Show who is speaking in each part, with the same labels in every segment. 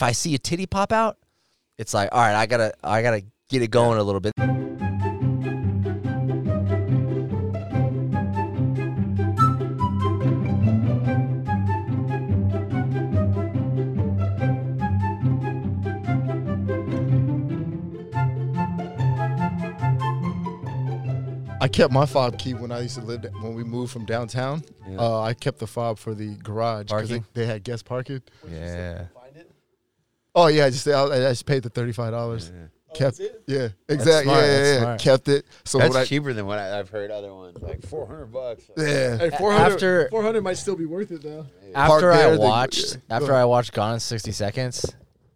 Speaker 1: If I see a titty pop out, it's like, all right, I gotta, I gotta get it going a little bit.
Speaker 2: I kept my fob key when I used to live when we moved from downtown. Uh, I kept the fob for the garage because they,
Speaker 1: Parking?
Speaker 2: they had guest parking.
Speaker 1: Yeah.
Speaker 2: Oh yeah, I just I, I just paid the thirty five dollars. Kept
Speaker 3: Oh, it?
Speaker 2: yeah, exactly.
Speaker 4: smart,
Speaker 2: Yeah, yeah,
Speaker 4: that's
Speaker 2: yeah.
Speaker 4: smart.
Speaker 2: kept it. So
Speaker 4: That's
Speaker 2: when I,
Speaker 4: cheaper than what I, I've heard other ones, like four hundred bucks.
Speaker 2: Yeah,
Speaker 3: Hey, 400,
Speaker 1: After-
Speaker 3: 400 might still be worth it though.
Speaker 2: Park
Speaker 1: after
Speaker 2: there,
Speaker 1: I
Speaker 2: they-
Speaker 1: watched
Speaker 2: yeah,
Speaker 1: after
Speaker 2: go ahead.
Speaker 1: I watched Gone in 60 Seconds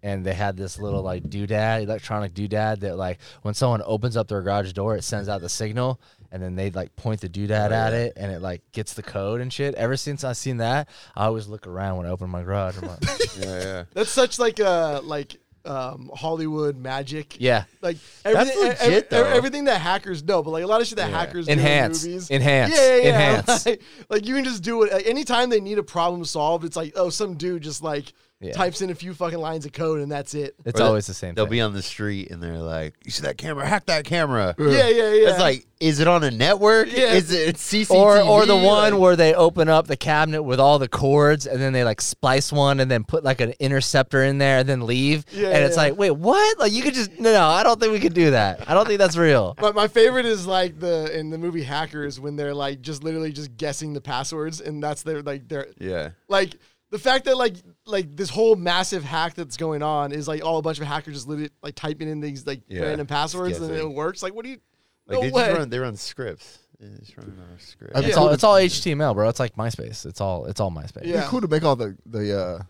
Speaker 1: and they had this little like doodad, electronic doodad that like when someone opens up their garage door, it sends out the signal and then they like point the doodad at it and it like gets the code and shit. Ever since I've seen that, I always look around when I open my garage. I'm like,
Speaker 4: Yeah, yeah.
Speaker 3: That's such like uh like um Hollywood magic.
Speaker 1: yeah.
Speaker 3: Like
Speaker 4: That's
Speaker 3: everything, e-
Speaker 4: legit,
Speaker 3: every- e-
Speaker 4: though.
Speaker 3: everything that hackers know, but like a lot of shit that hackers do
Speaker 1: Enhance.
Speaker 3: in movies.
Speaker 1: Enhance.
Speaker 3: Yeah, yeah, yeah.
Speaker 1: Enhance.
Speaker 3: Like, like, you can just do it. Like, anytime they need a problem solved, it's like, oh, some dude just like
Speaker 1: Yeah.
Speaker 3: types in a few fucking lines of code and that's it.
Speaker 1: It's
Speaker 4: Or
Speaker 1: always the same
Speaker 4: They'll
Speaker 1: thing.
Speaker 4: be on the street and they're like, "You see that camera? Hack that camera!"
Speaker 3: Yeah, yeah, yeah.
Speaker 4: It's like, is it on a network?
Speaker 3: Yeah.
Speaker 4: Is it CCTV?
Speaker 1: or or the one
Speaker 4: Like-
Speaker 1: where they open up the cabinet with all the cords and then they like splice one and then put like an interceptor in there and then leave
Speaker 3: Yeah,
Speaker 1: and it's
Speaker 3: yeah.
Speaker 1: like wait what like you could just no no I don't think we could do that I don't think that's real
Speaker 3: My, my favorite is like the in the movie Hackers when they're like just literally just guessing the passwords and that's their like their
Speaker 4: yeah.
Speaker 3: like the fact that like like this whole massive hack that's going on is like all a bunch of hackers just literally like typing in these like
Speaker 4: Yeah,
Speaker 3: random passwords and it
Speaker 4: guessing.
Speaker 3: works. Like what do you
Speaker 4: Like
Speaker 3: no
Speaker 4: they
Speaker 3: way.
Speaker 4: just run, they run scripts. They just run on a script.
Speaker 2: I've
Speaker 1: it's
Speaker 2: Yeah.
Speaker 1: all it's all HTML bro it's like MySpace it's all it's all MySpace
Speaker 3: Yeah.
Speaker 2: It'd be cool to make all the the uh,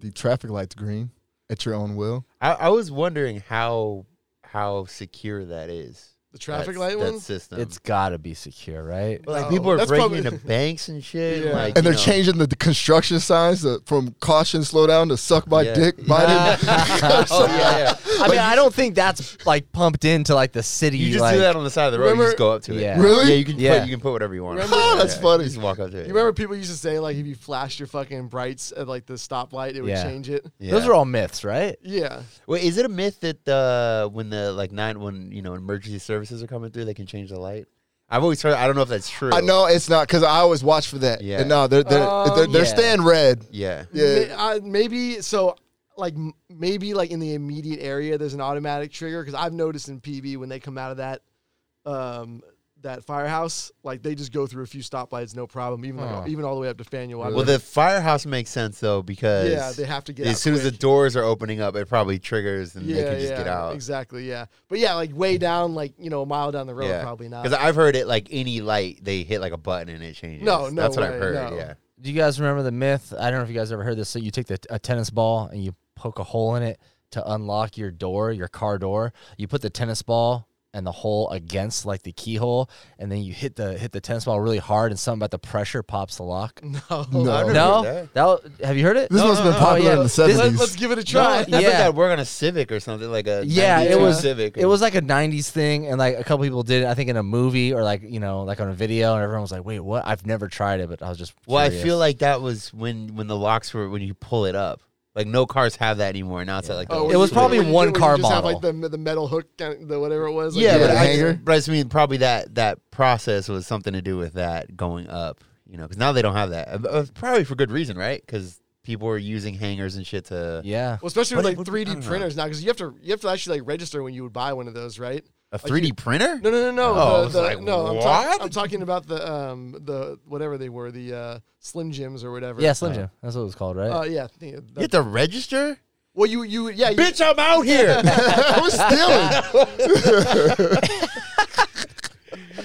Speaker 2: the traffic lights green at your own will.
Speaker 4: I, I was wondering how how secure that is.
Speaker 3: the traffic
Speaker 4: That's-
Speaker 3: light
Speaker 4: that
Speaker 3: one?
Speaker 4: system.
Speaker 1: it's gotta be secure right
Speaker 4: But, like
Speaker 3: No,
Speaker 4: people are
Speaker 3: that's
Speaker 4: breaking
Speaker 3: probably-
Speaker 4: into banks and shit.
Speaker 3: Yeah.
Speaker 4: Like,
Speaker 2: And
Speaker 4: you
Speaker 2: they're
Speaker 4: know,
Speaker 2: changing the, the construction signs uh, from caution, slow down to suck my
Speaker 4: Yeah.
Speaker 2: dick, bite it.
Speaker 4: Oh yeah, yeah.
Speaker 1: I mean I don't think that's like pumped into like the city
Speaker 4: You just
Speaker 1: like
Speaker 4: do that on the side of the road. you
Speaker 3: Remember-
Speaker 4: just go up to it.
Speaker 1: Yeah.
Speaker 2: Really?
Speaker 4: Yeah. You can.
Speaker 1: Yeah.
Speaker 4: Put, you can put whatever you want.
Speaker 3: Remember-
Speaker 4: Yeah,
Speaker 2: That's
Speaker 4: yeah,
Speaker 2: funny.
Speaker 4: You just walk up to it.
Speaker 3: You remember people used to say like if you flashed your fucking brights at like the stoplight, it would
Speaker 1: Yeah.
Speaker 3: change it.
Speaker 4: Yeah.
Speaker 1: those are all myths right
Speaker 3: Yeah.
Speaker 4: Wait, is it a myth that uh, when the like nine when you know emergency services are coming through, they can change the light? I've always heard. I don't know if that's true.
Speaker 2: I know it's not because I always watch for that.
Speaker 4: Yeah.
Speaker 2: And no, they're they're, they're,
Speaker 3: Oh,
Speaker 2: they're
Speaker 1: Um,
Speaker 2: staying red.
Speaker 4: Yeah.
Speaker 2: Yeah.
Speaker 3: Ma- uh, maybe so. Like m- maybe like in the immediate area, there's an automatic trigger because I've noticed in PB when they come out of that, um, that firehouse, like they just go through a few stoplights, no problem. Even
Speaker 1: Huh.
Speaker 3: like, even all the way up to Faneuil. I've
Speaker 4: Well,
Speaker 3: heard-
Speaker 4: the firehouse makes sense though because
Speaker 3: yeah, they have to get out
Speaker 4: as soon as the
Speaker 3: quick.
Speaker 4: doors are opening up, it probably triggers and they can just get out.
Speaker 3: Exactly. Yeah, but yeah, like way down, like you know, a mile down the road,
Speaker 4: Yeah.
Speaker 3: probably not.
Speaker 4: Because I've heard it like any light, they hit like a button and it changes.
Speaker 3: No, no
Speaker 4: that's what
Speaker 3: way,
Speaker 4: I've heard.
Speaker 3: no.
Speaker 4: Yeah,
Speaker 1: Do you guys remember the myth? I don't know if you guys ever heard this. So you take the, a tennis ball and you poke a hole in it to unlock your door, your car door. You put the tennis ball and the hole against like the keyhole, and then you hit the hit the tennis ball really hard, and something about the pressure pops the lock.
Speaker 3: no,
Speaker 2: No.
Speaker 4: never
Speaker 1: No,
Speaker 4: heard that.
Speaker 1: that wa- have you heard it?
Speaker 2: This one's been
Speaker 1: Oh,
Speaker 2: popular
Speaker 1: yeah.
Speaker 2: in the
Speaker 1: This-
Speaker 3: Let,
Speaker 2: seventies.
Speaker 3: us give it a try.
Speaker 1: No,
Speaker 4: I
Speaker 1: Yeah.
Speaker 4: bet that work on a Civic or something like a
Speaker 1: Yeah, it
Speaker 4: 92
Speaker 1: was-
Speaker 4: Civic.
Speaker 1: It was like a '90s thing, and like a couple people did it. I think in a movie or like you know, like on a video, and everyone was like, "Wait, what?" I've never tried it, but I was just
Speaker 4: Well, I
Speaker 1: curious.
Speaker 4: feel like that was when when the locks were when you pull it up. Like no cars have that anymore. Now it's at like the
Speaker 3: Oh,
Speaker 1: It was
Speaker 3: you-
Speaker 1: probably
Speaker 3: when you
Speaker 1: one
Speaker 3: do- when
Speaker 1: car
Speaker 3: you just have,
Speaker 1: model.
Speaker 3: like the, the metal hook, kind of- the whatever it was. like,
Speaker 4: yeah,
Speaker 2: Yeah,
Speaker 4: but
Speaker 2: the
Speaker 4: I,
Speaker 2: hanger.
Speaker 4: but I just mean probably that that process was something to do with that going up, you know, because now they don't have that. Uh, uh, probably for good reason, right? Because people are using hangers and shit to
Speaker 1: yeah.
Speaker 3: Well, especially
Speaker 4: But
Speaker 3: with
Speaker 4: it
Speaker 3: like
Speaker 4: would be- I
Speaker 3: 3D
Speaker 4: don't know.
Speaker 3: printers now, because you have to you have to actually like register when you would buy one of those, right?
Speaker 4: a 3D printer.
Speaker 3: No, no, no, no.
Speaker 4: Oh, I
Speaker 3: the,
Speaker 4: was
Speaker 3: the,
Speaker 4: like,
Speaker 3: no, I'm,
Speaker 4: what?
Speaker 3: I'm talking about the um the whatever they were, the uh, Slim Jims or whatever.
Speaker 1: Yeah, Slim Jim. That's what it was called, right?
Speaker 2: Oh,
Speaker 3: Uh, yeah. I think it-
Speaker 4: You have
Speaker 3: that-
Speaker 4: to register,
Speaker 3: well, you you yeah. You,
Speaker 4: bitch. I'm out here.
Speaker 2: I was stealing.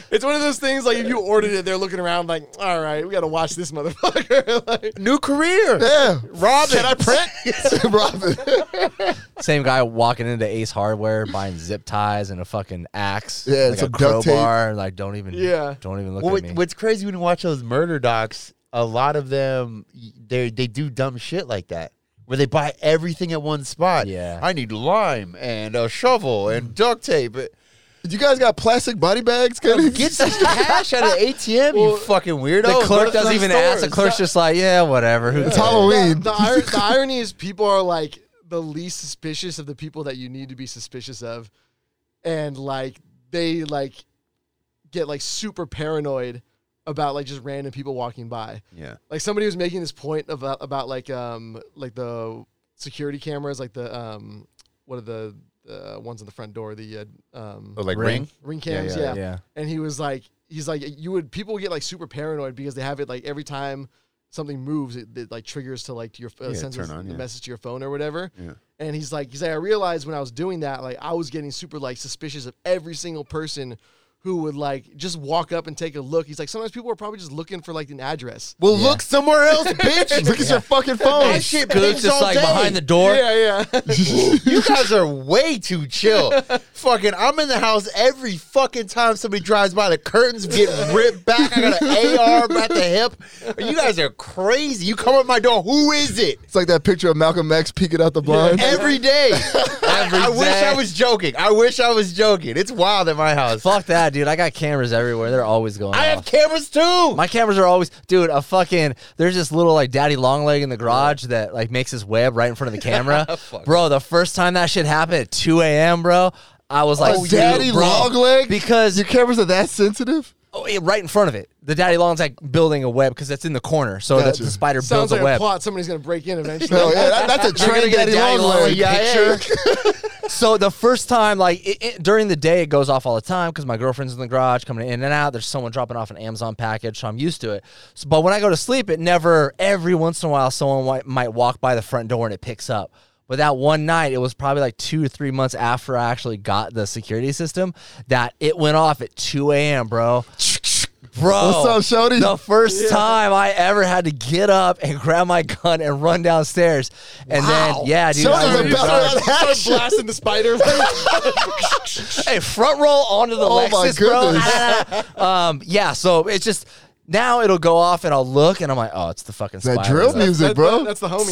Speaker 3: It's one of those things like if you ordered it, they're looking around like, all right, we got to watch this motherfucker. like,
Speaker 4: New career.
Speaker 2: Yeah,
Speaker 4: Robin. Can I print?
Speaker 2: Robin.
Speaker 1: Same guy walking into Ace Hardware buying zip ties and a fucking axe.
Speaker 2: Yeah,
Speaker 1: like
Speaker 2: it's
Speaker 1: a,
Speaker 2: a duct tape.
Speaker 1: crowbar. Like don't even.
Speaker 3: Yeah.
Speaker 1: Don't even look
Speaker 4: well,
Speaker 1: at me.
Speaker 4: what, what's crazy when you watch those murder docs? A lot of them, they they do dumb shit like that, where they buy everything at one spot.
Speaker 1: Yeah. Mm.
Speaker 4: I need lime and a shovel and duct tape.
Speaker 2: You guys got plastic body bags? Can you-
Speaker 4: Get some cash out of ATM, you fucking weirdo.
Speaker 1: the
Speaker 4: and go
Speaker 1: clerk
Speaker 4: to
Speaker 1: doesn't
Speaker 4: those
Speaker 1: even ask. The
Speaker 4: stores.
Speaker 1: clerk's just like, yeah, whatever. Who
Speaker 2: It's
Speaker 1: cares?
Speaker 2: Halloween.
Speaker 3: The, the ir- the irony is people are like the least suspicious of the people that you need to be suspicious of, and like they like get like super paranoid about like just random people walking by.
Speaker 4: Yeah.
Speaker 3: Like somebody was making this point about about like um like the security cameras, like the um what are the uh, ones on the front door, the uh, um
Speaker 4: Oh, like
Speaker 1: Ring?
Speaker 4: ring.
Speaker 3: ring cams, yeah,
Speaker 1: yeah, yeah.
Speaker 3: And he was like, he's like, you would people get like super paranoid because they have it like every time something moves, it, it like triggers to like your uh,
Speaker 4: Yeah,
Speaker 3: sends
Speaker 4: turn
Speaker 3: us
Speaker 4: on,
Speaker 3: the
Speaker 4: yeah.
Speaker 3: message to your phone or whatever.
Speaker 4: Yeah.
Speaker 3: And he's like, he's like, I realized when I was doing that, like I was getting super like suspicious of every single person who would like just walk up and take a look. He's like, sometimes people are probably just looking for like an address.
Speaker 4: Well, look somewhere else, bitch.
Speaker 2: Look at your fucking phone.
Speaker 4: That shit
Speaker 1: Cause it's
Speaker 4: pings
Speaker 1: just
Speaker 4: all
Speaker 1: like
Speaker 4: day.
Speaker 1: behind the door.
Speaker 3: Yeah, yeah.
Speaker 4: You guys are way too chill. fucking, I'm in the house every fucking time somebody drives by. The curtains get ripped back. I got an AR at the hip. You guys are crazy. You come up my door. Who is it?
Speaker 2: It's like that picture of Malcolm X peeking out the blind.
Speaker 4: Every day. I, I wish I
Speaker 1: day.
Speaker 4: was joking. I wish I was joking. It's wild at my house.
Speaker 1: Fuck that, dude. I got cameras everywhere. They're always going.
Speaker 4: I
Speaker 1: off.
Speaker 4: have cameras too.
Speaker 1: My cameras are always, dude. A fucking there's this little like daddy long leg in the garage that like makes his web right in front of the camera,
Speaker 4: Fuck.
Speaker 1: bro. The first time that shit happened at 2 a.m., bro, I was like,
Speaker 2: Oh,
Speaker 1: dude,
Speaker 2: daddy
Speaker 1: bro,
Speaker 2: long leg?
Speaker 1: because
Speaker 2: Your cameras are that sensitive?
Speaker 1: oh, yeah, right in front of it, the daddy long's like building a web because that's in the corner, so that
Speaker 2: Gotcha.
Speaker 1: the spider builds
Speaker 3: Sounds like
Speaker 1: a
Speaker 3: a,
Speaker 1: web.
Speaker 3: plot somebody's gonna break in eventually.
Speaker 2: No, yeah, that, that's a
Speaker 1: They're
Speaker 2: train
Speaker 1: gonna get
Speaker 2: daddy
Speaker 1: a daddy
Speaker 2: long
Speaker 1: long
Speaker 2: leg.
Speaker 1: leg picture. So the first time, like it, it- during the day, it goes off all the time because my girlfriend's in the garage coming in and out. There's someone dropping off an Amazon package, so I'm used to it. So, but when I go to sleep, it never. Every once in a while, someone might, might walk by the front door and it picks up. But that one night, it was probably like two or three months after I actually got the security system that it went off at 2 a.m., bro. Bro,
Speaker 2: What's up, Shorty?
Speaker 1: Oh. The first time I ever had to get up and grab my gun and run downstairs, and then yeah, dude, I
Speaker 2: Shorty's
Speaker 1: went-
Speaker 2: a better
Speaker 3: Start blasting the spider.
Speaker 1: Hey, front roll onto the
Speaker 2: Oh my
Speaker 1: Lexus, bro.
Speaker 2: goodness.
Speaker 1: Ah, ah, ah. um, yeah, so it's just now it'll go off and I'll look and I'm like, oh, it's the fucking
Speaker 2: That
Speaker 1: spider.
Speaker 2: drill
Speaker 1: That's-
Speaker 2: music, bro.
Speaker 3: That's the homie.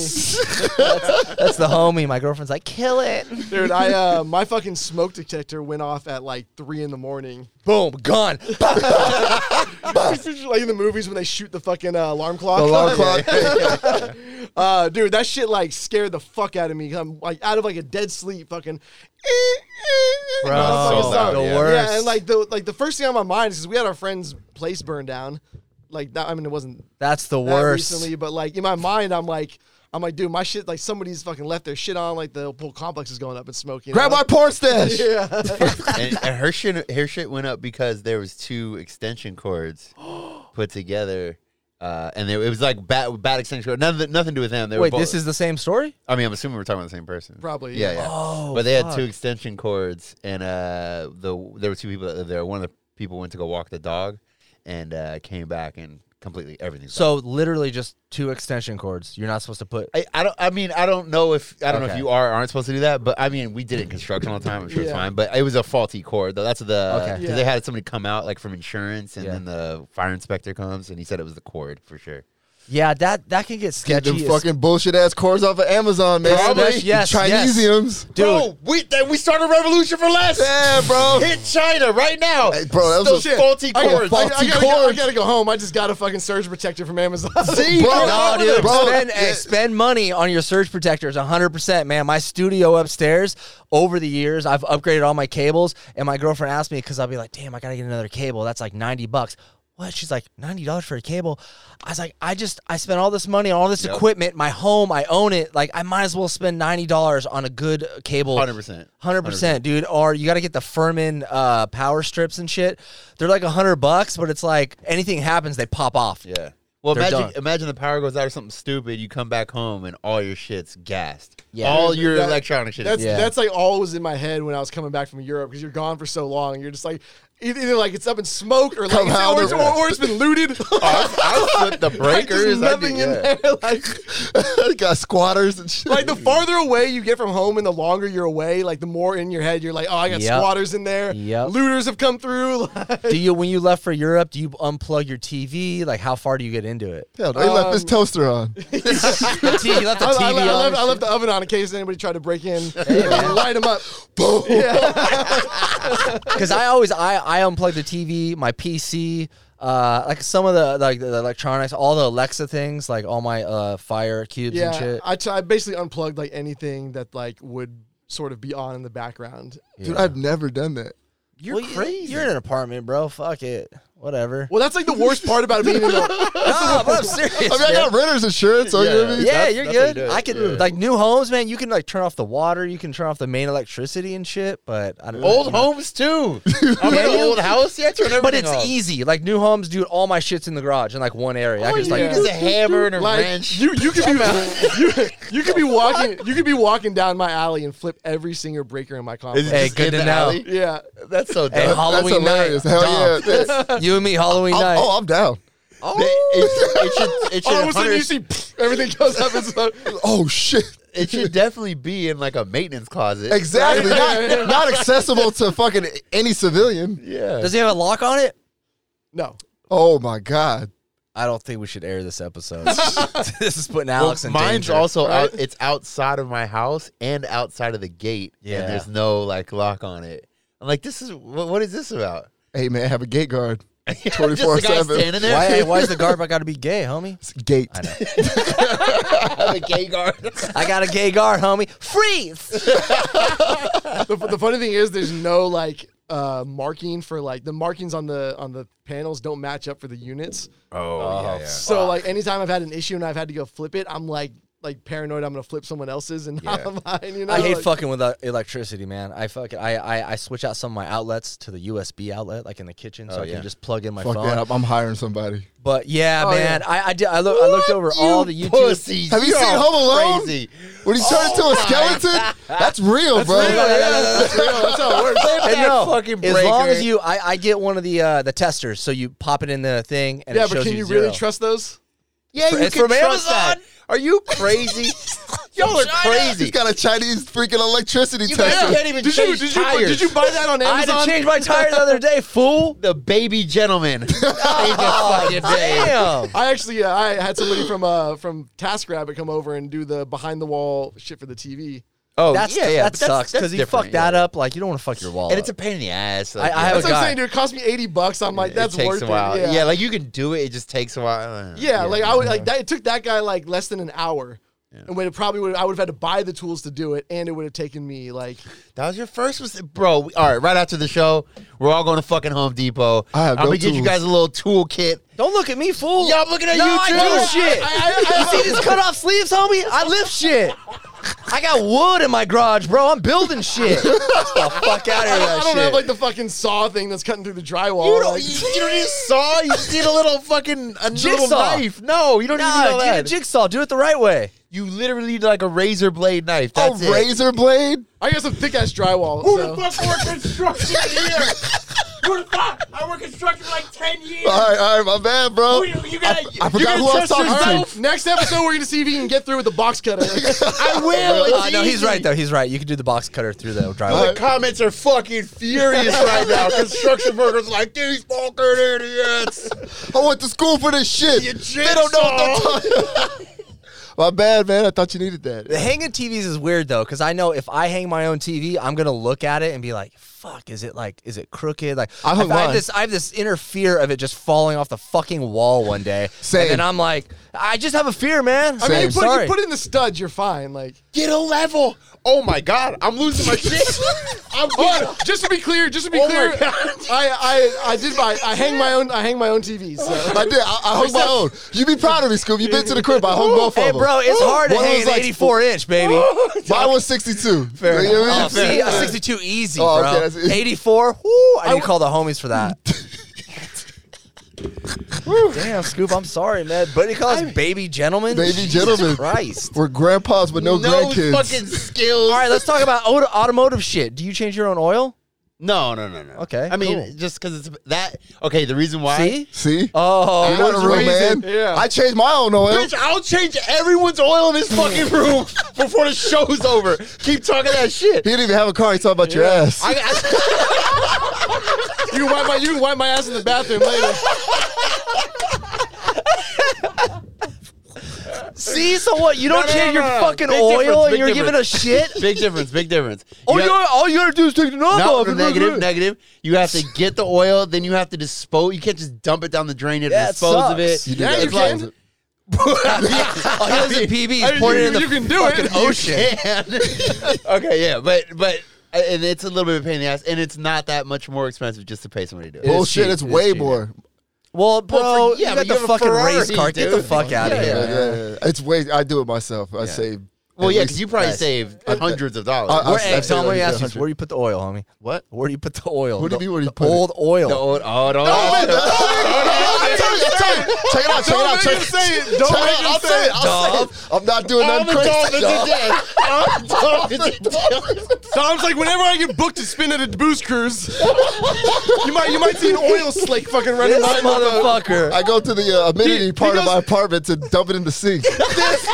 Speaker 1: That's the homie. My girlfriend's like, kill it.
Speaker 3: Dude, I uh, my fucking smoke detector went off at like three in the morning.
Speaker 1: Boom, gone.
Speaker 3: like in the movies when they shoot the fucking uh, alarm clock.
Speaker 2: The alarm clock.
Speaker 3: uh, dude, that shit like scared the fuck out of me. I'm like out of like a dead sleep, fucking.
Speaker 1: Bro,
Speaker 3: motherfucking
Speaker 4: so
Speaker 3: song.
Speaker 4: loud,
Speaker 1: the
Speaker 4: yeah.
Speaker 1: worst.
Speaker 3: Yeah, and like the like the first thing on my mind is 'cause we had our friend's place burned down. Like that, I mean, it wasn't
Speaker 1: That's the
Speaker 3: that
Speaker 1: worst.
Speaker 3: recently, but like in my mind, I'm like. I'm like, dude, my shit, like somebody's fucking left their shit on, like the whole complex is going up and smoking.
Speaker 2: Grab my porn stash.
Speaker 3: yeah.
Speaker 4: and, and her shit, her shit went up because there was two extension cords put together, uh, and they, it was like bad, bad extension cord. Nothing, nothing to do with them. They were
Speaker 1: Wait,
Speaker 4: both-
Speaker 1: this is the same story?
Speaker 4: I mean, I'm assuming we're talking about the same person.
Speaker 3: Probably,
Speaker 4: Yeah,
Speaker 3: yeah.
Speaker 4: yeah.
Speaker 1: Oh,
Speaker 4: but they had
Speaker 1: fuck.
Speaker 4: two extension cords, and uh, the there were two people that lived there. One of the people went to go walk the dog, and uh, came back and completely everything.
Speaker 1: So literally just two extension cords. You're not supposed to put.
Speaker 4: I, I don't. I mean, I don't know if I don't know
Speaker 1: Okay.
Speaker 4: if you are or aren't supposed to do that, but I mean, we did it in construction all the time. I'm sure it's
Speaker 3: Yeah.
Speaker 4: fine, but it was a faulty cord. Though that's the
Speaker 1: Okay.
Speaker 4: because
Speaker 3: Yeah.
Speaker 4: they had somebody come out like from insurance, and
Speaker 1: Yeah.
Speaker 4: then the fire inspector comes and he said it was the cord for sure.
Speaker 1: Yeah, that that can get
Speaker 2: Get
Speaker 1: sketchy.
Speaker 2: them fucking bullshit ass cores off of Amazon, man.
Speaker 1: Probably. Yes, yes.
Speaker 2: Chinesiums.
Speaker 1: Dude.
Speaker 4: Bro, we that, we started a revolution for less.
Speaker 2: Yeah, bro.
Speaker 4: Hit China right now,
Speaker 2: Hey, bro, that was
Speaker 4: Those
Speaker 2: a shit.
Speaker 4: faulty
Speaker 3: I,
Speaker 4: cords.
Speaker 3: gotta, I,
Speaker 2: faulty
Speaker 3: gotta go, I
Speaker 2: cords.
Speaker 3: gotta go home. I just got a fucking surge protector from Amazon.
Speaker 2: Bro,
Speaker 1: No, dude.
Speaker 2: bro,
Speaker 1: spend,
Speaker 2: yeah.
Speaker 1: spend money on your surge protectors 100%, man. My studio upstairs, over the years, I've upgraded all my cables. And my girlfriend asked me because I'll be like, damn, I got to get another cable. That's like 90 bucks. What? She's like, $90 for a cable. I was like, I just, I spent all this money on all this
Speaker 4: Yep.
Speaker 1: equipment, my home, I own it. Like, I might as well spend $90 on a good cable.
Speaker 4: 100%.
Speaker 1: 100%, dude. Or you got to get the Furman uh, power strips and shit. They're like 100 bucks, but it's like anything happens, they pop off.
Speaker 4: Yeah. Well,
Speaker 1: They're
Speaker 4: imagine
Speaker 1: done.
Speaker 4: imagine the power goes out or something stupid. You come back home and all your shit's gassed.
Speaker 1: Yeah.
Speaker 4: All your
Speaker 3: That-
Speaker 4: electronic shit.
Speaker 3: That's
Speaker 4: Is,
Speaker 1: Yeah.
Speaker 3: that's like always in my head when I was coming back from Europe because you're gone for so long. You're just like either, either like it's up in smoke or like
Speaker 2: Come
Speaker 3: it's,
Speaker 2: out
Speaker 3: or, it's,
Speaker 2: of-
Speaker 3: or, or it's been looted.
Speaker 4: I flipped the
Speaker 3: like,
Speaker 4: breakers.
Speaker 3: there's
Speaker 4: I did-
Speaker 3: nothing in
Speaker 4: yeah.
Speaker 3: there. Like,
Speaker 2: Got squatters and shit.
Speaker 3: like the farther away you get from home and the longer you're away, like the more in your head you're like, oh, I got
Speaker 1: Yep.
Speaker 3: squatters in there.
Speaker 1: Yep.
Speaker 3: Looters have come through. Like,
Speaker 1: do you when you left for Europe? Do you unplug your TV? Like how far do you get into it?
Speaker 2: Hell, they left
Speaker 1: Um,
Speaker 2: this toaster on.
Speaker 1: The TV, you left the
Speaker 3: I,
Speaker 1: TV
Speaker 3: I, I,
Speaker 1: on.
Speaker 3: left,
Speaker 1: and
Speaker 3: I
Speaker 1: shit.
Speaker 3: left the oven on in case anybody tried to break in. Light them up. Boom.
Speaker 1: Because I always I I unplug the TV, my PC, uh, like some of the like the electronics, all the Alexa things, like all my uh, fire cubes and
Speaker 3: yeah,
Speaker 1: shit.
Speaker 3: I, t- I basically unplugged like anything that like would sort of be on in the background.
Speaker 2: Dude, I've never done that.
Speaker 1: You're crazy. You're in an apartment, bro. Fuck it. Whatever.
Speaker 3: Well, that's like the worst part about being in the
Speaker 1: no, but I'm serious.
Speaker 2: I mean, I
Speaker 1: man.
Speaker 2: got renter's insurance. So you know what I mean?
Speaker 1: Yeah,
Speaker 4: That's-
Speaker 1: you're
Speaker 4: that's how you
Speaker 1: good.
Speaker 4: do it.
Speaker 1: I can
Speaker 4: Yeah.
Speaker 1: like new homes, man. You can like turn off the water. You can turn off the main electricity and shit. But I don't
Speaker 4: Old
Speaker 1: you know.
Speaker 4: homes too. I'm in an old house. Yeah, turn everything
Speaker 1: But it's
Speaker 4: off.
Speaker 1: easy. Like new homes, dude. All my shit's in the garage in like one area. I
Speaker 4: All
Speaker 1: can
Speaker 4: you
Speaker 1: just
Speaker 4: need
Speaker 1: like
Speaker 4: is a hammer and a
Speaker 3: like
Speaker 4: wrench.
Speaker 3: you you could be you, you could be walking you could be walking down my alley and flip every single breaker in my complex.
Speaker 1: Hey,
Speaker 4: Just
Speaker 1: good
Speaker 4: in
Speaker 1: to
Speaker 4: the
Speaker 1: know.
Speaker 4: alley?
Speaker 3: Yeah,
Speaker 4: That's so
Speaker 1: Hey,
Speaker 4: dumb.
Speaker 2: That's
Speaker 1: Halloween night.
Speaker 2: hilarious. Hell
Speaker 1: Dom.
Speaker 2: yeah. That's-
Speaker 1: You and me, Halloween night.
Speaker 2: oh, I'm down.
Speaker 4: Oh. It, should- it should. It should.
Speaker 3: all of a sudden you
Speaker 4: 100
Speaker 3: see pfft, everything goes up. It's like,
Speaker 2: Oh shit.
Speaker 4: it should definitely be in like a maintenance closet.
Speaker 2: Exactly.
Speaker 3: Yeah.
Speaker 2: Not, not accessible to fucking any civilian.
Speaker 4: Yeah.
Speaker 1: Does he have a lock on it?
Speaker 3: no,
Speaker 2: Oh my god.
Speaker 1: I don't think we should air this episode. this is putting
Speaker 4: Well,
Speaker 1: Alex in
Speaker 4: mine's
Speaker 1: danger.
Speaker 4: also out, it's outside of my house and outside of the gate.
Speaker 1: Yeah.
Speaker 4: And there's no like lock on it. I'm like, this is what, what is this about?
Speaker 2: Hey man, have a gate guard.
Speaker 4: Just the guy
Speaker 2: 24/7.
Speaker 4: standing there.
Speaker 1: why, why is the guard got to be gay, homie?
Speaker 2: It's gate.
Speaker 1: I know.
Speaker 4: Have a gay guard.
Speaker 1: I got a gay guard, homie. Freeze!
Speaker 3: the, the funny thing is there's no like uh marking for like the markings on the on the panels don't match up for the units.
Speaker 5: Oh, yeah, yeah.
Speaker 3: So like anytime I've had an issue and I've had to go flip it, I'm like like paranoid I'm gonna flip someone else's and not mine. You know,
Speaker 1: I hate
Speaker 3: like,
Speaker 1: fucking with uh, electricity, man. I fucking I, I I switch out some of my outlets to the USB outlet, like in the kitchen, so
Speaker 4: Oh,
Speaker 1: I
Speaker 4: yeah.
Speaker 1: can just plug in my
Speaker 2: Fuck
Speaker 1: phone.
Speaker 2: that up. I'm hiring somebody.
Speaker 1: But yeah,
Speaker 3: Oh,
Speaker 1: man, I I, did, I look I looked over all the YouTube.
Speaker 4: Pussies.
Speaker 2: Have you
Speaker 4: You're
Speaker 2: seen
Speaker 4: all
Speaker 2: Home Alone?
Speaker 4: Crazy. Oh,
Speaker 2: When he's turned into a skeleton, that's real, bro.
Speaker 1: real, yeah, yeah, yeah.
Speaker 3: That's real, that's how it works.
Speaker 1: And
Speaker 4: that
Speaker 1: no,
Speaker 4: fucking
Speaker 1: as long
Speaker 4: breaker.
Speaker 1: as you, I, I get one of the uh, the testers, so you pop it in the thing, and
Speaker 3: yeah,
Speaker 1: it shows
Speaker 3: but can you
Speaker 1: zero.
Speaker 3: really trust those?
Speaker 4: Yeah, you
Speaker 1: It's
Speaker 4: can
Speaker 1: from
Speaker 4: trust that.
Speaker 1: Amazon.
Speaker 4: Are you crazy? Y'all are
Speaker 2: He's
Speaker 4: crazy.
Speaker 2: got a Chinese freaking electricity
Speaker 4: You guys
Speaker 2: tester.
Speaker 4: can't even
Speaker 3: Did you
Speaker 4: change
Speaker 3: did you
Speaker 4: tires.
Speaker 3: did you buy that on
Speaker 1: I had to
Speaker 3: Amazon?
Speaker 1: change my tire the other day, fool.
Speaker 4: the baby gentleman.
Speaker 1: Oh, damn.
Speaker 3: I actually uh, I had somebody from uh from TaskRabbit come over and do the behind the wall shit for the TV.
Speaker 4: oh,
Speaker 1: That's,
Speaker 4: yeah, yeah.
Speaker 1: that sucks because he fucked that up. Like you don't want to fuck your wallet.
Speaker 4: And it's a pain in the ass.
Speaker 1: I- I have
Speaker 3: That's
Speaker 1: a
Speaker 3: what I'm
Speaker 1: guy.
Speaker 3: saying, dude. It cost me eighty bucks. I'm like, that's
Speaker 4: Oh, it takes
Speaker 3: worth
Speaker 4: a while.
Speaker 3: it. Yeah.
Speaker 4: Yeah. like you can do it. It just takes a while. Uh,
Speaker 3: Yeah, like I would like that. It took that guy like less than an hour, and when it probably would I would have had to buy the tools to do it, and it would have taken me like
Speaker 4: that was your first, was, bro. we- all right, right after the show, we're all going to fucking Home Depot.
Speaker 2: I have
Speaker 4: I'm
Speaker 2: no
Speaker 4: gonna get you
Speaker 2: tools.
Speaker 4: guys a little toolkit.
Speaker 1: don't look at me, fool.
Speaker 4: Y'all looking at
Speaker 1: no,
Speaker 4: you
Speaker 1: I
Speaker 4: too.
Speaker 1: do shit. you see these cut off sleeves, homie? I lift shit. I got wood in my garage, bro. I'm building shit. Get the fuck out of here,
Speaker 3: I,
Speaker 1: with that
Speaker 3: I don't
Speaker 1: shit.
Speaker 3: have like the fucking saw thing that's cutting through the drywall.
Speaker 4: You don't,
Speaker 3: like-
Speaker 4: you, you don't need a saw. You just need a little fucking
Speaker 2: Oh,
Speaker 4: a little
Speaker 1: Jigsaw.
Speaker 4: knife. No, you don't need all
Speaker 1: nah, get a
Speaker 4: that.
Speaker 1: jigsaw. Do it the right way.
Speaker 4: you literally need like a razor blade knife.
Speaker 2: Oh,
Speaker 4: That's it.
Speaker 2: razor blade?
Speaker 3: I got some thick ass drywall. so.
Speaker 5: fuck work construction here? Who the fuck? I work construction for like 10 years.
Speaker 2: All right, all right, my bad,
Speaker 4: Oh,
Speaker 2: bro.
Speaker 5: Who you, you gotta,
Speaker 2: Uh, I forgot who I was
Speaker 3: All
Speaker 2: talking
Speaker 3: right,
Speaker 2: to.
Speaker 3: next episode we're gonna see if he can get through with the box cutter.
Speaker 4: I will.
Speaker 1: Uh,
Speaker 4: it's
Speaker 1: no, he's
Speaker 4: easy.
Speaker 1: right though. He's right. You can do the box cutter through the
Speaker 4: The
Speaker 1: drywall.
Speaker 4: comments are fucking furious right now. Construction workers like these fucking idiots.
Speaker 2: I went to school for this shit.
Speaker 4: You
Speaker 2: They don't know what they're talking My bad, man. I thought you needed
Speaker 1: The
Speaker 2: that.
Speaker 1: hanging TVs is weird though, because I know if I hang my own TV, I'm gonna look at it and be like, "Fuck, is it like, is it crooked?" Like,
Speaker 2: I hung
Speaker 1: I have
Speaker 2: mine.
Speaker 1: this, I have this inner fear of it just falling off the fucking wall one day,
Speaker 2: Same.
Speaker 1: and then I'm like, I just have a fear, man.
Speaker 3: I mean,
Speaker 2: Same.
Speaker 3: you put,
Speaker 1: Sorry.
Speaker 3: you put it in the stud, you're fine. Like,
Speaker 4: Get a level. Oh my god, I'm losing my shit. I'm good.
Speaker 3: oh, just to be clear, just to be
Speaker 4: Oh my
Speaker 3: clear,
Speaker 4: God.
Speaker 3: I, I I did my I hang my own I hang my own TVs. So.
Speaker 2: I did. I, I hung my own. You be proud of me, Scoop. You been to the crib. I hung both
Speaker 1: hey,
Speaker 2: of them.
Speaker 1: bro, it's hard to
Speaker 2: One
Speaker 1: hang
Speaker 2: was
Speaker 1: an
Speaker 2: like-
Speaker 1: 84 inch, baby.
Speaker 2: Mine was 62. Fair you know what I
Speaker 1: Oh,
Speaker 2: mean?
Speaker 1: see, a 62 easy,
Speaker 2: Oh,
Speaker 1: bro.
Speaker 2: okay, that's easy.
Speaker 1: 84, whoo, I need to call the homies for that. Damn, Scoop, I'm sorry, man. But he calls baby gentlemen.
Speaker 2: Baby
Speaker 1: Jesus
Speaker 2: gentlemen.
Speaker 1: Christ.
Speaker 2: We're grandpas, but no, grandkids.
Speaker 4: fucking skills.
Speaker 1: All right, let's talk about auto- automotive shit. Do you change your own oil?
Speaker 4: no, no, no, no.
Speaker 1: Okay,
Speaker 4: I mean,
Speaker 1: cool.
Speaker 4: just because it's that. Okay, the reason why.
Speaker 1: See?
Speaker 2: See?
Speaker 1: Oh,
Speaker 2: you want a real man?
Speaker 3: reason. Yeah.
Speaker 2: I changed my own oil.
Speaker 4: Bitch, I'll change everyone's oil in this fucking room before the show's over. Keep talking that shit.
Speaker 2: He didn't even have a car. He's talking about your ass.
Speaker 4: I, I,
Speaker 3: You can wipe my you can wipe my ass in the bathroom later.
Speaker 1: See, so what? You don't
Speaker 4: No, no,
Speaker 1: change
Speaker 4: no,
Speaker 1: your
Speaker 4: no, no.
Speaker 1: fucking
Speaker 4: Big
Speaker 1: oil
Speaker 4: difference,
Speaker 1: and
Speaker 4: big
Speaker 1: you're giving a
Speaker 4: difference.
Speaker 1: shit?
Speaker 4: Big difference. Big difference.
Speaker 1: All
Speaker 4: You
Speaker 1: you,
Speaker 4: have-
Speaker 1: all you gotta do is take the knob
Speaker 4: no,
Speaker 1: off. and-
Speaker 4: negative, negative. You have to get the oil, then you have to dispose. You can't just dump it down the drain and
Speaker 1: Yeah, it
Speaker 4: dispose
Speaker 1: sucks.
Speaker 4: of it.
Speaker 1: You
Speaker 2: do
Speaker 4: It's
Speaker 2: that. Yeah, you
Speaker 4: like-
Speaker 1: All he does is PB. He's
Speaker 4: I mean,
Speaker 1: pouring
Speaker 4: you-
Speaker 1: it in the
Speaker 4: you
Speaker 1: can do fucking ocean.
Speaker 4: okay, yeah, but but and it's a little bit of a pain in the ass, and it's not that much more expensive just to pay somebody to do it.
Speaker 2: Bullshit,
Speaker 1: cheap.
Speaker 2: it's
Speaker 1: It is
Speaker 2: way
Speaker 1: cheap.
Speaker 2: more.
Speaker 1: Well, bro,
Speaker 4: Well, for-
Speaker 1: you
Speaker 4: yeah,
Speaker 1: got
Speaker 4: but you
Speaker 1: the
Speaker 4: have a
Speaker 1: fucking
Speaker 4: Ferrari,
Speaker 1: race car. Get
Speaker 4: dude.
Speaker 1: the fuck out of
Speaker 4: Yeah,
Speaker 1: here.
Speaker 2: Yeah,
Speaker 1: man.
Speaker 2: yeah, yeah. It's way. I do it myself. I save.
Speaker 4: Well,
Speaker 2: at
Speaker 4: yeah,
Speaker 2: least-
Speaker 4: because you probably
Speaker 1: Nice.
Speaker 4: saved hundreds of dollars.
Speaker 2: I-
Speaker 1: Where,
Speaker 2: I've
Speaker 1: hey,
Speaker 2: said
Speaker 1: Tom,
Speaker 2: it
Speaker 1: let me
Speaker 2: like
Speaker 1: ask you,
Speaker 2: 100.
Speaker 1: where do you put the oil, homie? What? Where do you put the oil?
Speaker 2: What do you
Speaker 1: The-
Speaker 2: mean, where do you
Speaker 1: the
Speaker 2: put it?
Speaker 1: old oil.
Speaker 4: The old- oh, don't-
Speaker 2: Wait, no, I'm telling you, I'm telling you. Check it out. Check it out. Check it out.
Speaker 4: say it.
Speaker 2: Check it out. I'll say it. I'll say it. I'm not doing
Speaker 4: I'm
Speaker 2: nothing
Speaker 4: a
Speaker 2: crazy.
Speaker 4: dolphin
Speaker 2: dog.
Speaker 4: today. I'm a dolphin today.
Speaker 3: Dom's like, whenever I get booked to spin at a booze cruise, you might you might see an oil slick fucking running
Speaker 1: This
Speaker 3: by.
Speaker 1: motherfucker.
Speaker 2: I go to the uh, amenity
Speaker 3: He- he
Speaker 2: part of
Speaker 3: goes-
Speaker 2: my apartment to dump it in the sink.
Speaker 1: this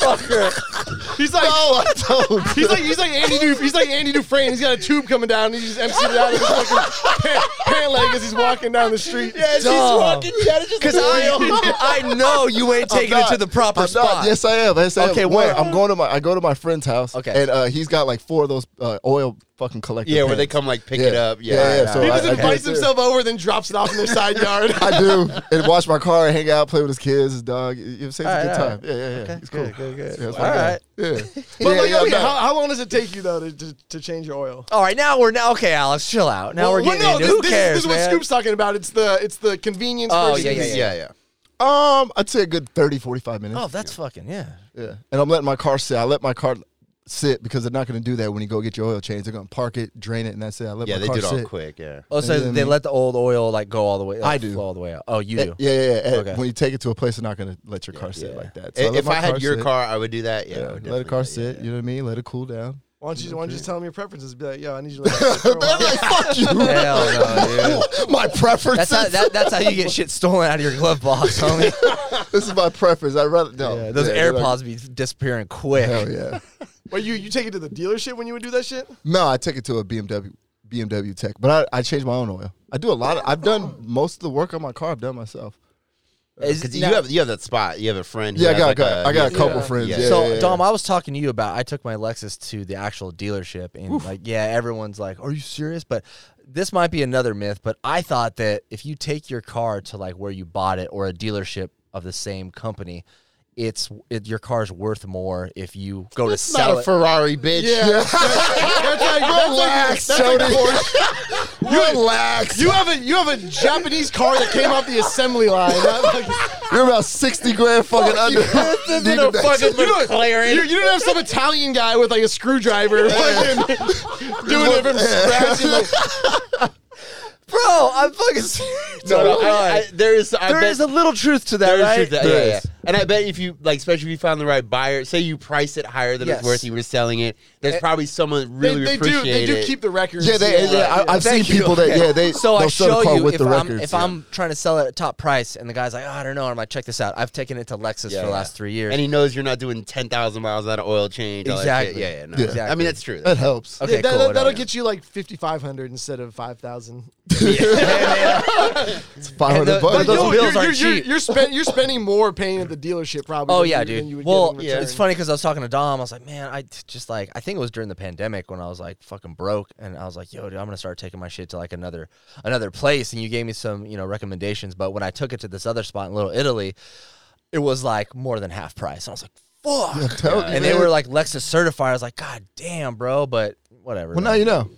Speaker 1: motherfucker.
Speaker 3: He's like,
Speaker 2: no, I don't.
Speaker 3: he's like, he's like Andy Du, he's like Andy Dufresne. He's got a tube coming down, and he just empties it out of his fucking pant, pant leg as he's walking down the street.
Speaker 4: As he's
Speaker 1: Dumb.
Speaker 4: walking, yeah, it's just
Speaker 1: Because I, I know you ain't
Speaker 2: I'm
Speaker 1: taking
Speaker 2: not.
Speaker 1: it to the proper
Speaker 2: I'm not.
Speaker 1: spot.
Speaker 2: Yes, I am. Yes, I am.
Speaker 1: Okay,
Speaker 2: One,
Speaker 1: where?
Speaker 2: I'm going to my. I go to my friend's house.
Speaker 1: Okay.
Speaker 2: and uh, he's got like four of those uh, oil fucking collectors.
Speaker 4: yeah, where they come like pick it up. Yeah, uh,
Speaker 2: yeah. So
Speaker 3: He
Speaker 2: I,
Speaker 3: just
Speaker 2: I go
Speaker 3: invites
Speaker 2: there.
Speaker 3: himself over, then drops it off in their side yard.
Speaker 2: I do, and wash my car, hang out, play with his kids, his dog. You know, what I'm saying?
Speaker 1: All right,
Speaker 2: it's a good
Speaker 1: all
Speaker 2: time. Yeah, yeah, yeah. It's cool.
Speaker 1: Good, good,
Speaker 2: Yeah,
Speaker 1: good.
Speaker 2: it's
Speaker 1: All
Speaker 2: my guy.
Speaker 1: right.
Speaker 2: Yeah.
Speaker 3: But
Speaker 2: yeah,
Speaker 3: like,
Speaker 2: yeah,
Speaker 3: oh, yeah,
Speaker 2: I'm
Speaker 3: how,
Speaker 2: not-
Speaker 3: how long does it take you though to, to, to change your oil?
Speaker 1: All right, now we're now okay, Alex. Chill out. Now we're
Speaker 3: Well,
Speaker 1: getting
Speaker 3: no,
Speaker 1: into
Speaker 3: this,
Speaker 1: who
Speaker 3: this is-
Speaker 1: cares,
Speaker 3: This is what
Speaker 1: man.
Speaker 3: Scoop's talking about. It's the it's the convenience.
Speaker 1: Oh,
Speaker 3: versus
Speaker 1: yeah, yeah,
Speaker 3: ease.
Speaker 1: yeah.
Speaker 2: Um, I'd say a good 30, 45 minutes.
Speaker 1: oh, that's fucking yeah.
Speaker 2: Yeah. And I'm letting my car sit. I let my car sit because they're not going to do that when you go get your oil change. They're going to park it, drain it, and that's it. I let
Speaker 4: Yeah,
Speaker 2: my
Speaker 4: they
Speaker 2: car
Speaker 4: did all
Speaker 2: sit.
Speaker 4: quick. Yeah.
Speaker 1: Oh, so
Speaker 2: And then-
Speaker 1: they let the old oil like go all the way. like,
Speaker 2: I do.
Speaker 1: flow all the way out. Oh, you
Speaker 2: Yeah,
Speaker 1: do.
Speaker 2: yeah, yeah. And
Speaker 1: Okay.
Speaker 2: When you take it to a place, they're not going to let your car sit
Speaker 1: yeah.
Speaker 2: like that. So let
Speaker 4: If
Speaker 2: my
Speaker 4: I had your
Speaker 2: sit.
Speaker 4: car, I would do that. Yeah,
Speaker 2: yeah,
Speaker 4: I
Speaker 2: let
Speaker 4: would
Speaker 2: the
Speaker 4: Oh, definitely
Speaker 2: car
Speaker 4: do
Speaker 2: sit.
Speaker 4: that.
Speaker 2: You know what I mean? Let it cool down.
Speaker 3: Why don't
Speaker 1: Mm-hmm.
Speaker 3: you why don't you just tell him your preferences? Be like, yo, I need you. To let me
Speaker 2: I'm like, fuck you.
Speaker 1: Hell no, dude.
Speaker 2: my preferences.
Speaker 1: That's how that, that's how you get shit stolen out of your glove box, homie.
Speaker 2: this is my preference. I'd rather no.
Speaker 1: Yeah, those
Speaker 2: they're like,
Speaker 1: AirPods be disappearing quick.
Speaker 2: Hell yeah.
Speaker 3: Wait, you you take it to the dealership when you would do that shit?
Speaker 2: No, I took it to a BMW BMW tech, but I, I changed my own oil. I do a lot. Of, I've done most of the work on my car. I've done myself.
Speaker 1: Is-
Speaker 4: 'Cause
Speaker 1: now-
Speaker 4: you have you have that spot. You have a friend. who
Speaker 2: Yeah, I
Speaker 4: has,
Speaker 2: got,
Speaker 4: like,
Speaker 2: got- I got a
Speaker 4: yeah.
Speaker 2: couple
Speaker 3: yeah.
Speaker 2: friends.
Speaker 4: Yeah.
Speaker 2: Yeah.
Speaker 1: so
Speaker 2: yeah, yeah.
Speaker 1: Dom, I was talking to you about I took my Lexus to the actual dealership and like yeah, everyone's like, "Are you serious?" But this might be another myth, but I thought that if you take your car to like where you bought it or a dealership of the same company, it's it, your car's worth more if you go to
Speaker 4: Not
Speaker 1: sell
Speaker 4: a
Speaker 1: it.
Speaker 4: Ferrari, bitch.
Speaker 3: That's like,
Speaker 2: Relax, Jody. Relax.
Speaker 3: you have a you have a Japanese car that came off the assembly line. That- like,
Speaker 2: You're about sixty grand fucking under.
Speaker 4: This is a fucking McLaren.
Speaker 3: you, you don't have some Italian guy with like a screwdriver fucking doing it from scratch. and, like,
Speaker 1: Bro, I'm fucking serious.
Speaker 4: No, no, I-
Speaker 1: Right.
Speaker 4: I- there is. I
Speaker 1: there
Speaker 4: bet-
Speaker 1: is a little truth to that,
Speaker 4: There is
Speaker 1: right?
Speaker 4: truth to that. Yeah, yeah. And I bet if you like, especially if you found the right buyer, say you priced it higher than
Speaker 1: Yes.
Speaker 4: it's worth, you were selling it. There's probably someone who
Speaker 3: they,
Speaker 4: really
Speaker 3: they do
Speaker 4: appreciate
Speaker 3: they do
Speaker 4: it.
Speaker 3: keep the records.
Speaker 2: Yeah, they, yeah, I, I've seen
Speaker 1: Thank you.
Speaker 2: people that yeah they
Speaker 1: So I
Speaker 2: they'll sell
Speaker 1: show
Speaker 2: the car
Speaker 1: you
Speaker 2: with
Speaker 1: if,
Speaker 2: the
Speaker 1: I'm,
Speaker 2: records.
Speaker 1: if I'm trying to sell it at top price, and the guy's like, oh, I don't know, and I'm like, check this out. I've taken it to Lexus
Speaker 4: Yeah,
Speaker 1: for the
Speaker 4: yeah.
Speaker 1: last three years.
Speaker 4: and he knows you're not doing ten thousand miles out of oil change. all that shit.
Speaker 1: Exactly.
Speaker 4: Yeah, yeah, no.
Speaker 2: Yeah.
Speaker 4: Exactly. I mean, that's true.
Speaker 2: that helps.
Speaker 1: okay,
Speaker 3: that,
Speaker 1: cool.
Speaker 3: that,
Speaker 1: whatever.
Speaker 3: will get you like fifty five hundred instead of five thousand.
Speaker 2: It's five
Speaker 1: the-
Speaker 2: hundred
Speaker 1: but
Speaker 2: bucks.
Speaker 1: those
Speaker 3: you're,
Speaker 1: bills
Speaker 3: you're,
Speaker 1: aren't
Speaker 3: you're,
Speaker 1: cheap.
Speaker 3: You're, spend, you're spending more paying at the dealership probably.
Speaker 1: Oh
Speaker 3: than
Speaker 1: yeah,
Speaker 3: you,
Speaker 1: dude.
Speaker 3: Than you would
Speaker 1: well,
Speaker 3: get in
Speaker 1: yeah, it's
Speaker 3: return.
Speaker 1: funny because I was talking to Dom. I was like, man, I t- just like I think it was during the pandemic when I was like fucking broke, and I was like, yo, dude, I'm gonna start taking my shit to like another another place. And you gave me some you know recommendations, but when I took it to this other spot in Little Italy, it was like more than half price. And I was like, fuck.
Speaker 2: Tell you,
Speaker 1: and they
Speaker 2: man.
Speaker 1: were like Lexus certified. I was like, God damn, bro. But whatever.
Speaker 2: Well,
Speaker 1: man.
Speaker 2: now you know.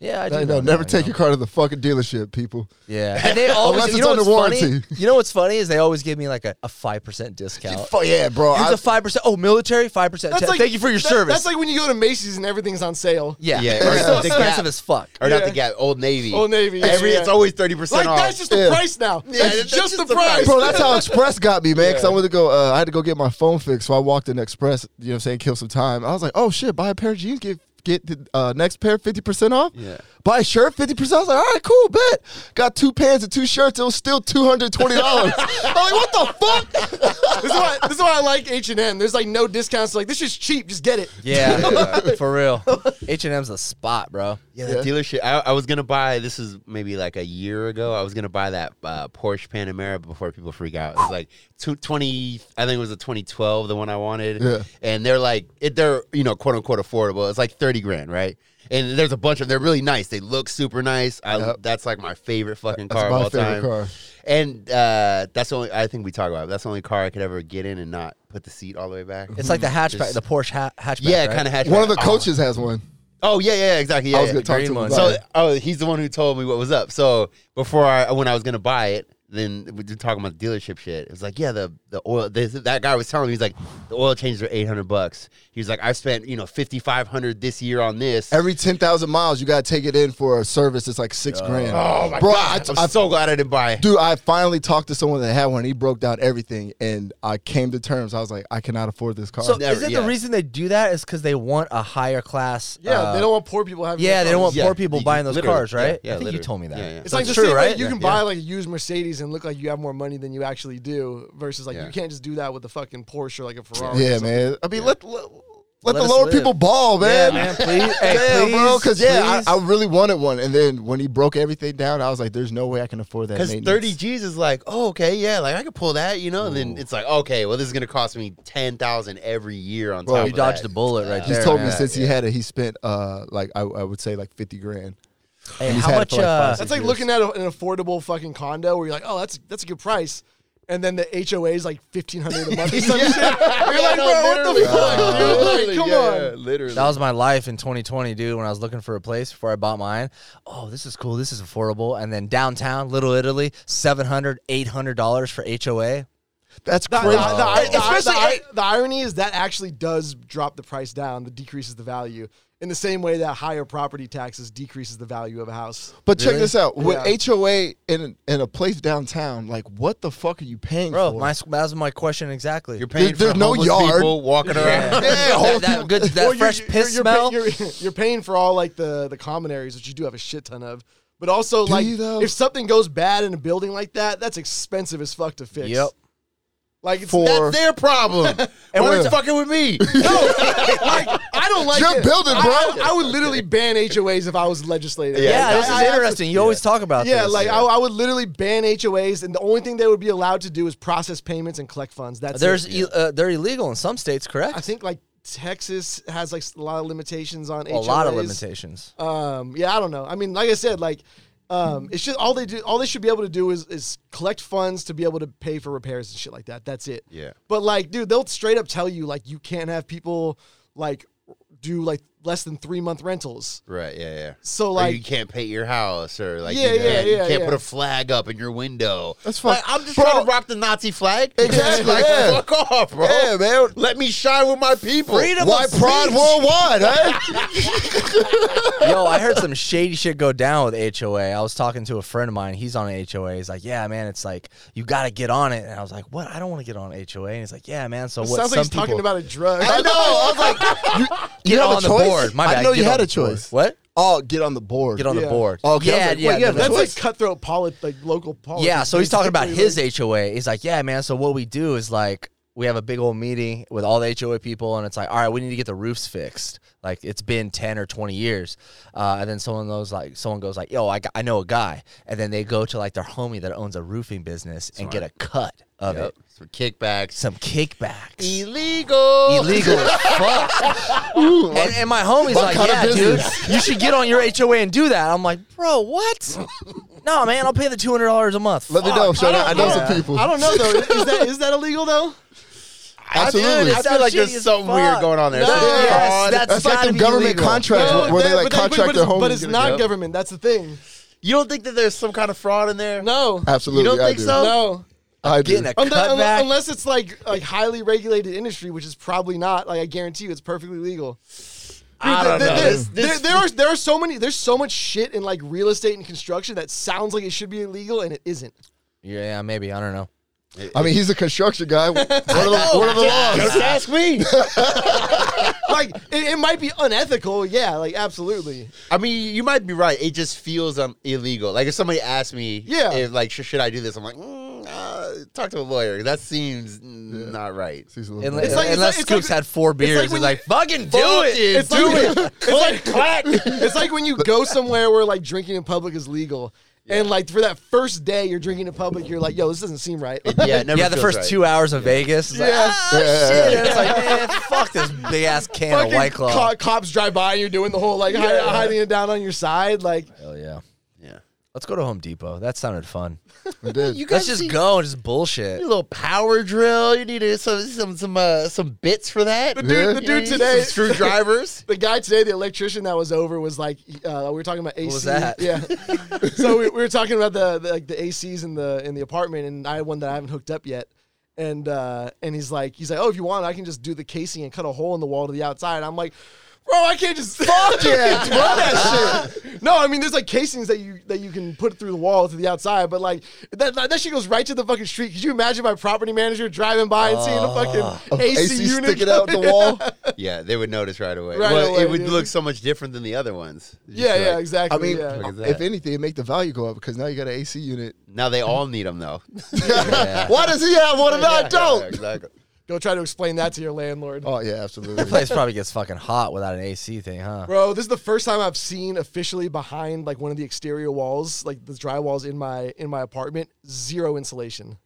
Speaker 1: Yeah, I do.
Speaker 2: Now you
Speaker 1: know
Speaker 2: know. Never
Speaker 1: now,
Speaker 2: take
Speaker 1: you
Speaker 2: your car to the fucking dealership, people.
Speaker 1: know. Yeah, and they always.
Speaker 2: Unless
Speaker 1: you
Speaker 2: it's
Speaker 1: know
Speaker 2: under
Speaker 1: what's funny?
Speaker 2: warranty.
Speaker 1: You know what's funny is they always give me like a a five percent discount.
Speaker 2: Fuck yeah, bro.
Speaker 1: Here's
Speaker 2: I-
Speaker 1: a five percent. Oh, military five percent.
Speaker 3: That's like-
Speaker 1: Thank you for your
Speaker 3: that-
Speaker 1: service.
Speaker 3: That's like when you go to Macy's and everything's on sale.
Speaker 1: yeah,
Speaker 4: Yeah,
Speaker 1: It's
Speaker 4: or
Speaker 1: so
Speaker 4: the
Speaker 1: expensive
Speaker 4: Gap.
Speaker 1: as fuck.
Speaker 4: Or not the
Speaker 3: Yeah.
Speaker 4: Gap, Old Navy.
Speaker 3: Old Navy, yeah,
Speaker 4: Every,
Speaker 3: yeah.
Speaker 4: It's always thirty percent
Speaker 3: Like
Speaker 4: off.
Speaker 3: that's just the
Speaker 2: Yeah.
Speaker 3: price now. that's,
Speaker 4: that's
Speaker 3: just,
Speaker 4: just
Speaker 3: the
Speaker 4: the
Speaker 3: price.
Speaker 2: Bro, that's how Express got me, man. Because I went to go, uh, I had to go get my phone fixed, so I walked in Express. You know, what I'm saying, kill some time. I was like, oh shit, buy a pair of jeans, get get the uh, next pair 50% off.
Speaker 4: Yeah.
Speaker 2: Buy a shirt 50%. I was like, all right, cool, bet. Got two pants and two shirts. It was still $220. I'm like, what the fuck?
Speaker 3: this is why this is why I like H and M. There's like no discounts. Like this is cheap. Just get it.
Speaker 1: Yeah, for real. H and M's the spot, bro.
Speaker 4: Yeah, the dealership. I, I was gonna buy. This is maybe like a year ago. I was gonna buy that uh, Porsche Panamera before people freak out. It's like two, 20 I think it was a 2012, the one I wanted.
Speaker 2: Yeah.
Speaker 4: And they're like, it, they're you know quote unquote affordable. It's like thirty grand, right? And there's a bunch of. They're really nice. They look super nice. I
Speaker 2: Yep.
Speaker 4: that's like my favorite fucking
Speaker 2: That's
Speaker 4: car
Speaker 2: my
Speaker 4: of all
Speaker 2: favorite
Speaker 4: time.
Speaker 2: car.
Speaker 4: And uh, that's the only. I think we talk about. It. That's the only car I could ever get in and not put the seat all the way back.
Speaker 1: It's like the hatchback,
Speaker 4: Mm, Just-
Speaker 1: the Porsche ha- hatchback.
Speaker 4: yeah,
Speaker 1: right?
Speaker 4: kind of hatchback.
Speaker 2: One of the
Speaker 4: Oh.
Speaker 2: coaches has one.
Speaker 4: Oh yeah, yeah, exactly. Yeah,
Speaker 2: I was
Speaker 4: yeah.
Speaker 2: going to talk to
Speaker 1: green
Speaker 2: him
Speaker 1: one.
Speaker 2: about
Speaker 4: So,
Speaker 2: it.
Speaker 4: oh, he's the one who told me what was up. So before I, when I was gonna buy it, then we were talking about dealership shit. It was like, yeah, the the oil. This, that guy was telling me, he's like, the oil changes are eight hundred bucks. He was like, I spent you know fifty five hundred this year on this.
Speaker 2: Every 10,000 miles, you got to take it in for a service. It's like six grand.
Speaker 4: oh my
Speaker 2: Bro, I
Speaker 4: god!
Speaker 2: t-
Speaker 4: I,
Speaker 2: I-
Speaker 4: am so glad I didn't buy. it.
Speaker 2: Dude, I finally talked to someone that had one. And he broke down everything, and I came to terms. I was like, I cannot afford this car.
Speaker 1: So
Speaker 4: Never-
Speaker 1: isn't
Speaker 4: yeah.
Speaker 1: the reason they do that is because they want a higher class?
Speaker 3: Yeah,
Speaker 1: uh,
Speaker 3: they don't want poor people having.
Speaker 1: Yeah,
Speaker 3: that
Speaker 1: they don't
Speaker 3: problem.
Speaker 1: want
Speaker 4: Yeah,
Speaker 1: poor people
Speaker 4: you-
Speaker 1: buying those
Speaker 4: literally,
Speaker 1: cars, right?
Speaker 4: yeah, yeah,
Speaker 1: I think you
Speaker 4: literally.
Speaker 1: told me that.
Speaker 4: Yeah, yeah.
Speaker 3: It's like
Speaker 1: That's
Speaker 3: the
Speaker 1: true,
Speaker 3: same.
Speaker 1: right?
Speaker 3: Like, you
Speaker 1: Yeah.
Speaker 3: can buy like a used Mercedes and look like you have more money than you actually do. Versus like
Speaker 4: Yeah.
Speaker 3: you can't just do that with a fucking Porsche or like a Ferrari. or
Speaker 2: yeah,
Speaker 3: something.
Speaker 2: man. I mean, let, let, let
Speaker 1: Let
Speaker 2: the
Speaker 1: us
Speaker 2: lower
Speaker 1: live.
Speaker 2: people ball,
Speaker 1: Yeah,
Speaker 2: man.
Speaker 1: man, please, hey,
Speaker 2: Damn,
Speaker 1: please,
Speaker 2: bro. Because yeah,
Speaker 1: please.
Speaker 2: I, I really wanted one, and then when he broke everything down, I was like, "There's no way I can afford that."
Speaker 4: Because
Speaker 2: maintenance.
Speaker 4: thirty G's is like, oh, okay, yeah, like I could pull that, you know. And then it's like, okay, well, this is gonna cost me ten thousand every year on
Speaker 2: Bro,
Speaker 4: top.
Speaker 1: Oh, you
Speaker 4: of
Speaker 1: dodged
Speaker 4: that.
Speaker 1: the bullet right
Speaker 2: He
Speaker 1: there.
Speaker 2: told me
Speaker 1: man.
Speaker 2: since he had it, he spent uh like I, I would say like fifty grand.
Speaker 1: Hey,
Speaker 2: and he's
Speaker 1: how
Speaker 2: had it
Speaker 1: much?
Speaker 2: for like five,
Speaker 1: uh,
Speaker 2: six
Speaker 3: That's like looking at a, an affordable fucking condo where you're like, oh, that's that's a good price, and then the HOA is like fifteen hundred a month or some shit. You're like, bro, what the
Speaker 4: Literally.
Speaker 3: fuck, dude? Like,
Speaker 4: Literally,
Speaker 3: come
Speaker 4: yeah,
Speaker 3: on.
Speaker 4: yeah, literally.
Speaker 1: that was my life in 2020, dude. When I was looking for a place before I bought mine, oh, this is cool. This is affordable. And then downtown, Little Italy, 700 800 dollars for HOA.
Speaker 2: That's
Speaker 3: The, the,
Speaker 2: crazy.
Speaker 3: the- the- the-
Speaker 4: Especially-
Speaker 3: the- the irony is that actually does drop the price down, that decreases the value. In the same way that higher property taxes decreases the value of a house.
Speaker 2: but check this out: with
Speaker 3: Yeah.
Speaker 2: HOA in in a place downtown, like what the fuck are you paying
Speaker 1: Bro,
Speaker 2: for?
Speaker 1: my, that was my question exactly.
Speaker 4: You're paying
Speaker 2: There- there's
Speaker 4: for
Speaker 2: no
Speaker 4: homeless
Speaker 2: yard.
Speaker 4: people walking around.
Speaker 1: yeah, that, that good, that
Speaker 3: Well, you're-
Speaker 1: fresh
Speaker 3: you're-
Speaker 1: piss
Speaker 3: you're pay-
Speaker 1: smell.
Speaker 3: you're, you're paying for all like the the common areas, which you do have a shit ton of. But also,
Speaker 2: Do
Speaker 3: like,
Speaker 2: you, though?
Speaker 3: if something goes bad in a building like that, that's expensive as fuck to fix.
Speaker 1: Yep.
Speaker 3: Like, it's
Speaker 2: For-
Speaker 3: that-
Speaker 4: That's their problem. and
Speaker 2: we're
Speaker 4: we're
Speaker 2: t-
Speaker 4: fucking with me.
Speaker 3: I don't like
Speaker 2: Your
Speaker 3: it.
Speaker 2: building,
Speaker 3: I-
Speaker 2: bro.
Speaker 3: I, I would literally ban HOAs if I was legislating.
Speaker 1: Yeah,
Speaker 3: Like,
Speaker 1: this
Speaker 3: I- I-
Speaker 1: is interesting. You always talk about
Speaker 3: Yeah,
Speaker 1: this.
Speaker 3: like I, I would literally ban HOAs, and the only thing they would be allowed to do is process payments and collect funds. That's
Speaker 1: There's
Speaker 3: it.
Speaker 1: e- uh, they're illegal in some states, correct?
Speaker 3: I think like Texas has like a lot of limitations on
Speaker 1: a lot of
Speaker 3: HOAs.
Speaker 1: limitations.
Speaker 3: Um, yeah, I don't know. I mean, like I said, like um, it's just all they do, all they should be able to do is is collect funds to be able to pay for repairs and shit like that. That's it.
Speaker 4: Yeah.
Speaker 3: But like, dude, they'll straight up tell you like you can't have people like do like less than three month rentals.
Speaker 4: right, yeah, yeah.
Speaker 3: So
Speaker 4: Or
Speaker 3: like,
Speaker 4: you can't paint your house, or like,
Speaker 3: Yeah,
Speaker 4: you, know,
Speaker 3: yeah,
Speaker 4: you
Speaker 3: yeah,
Speaker 4: can't
Speaker 3: yeah.
Speaker 4: put a flag up in your window.
Speaker 2: That's
Speaker 4: Like,
Speaker 2: fuck-
Speaker 4: I'm just
Speaker 2: Bro.
Speaker 4: trying to rock the Nazi flag.
Speaker 2: Exactly,
Speaker 4: like,
Speaker 2: yeah.
Speaker 4: fuck off, bro.
Speaker 2: yeah, man.
Speaker 4: Let me shine with my people.
Speaker 1: Freedom
Speaker 2: Why
Speaker 1: of
Speaker 2: pride
Speaker 1: speech.
Speaker 2: worldwide? Eh?
Speaker 1: Yo, I heard some shady shit go down with HOA. I was talking to a friend of mine. He's on a HOA. He's like, "Yeah, man, it's like you got to get on it." And I was like, "What? I don't want to get on HOA." And he's like, "Yeah, man." So what? some
Speaker 3: sounds like he's
Speaker 1: people
Speaker 3: talking about a drug.
Speaker 2: I know. I was like,
Speaker 1: get
Speaker 2: you have
Speaker 1: on
Speaker 2: a
Speaker 1: the
Speaker 2: choice?
Speaker 1: board. My
Speaker 2: I
Speaker 1: bad.
Speaker 2: know you
Speaker 1: Get on
Speaker 2: had a
Speaker 1: the board.
Speaker 2: choice.
Speaker 1: What?
Speaker 2: oh, get on the board.
Speaker 1: Get on the
Speaker 3: Yeah.
Speaker 1: board.
Speaker 2: Okay, I was
Speaker 1: yeah,
Speaker 2: like,
Speaker 1: yeah,
Speaker 2: wait, you have a
Speaker 1: no,
Speaker 3: That's
Speaker 1: no.
Speaker 2: choice?
Speaker 3: like cutthroat polit, like local
Speaker 2: Oh,
Speaker 3: politics.
Speaker 1: Yeah, so he's talking about
Speaker 3: basically,
Speaker 1: his
Speaker 3: like-
Speaker 1: HOA. He's like, yeah, man. So what we do is like we have a big old meeting with all the HOA people, and it's like, all right, we need to get the roofs fixed. Like it's been ten or twenty years, uh, and then someone goes like, someone goes like, yo, I, got- I know a guy, and then they go to like their homie that owns a roofing business and get a cut of
Speaker 4: Yep.
Speaker 1: it,
Speaker 4: Some kickbacks.
Speaker 1: some kickbacks.
Speaker 4: Illegal.
Speaker 1: Illegal as fuck. and, and my homie's like,
Speaker 2: kind of
Speaker 1: yeah, dude,
Speaker 2: business?"
Speaker 1: you should get on your HOA and do that. I'm like, bro, what? no, man, I'll pay the two hundred dollars a month.
Speaker 2: Let me know, Sean. I, know some people.
Speaker 3: I don't know though. Is that is that illegal though?
Speaker 2: Absolutely.
Speaker 4: I feel like
Speaker 1: Shitty
Speaker 4: there's
Speaker 1: as
Speaker 4: something
Speaker 1: fuck.
Speaker 4: weird going on there.
Speaker 1: No,
Speaker 4: Something
Speaker 1: yes,
Speaker 4: odd.
Speaker 1: that's
Speaker 2: That's like
Speaker 1: gotta
Speaker 2: them
Speaker 1: be
Speaker 2: government
Speaker 1: illegal.
Speaker 2: contracts
Speaker 3: No,
Speaker 2: where- where they
Speaker 3: that-
Speaker 2: like
Speaker 3: but that-
Speaker 2: contract
Speaker 3: but
Speaker 2: their
Speaker 3: it's-
Speaker 2: homies.
Speaker 3: But it's
Speaker 2: and
Speaker 3: not
Speaker 2: get-
Speaker 3: government. That's the thing.
Speaker 4: You don't think that there's some kind of fraud in there?
Speaker 3: No.
Speaker 2: Absolutely.
Speaker 4: You don't
Speaker 2: I
Speaker 4: think
Speaker 2: do.
Speaker 4: so?
Speaker 3: No.
Speaker 2: I do.
Speaker 1: Getting a
Speaker 3: Unless,
Speaker 1: cutback.
Speaker 3: unless it's like like highly regulated industry, which is probably not. Like I guarantee you, it's perfectly legal.
Speaker 4: I
Speaker 3: Dude,
Speaker 4: don't
Speaker 3: there-
Speaker 4: know.
Speaker 3: there-
Speaker 4: This-
Speaker 3: there-
Speaker 4: this-
Speaker 3: there are there are so many there's so much shit in like real estate and construction that sounds like it should be illegal and it isn't.
Speaker 1: yeah, maybe I don't know.
Speaker 2: I mean, he's a construction guy. What are the, what are the laws?
Speaker 4: Just ask me.
Speaker 3: like it, it might be unethical. Yeah, like absolutely.
Speaker 4: I mean, you might be right. It just feels um, illegal. Like if somebody asked me,
Speaker 3: Yeah.
Speaker 4: if, like sh- should I do this? I'm like, mm, uh, talk to a lawyer. That seems mm, not right.
Speaker 2: He's a little
Speaker 1: Unless,
Speaker 2: bad.
Speaker 3: like- it's
Speaker 1: unless
Speaker 3: like- it's
Speaker 1: Scoops
Speaker 3: like-
Speaker 1: had four beers,
Speaker 3: like when
Speaker 1: he's like, "Fucking do it,
Speaker 4: It's do
Speaker 3: like-
Speaker 4: it. Click, clack.
Speaker 3: It's like when you go somewhere where like drinking in public is legal, and like for that first day you're drinking in public, you're like, yo, this doesn't seem right.
Speaker 4: Yeah, it never
Speaker 1: yeah, the
Speaker 4: feels
Speaker 1: first
Speaker 4: right.
Speaker 1: two hours of Vegas. It's like, "Ah,
Speaker 2: Yeah.
Speaker 1: shit." And It's like, man, fuck this big ass can of
Speaker 3: Fucking
Speaker 1: White Claw.
Speaker 3: co- cops drive by and you're doing the whole like hi- hiding it down on your side. Like
Speaker 1: Hell yeah.
Speaker 4: Yeah.
Speaker 1: Let's go to Home Depot. That sounded fun.
Speaker 2: It did.
Speaker 4: You
Speaker 1: Let's
Speaker 4: guys
Speaker 1: just
Speaker 4: need-
Speaker 1: go and just
Speaker 4: need
Speaker 1: bullshit.
Speaker 4: A little power drill. You need some some some uh, some bits for that.
Speaker 3: the dude, the
Speaker 4: You
Speaker 3: dude
Speaker 4: need
Speaker 3: today,
Speaker 4: some screwdrivers.
Speaker 3: the guy today, the electrician that was over was like, uh, we were talking about AC.
Speaker 1: was that?
Speaker 3: Yeah. so we, we were talking about the, the like the ACs in the in the apartment, and I had one that I haven't hooked up yet. And uh, and he's like, he's like, oh, if you want, I can just do the casing and cut a hole in the wall to the outside. I'm like. Bro, I can't just fuck yeah, run that shit. No, I mean, there's like casings that you that you can put through the wall to the outside, but like that that shit goes right to the fucking street. Could you imagine my property manager driving by and seeing the fucking AC,
Speaker 2: AC
Speaker 3: unit
Speaker 2: sticking out the
Speaker 3: coming-
Speaker 2: wall.
Speaker 4: yeah, they would notice right away.
Speaker 3: Right
Speaker 4: Well,
Speaker 3: away,
Speaker 4: it would
Speaker 3: dude.
Speaker 4: look so much different than the other ones. Just
Speaker 3: Yeah, yeah,
Speaker 4: like-
Speaker 3: exactly.
Speaker 2: I mean,
Speaker 3: yeah.
Speaker 4: Look at that.
Speaker 2: if anything, it make the value go up because now you got an AC unit.
Speaker 4: Now they all need them though.
Speaker 1: Yeah.
Speaker 2: Why does he have one and I
Speaker 4: Yeah,
Speaker 2: don't?
Speaker 4: exactly.
Speaker 3: Go try to explain that to your landlord.
Speaker 2: Oh yeah, absolutely.
Speaker 1: That place probably gets fucking hot without an AC thing, huh?
Speaker 3: Bro, this is the first time I've seen officially behind like one of the exterior walls, like the drywalls in my in my apartment, zero insulation.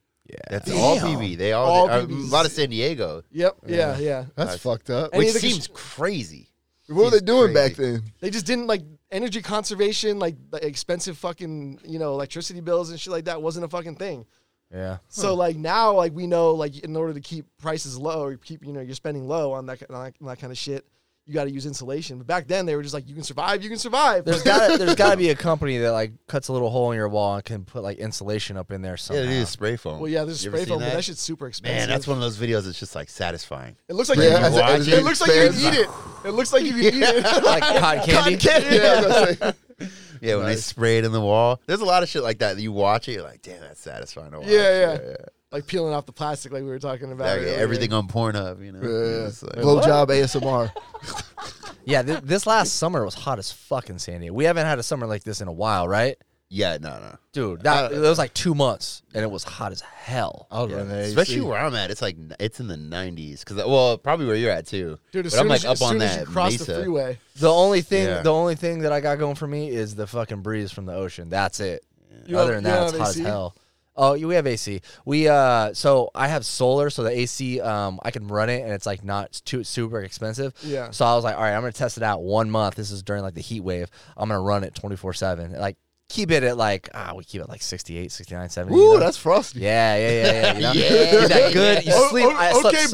Speaker 4: That's all PB. They all,
Speaker 3: All
Speaker 4: uh,
Speaker 3: PBs.
Speaker 4: a lot of San Diego,
Speaker 3: Yep. Yeah. Yeah.
Speaker 2: That's fucked up.
Speaker 3: Any
Speaker 4: which
Speaker 3: of the
Speaker 4: seems crazy.
Speaker 2: what were they
Speaker 4: seems
Speaker 2: doing
Speaker 4: crazy.
Speaker 2: back then?
Speaker 3: They just didn't like energy conservation, like the expensive fucking you know electricity bills and shit like that wasn't a fucking thing.
Speaker 1: Yeah.
Speaker 3: So like now, like we know, like in order to keep prices low or keep you know you're spending low on that on that, on that kind of shit, you got to use insulation. But back then they were just like, you can survive, you can survive.
Speaker 1: There's got there's got to be a company that like cuts a little hole in your wall and can put like insulation up in there
Speaker 4: Yeah,
Speaker 1: somehow.
Speaker 4: they do the spray foam.
Speaker 3: well, yeah, there's
Speaker 4: You ever
Speaker 3: spray
Speaker 4: seen
Speaker 3: foam, but
Speaker 4: that?
Speaker 3: that shit's super expensive.
Speaker 4: Man, that's one of those videos that's just like satisfying.
Speaker 3: It looks like
Speaker 2: Yeah,
Speaker 3: you
Speaker 2: as it- as
Speaker 3: it,
Speaker 2: it
Speaker 3: looks like you can
Speaker 2: expands.
Speaker 3: eat it. It looks like you can eat it.
Speaker 1: like cotton candy.
Speaker 2: Yeah, I was gonna say.
Speaker 4: Yeah, when they spray it in the wall, there's a lot of shit like that. that You watch it, you're like, damn, that's satisfying. To watch.
Speaker 3: yeah, yeah. Like peeling off the plastic, like we were talking about.
Speaker 4: Like,
Speaker 3: earlier.
Speaker 4: everything on Pornhub, you know. It's like-
Speaker 2: Yeah. Blowjob ASMR.
Speaker 1: Yeah, th- this last summer was hot as fuck in San Diego. We haven't had a summer like this in a while, right?
Speaker 4: yeah, no, no.
Speaker 1: Dude, that it was like two months, and it was hot as hell.
Speaker 2: I would run the AC.
Speaker 4: Especially where I'm at, it's like it's in the 90s. Cause well, probably where you're at too.
Speaker 3: Dude, as
Speaker 4: but I'm
Speaker 3: soon
Speaker 4: like
Speaker 3: as,
Speaker 4: up
Speaker 3: as
Speaker 4: on
Speaker 3: soon as
Speaker 4: that
Speaker 3: you cross
Speaker 4: mesa.
Speaker 3: the freeway,
Speaker 1: The only thing,
Speaker 4: Yeah.
Speaker 1: the only thing that I got going for me is the fucking breeze from the ocean. That's it.
Speaker 3: You
Speaker 1: Other
Speaker 3: have-
Speaker 1: than
Speaker 3: you
Speaker 1: that,
Speaker 3: have
Speaker 1: it's hot
Speaker 3: AC?
Speaker 1: as hell. Oh, yeah, we have AC. We uh, so I have solar, so the AC, um, I can run it, and it's like not s- too super expensive.
Speaker 3: Yeah.
Speaker 1: So I was like, all right, I'm gonna test it out one month. This is during like the heat wave. I'm gonna run it 24 seven. Like keep it at like ah, we keep it like 68, 69, 70. you
Speaker 2: Ooh,
Speaker 1: know?
Speaker 2: that's frosty.
Speaker 1: Yeah, yeah, yeah, yeah. You know?
Speaker 4: Yeah.
Speaker 1: Get that good. You
Speaker 3: Oh,
Speaker 1: sleep.
Speaker 3: oh,
Speaker 1: I slept
Speaker 3: okay,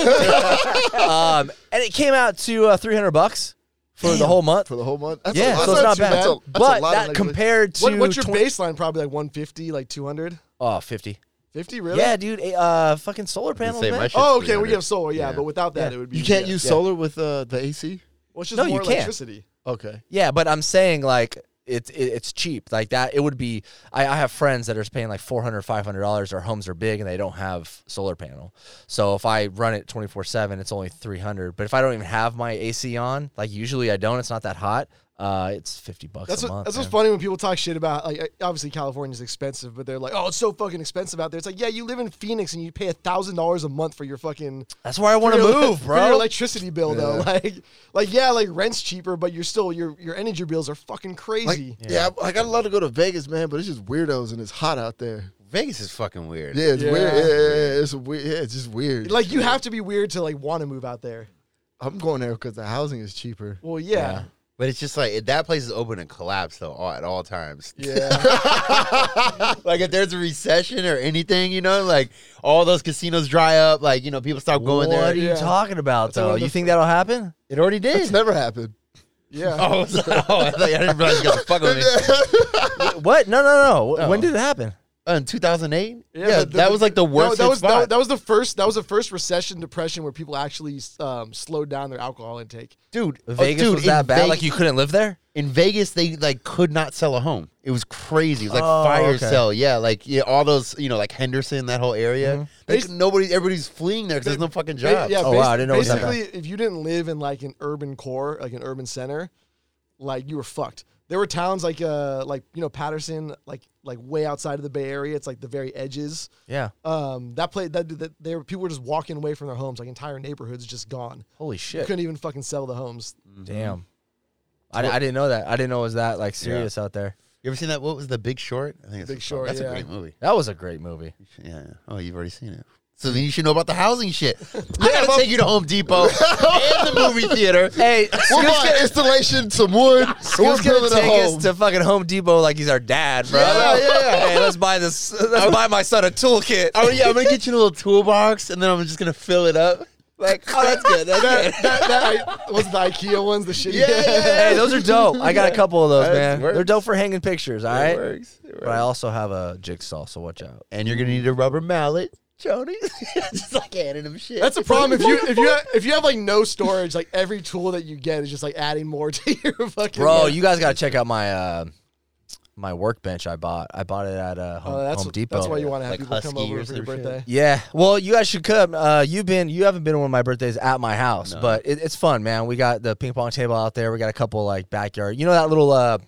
Speaker 1: so well. um, and it came out to uh, three hundred bucks for the whole month.
Speaker 2: For the whole month. That's a
Speaker 1: yeah,
Speaker 2: lot.
Speaker 1: so it's
Speaker 2: That's
Speaker 1: not
Speaker 2: too
Speaker 1: bad.
Speaker 2: That's a- that's a
Speaker 1: but
Speaker 2: lot of
Speaker 1: that
Speaker 2: negligence.
Speaker 1: compared to
Speaker 3: what, what's your
Speaker 1: 20
Speaker 3: baseline? Probably like 150, like 200,
Speaker 1: Oh, 50.
Speaker 3: 50, really?
Speaker 1: Yeah, dude. eh, Uh, fucking solar panels.
Speaker 4: Same,
Speaker 1: man.
Speaker 4: my shit's
Speaker 3: Oh, okay. We
Speaker 4: 300.
Speaker 3: have solar, yeah,
Speaker 4: Yeah.
Speaker 3: but without that, it would be
Speaker 2: You can't
Speaker 3: yeah.
Speaker 2: use
Speaker 1: Yeah.
Speaker 2: solar with uh, the AC.
Speaker 3: Well, it's just
Speaker 1: No, you
Speaker 3: more
Speaker 1: can't.
Speaker 3: electricity.
Speaker 2: Okay.
Speaker 1: Yeah, but I'm saying like it's it, it's cheap like that. It would be. I, I have friends that are paying like 400 dollars. Their homes are big and they don't have solar panel. So if I run it twenty four seven, it's only three hundred. But if I don't even have my AC on, like usually I don't. It's not that hot. Uh, it's fifty bucks
Speaker 3: That's
Speaker 1: a
Speaker 3: what,
Speaker 1: month.
Speaker 3: that's what's
Speaker 1: man.
Speaker 3: funny when people talk shit about like uh, obviously California's expensive, but they're like, oh, it's so fucking expensive out there. It's like, yeah, you live in Phoenix and you pay a thousand dollars a month for your fucking
Speaker 1: That's why I want to
Speaker 3: for your-
Speaker 1: move,
Speaker 3: for Your
Speaker 1: bro.
Speaker 3: electricity bill though, like, like yeah, like rent's cheaper, but you're still your your energy bills are fucking
Speaker 2: Like,
Speaker 3: crazy.
Speaker 2: yeah, I- like I'd love to go to Vegas, man, but it's just weirdos and it's hot out there.
Speaker 4: Vegas is fucking weird.
Speaker 2: Yeah, it's
Speaker 3: Yeah.
Speaker 2: weird. Yeah, yeah, yeah, it's weird. Yeah, it's just weird.
Speaker 3: Like you have to be weird to like want to move out there.
Speaker 2: I'm going there because the housing is cheaper.
Speaker 3: Well, yeah,
Speaker 4: But it's just like that place is open and collapse though all, at all times.
Speaker 3: yeah.
Speaker 4: like if there's a recession or anything, you know, like all those casinos dry up. Like you know, people stop going
Speaker 1: what are
Speaker 4: there.
Speaker 1: you
Speaker 3: Yeah.
Speaker 1: talking about
Speaker 3: one
Speaker 1: though?
Speaker 3: of the
Speaker 1: You think that'll happen?
Speaker 4: It already
Speaker 2: It's
Speaker 4: did.
Speaker 2: never happened.
Speaker 3: yeah.
Speaker 4: Oh, so- oh, I, thought, I didn't realize you got the fuck with me.
Speaker 1: what? No, no, no. When did it happen?
Speaker 4: Uh, in 2008? Yeah,
Speaker 3: but the-
Speaker 4: that was like the
Speaker 3: no,
Speaker 4: worst
Speaker 3: that
Speaker 4: hit
Speaker 3: was
Speaker 4: spot.
Speaker 3: That, that was the first. That was the first recession depression where people actually um, slowed down their alcohol intake.
Speaker 4: dude,
Speaker 1: Vegas
Speaker 4: oh, dude,
Speaker 1: was that
Speaker 4: in
Speaker 1: bad?
Speaker 4: Vegas-
Speaker 1: Like you couldn't live there?
Speaker 4: in Vegas, they like could not sell a home. It was crazy. It was like
Speaker 1: Oh,
Speaker 4: fire
Speaker 1: okay.
Speaker 4: sale. Yeah, like yeah, all those you know, like Henderson, that whole area. They
Speaker 3: Basi-
Speaker 4: could- nobody, everybody's fleeing there because there's no fucking
Speaker 3: Ba-
Speaker 4: jobs.
Speaker 1: Oh,
Speaker 3: basi-
Speaker 1: wow, I didn't know it was that bad.
Speaker 3: Basically, if you didn't live in like an urban core, like an urban center, like you were fucked. There were towns like uh like you know Patterson, like like way outside of the Bay Area. It's like the very edges.
Speaker 1: Yeah.
Speaker 3: Um, that place that, that there were people were just walking away from their homes. Like entire neighborhoods just gone.
Speaker 1: Holy
Speaker 3: You
Speaker 1: shit.
Speaker 3: couldn't even fucking sell the homes.
Speaker 1: Damn. I, I didn't know that. I didn't know it was that like serious out there.
Speaker 4: You ever seen that? What was the Big Short? I think it's
Speaker 3: Big
Speaker 4: called-
Speaker 3: Short,
Speaker 4: That's
Speaker 3: yeah.
Speaker 4: a great movie.
Speaker 1: That was a great movie.
Speaker 4: Yeah. yeah. Oh, you've already seen it. So then you should know about the housing shit. I gotta take you to Home Depot and the movie theater.
Speaker 1: Hey,
Speaker 2: We're
Speaker 1: Scoot's
Speaker 2: buying
Speaker 1: gonna-
Speaker 2: installation, some wood. We're
Speaker 1: Scoot's gonna
Speaker 2: building a
Speaker 1: take
Speaker 2: home.
Speaker 1: us to fucking Home Depot like he's our dad, bro.
Speaker 4: Yeah, yeah, yeah.
Speaker 1: Hey, let's buy this. Let's buy my son a toolkit.
Speaker 4: Oh yeah, I'm gonna get you a little toolbox, and then I'm just gonna fill it up. Like, oh, that's good. That's good.
Speaker 3: that that I, was the IKEA ones. The shitty.
Speaker 4: Yeah, yeah, yeah.
Speaker 1: Hey, those are dope. I got a couple of those,
Speaker 4: That
Speaker 1: man.
Speaker 4: works.
Speaker 1: They're dope for hanging pictures. All right.
Speaker 4: It works. It
Speaker 1: But I
Speaker 4: works.
Speaker 1: also have a jigsaw, so watch out.
Speaker 4: And you're gonna need a rubber mallet, Joni. just like handing him shit.
Speaker 3: That's a problem if you if you have, if you have like no storage, like every tool that you get is just like adding more to your fucking.
Speaker 1: Bro, you guys gotta check out my uh, my workbench I bought. I bought it at uh, Home,
Speaker 3: Oh, that's
Speaker 1: Home Depot.
Speaker 3: That's why you want to have
Speaker 4: Like
Speaker 3: people come
Speaker 4: Husky
Speaker 3: over
Speaker 4: or
Speaker 3: for your
Speaker 4: some shit.
Speaker 3: birthday.
Speaker 1: Yeah, well, you guys should come. Uh, you've been, you haven't been to one of my birthdays at my house, but it, it's fun, man. We got the ping pong table out there. We got a couple like backyard. You know that little uh,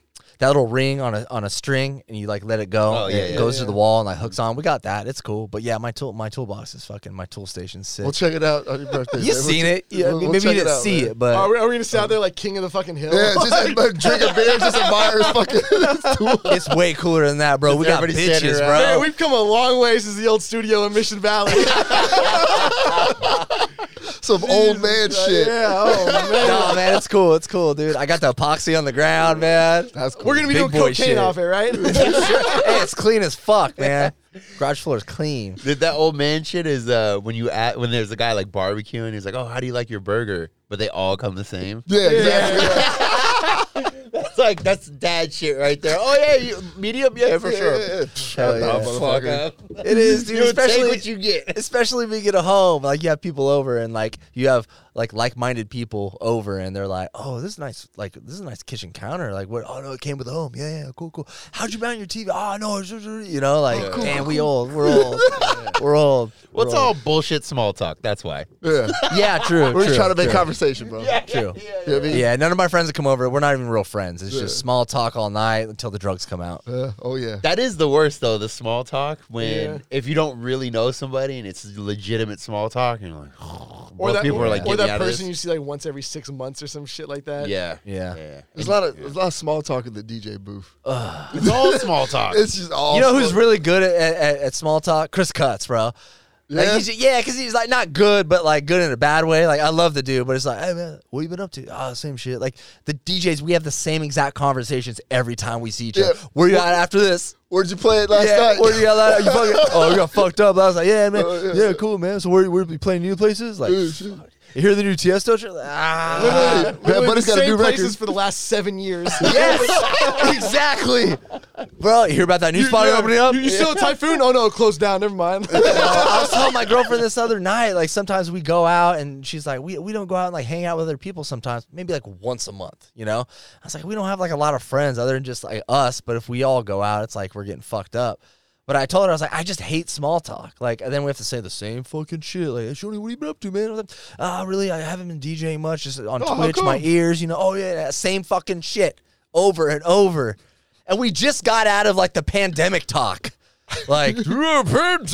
Speaker 1: that little ring on a on a string, and you like let it go.
Speaker 4: Oh,
Speaker 1: and
Speaker 4: yeah,
Speaker 1: it
Speaker 4: yeah,
Speaker 1: goes to the wall and like hooks on. We got that. It's cool. But yeah, my tool my toolbox is fucking my tool station sick.
Speaker 2: We'll check it out on your birthday.
Speaker 1: you
Speaker 2: man. We'll
Speaker 1: seen
Speaker 2: check-
Speaker 1: it? Yeah, I
Speaker 2: we'll-
Speaker 1: mean,
Speaker 2: we'll
Speaker 1: maybe you
Speaker 2: check
Speaker 1: didn't
Speaker 2: out,
Speaker 1: see
Speaker 2: man.
Speaker 1: it, but
Speaker 3: Are we, are we gonna
Speaker 4: um,
Speaker 3: sit out there like king of the fucking hill?
Speaker 2: Yeah, just like, like, drink a beer, just admire his fucking tool.
Speaker 1: it's way cooler than that, bro. We got
Speaker 4: everybody standing
Speaker 1: bitches,
Speaker 4: around.
Speaker 3: Man,
Speaker 1: bro.
Speaker 3: we've come a long way since the old studio in Mission Valley.
Speaker 2: Some old man shit.
Speaker 3: yeah, oh man.
Speaker 1: Nah, man, it's cool. It's cool, dude. I got the epoxy on the ground, man.
Speaker 2: That's cool.
Speaker 3: We're gonna be
Speaker 1: Big
Speaker 3: doing
Speaker 1: boy
Speaker 3: cocaine
Speaker 1: shit.
Speaker 3: off it, right?
Speaker 1: hey, it's clean as fuck, man. Garage floor is clean.
Speaker 4: That, that old man shit is uh, when you at, when there's a guy like barbecuing, he's like, "Oh, how do you like your burger?" But they all come the same.
Speaker 2: yeah, exactly.
Speaker 4: That's like that's dad shit right there. Oh yeah, you, medium, yeah, for sure.
Speaker 2: Yeah, yeah.
Speaker 4: Shut
Speaker 2: yeah,
Speaker 4: the fuck
Speaker 2: motherfucker.
Speaker 4: up.
Speaker 1: It is, dude.
Speaker 4: You take
Speaker 1: especially
Speaker 4: what you get.
Speaker 1: especially when you get a home, like you have people over and like you have like like-minded people over, and they're like, "Oh, this is nice. Like this is a nice kitchen counter. Like what? Oh no, it came with the home. Yeah, yeah, cool, cool. How'd you mount your TV? Oh no, it's just- you know, like damn, we old, we're old, we're old.
Speaker 4: Oh, What's
Speaker 1: we're
Speaker 4: all
Speaker 1: old.
Speaker 4: bullshit small talk? That's why.
Speaker 2: Yeah.
Speaker 1: Yeah, true.
Speaker 2: We're
Speaker 1: true,
Speaker 2: just trying to make
Speaker 1: true,
Speaker 2: conversation, bro.
Speaker 1: True.
Speaker 2: You know what I mean?
Speaker 1: Yeah, none of my friends have come over. We're not even real friends. It's just small talk all night until the drugs come out.
Speaker 2: Uh, oh yeah.
Speaker 4: That is the worst though, the small talk when
Speaker 3: Yeah.
Speaker 4: if you don't really know somebody and it's legitimate small talk and you're like,
Speaker 3: Or
Speaker 4: both
Speaker 3: that,
Speaker 4: people
Speaker 3: or,
Speaker 4: are like,
Speaker 3: or
Speaker 4: "Get me
Speaker 3: that
Speaker 4: out of this."
Speaker 3: person you see like once every six months or some shit like that.
Speaker 4: yeah,
Speaker 1: Yeah.
Speaker 4: yeah.
Speaker 2: There's a lot of there's a lot of small talk in the DJ booth.
Speaker 4: It's all small talk.
Speaker 2: It's just all.
Speaker 1: You know who's
Speaker 2: small-
Speaker 1: really good at, at, at, at small talk? Chris Cuts, bro. Like
Speaker 2: Yeah?
Speaker 1: he's, yeah, because he's like not good, but like good in a bad way. Like I love the dude, but it's like, hey man, what you been up to? Oh, same shit. Like the DJs, we have the same exact conversations every time we see each other.
Speaker 2: Yeah.
Speaker 1: Where you at after this?
Speaker 2: Where'd you play it last
Speaker 1: yeah,
Speaker 2: night?
Speaker 1: where you at? Like, you fucking, oh, you got fucked up. I was like, yeah, man,
Speaker 2: Oh,
Speaker 1: yeah.
Speaker 2: yeah.
Speaker 1: cool, man. So where where you playing new places? Like,
Speaker 2: Yeah,
Speaker 1: you
Speaker 2: shit.
Speaker 1: hear the new Tiesto? shit? Ah,
Speaker 2: Literally, Bad
Speaker 3: Literally
Speaker 2: Bunny's
Speaker 3: the
Speaker 2: got a
Speaker 3: same
Speaker 2: new
Speaker 3: places
Speaker 2: record.
Speaker 3: for the last seven years.
Speaker 1: yes, exactly, bro. You hear about that new
Speaker 3: You-
Speaker 1: spot
Speaker 3: yeah.
Speaker 1: opening up?
Speaker 3: You, you still a typhoon? Oh no, it closed down. Never mind.
Speaker 1: I was telling my girlfriend this other night. Like sometimes we go out, and she's like, "We we don't go out and like hang out with other people sometimes. Maybe like once a month, you know." I was like, "We don't have like a lot of friends other than just like us. But if we all go out, it's like we're getting fucked up." But I told her I was like, "I just hate small talk. Like, and then we have to say the same fucking shit. Like, hey, Shoney, what have you been up to, man? I was like, Ah, really? I haven't been DJing much. Just on
Speaker 2: Oh, how
Speaker 1: Twitch, my
Speaker 2: come?
Speaker 1: ears, you know. Oh yeah, yeah, same fucking shit over and over." And we just got out of like the pandemic talk. Like,
Speaker 4: and
Speaker 1: and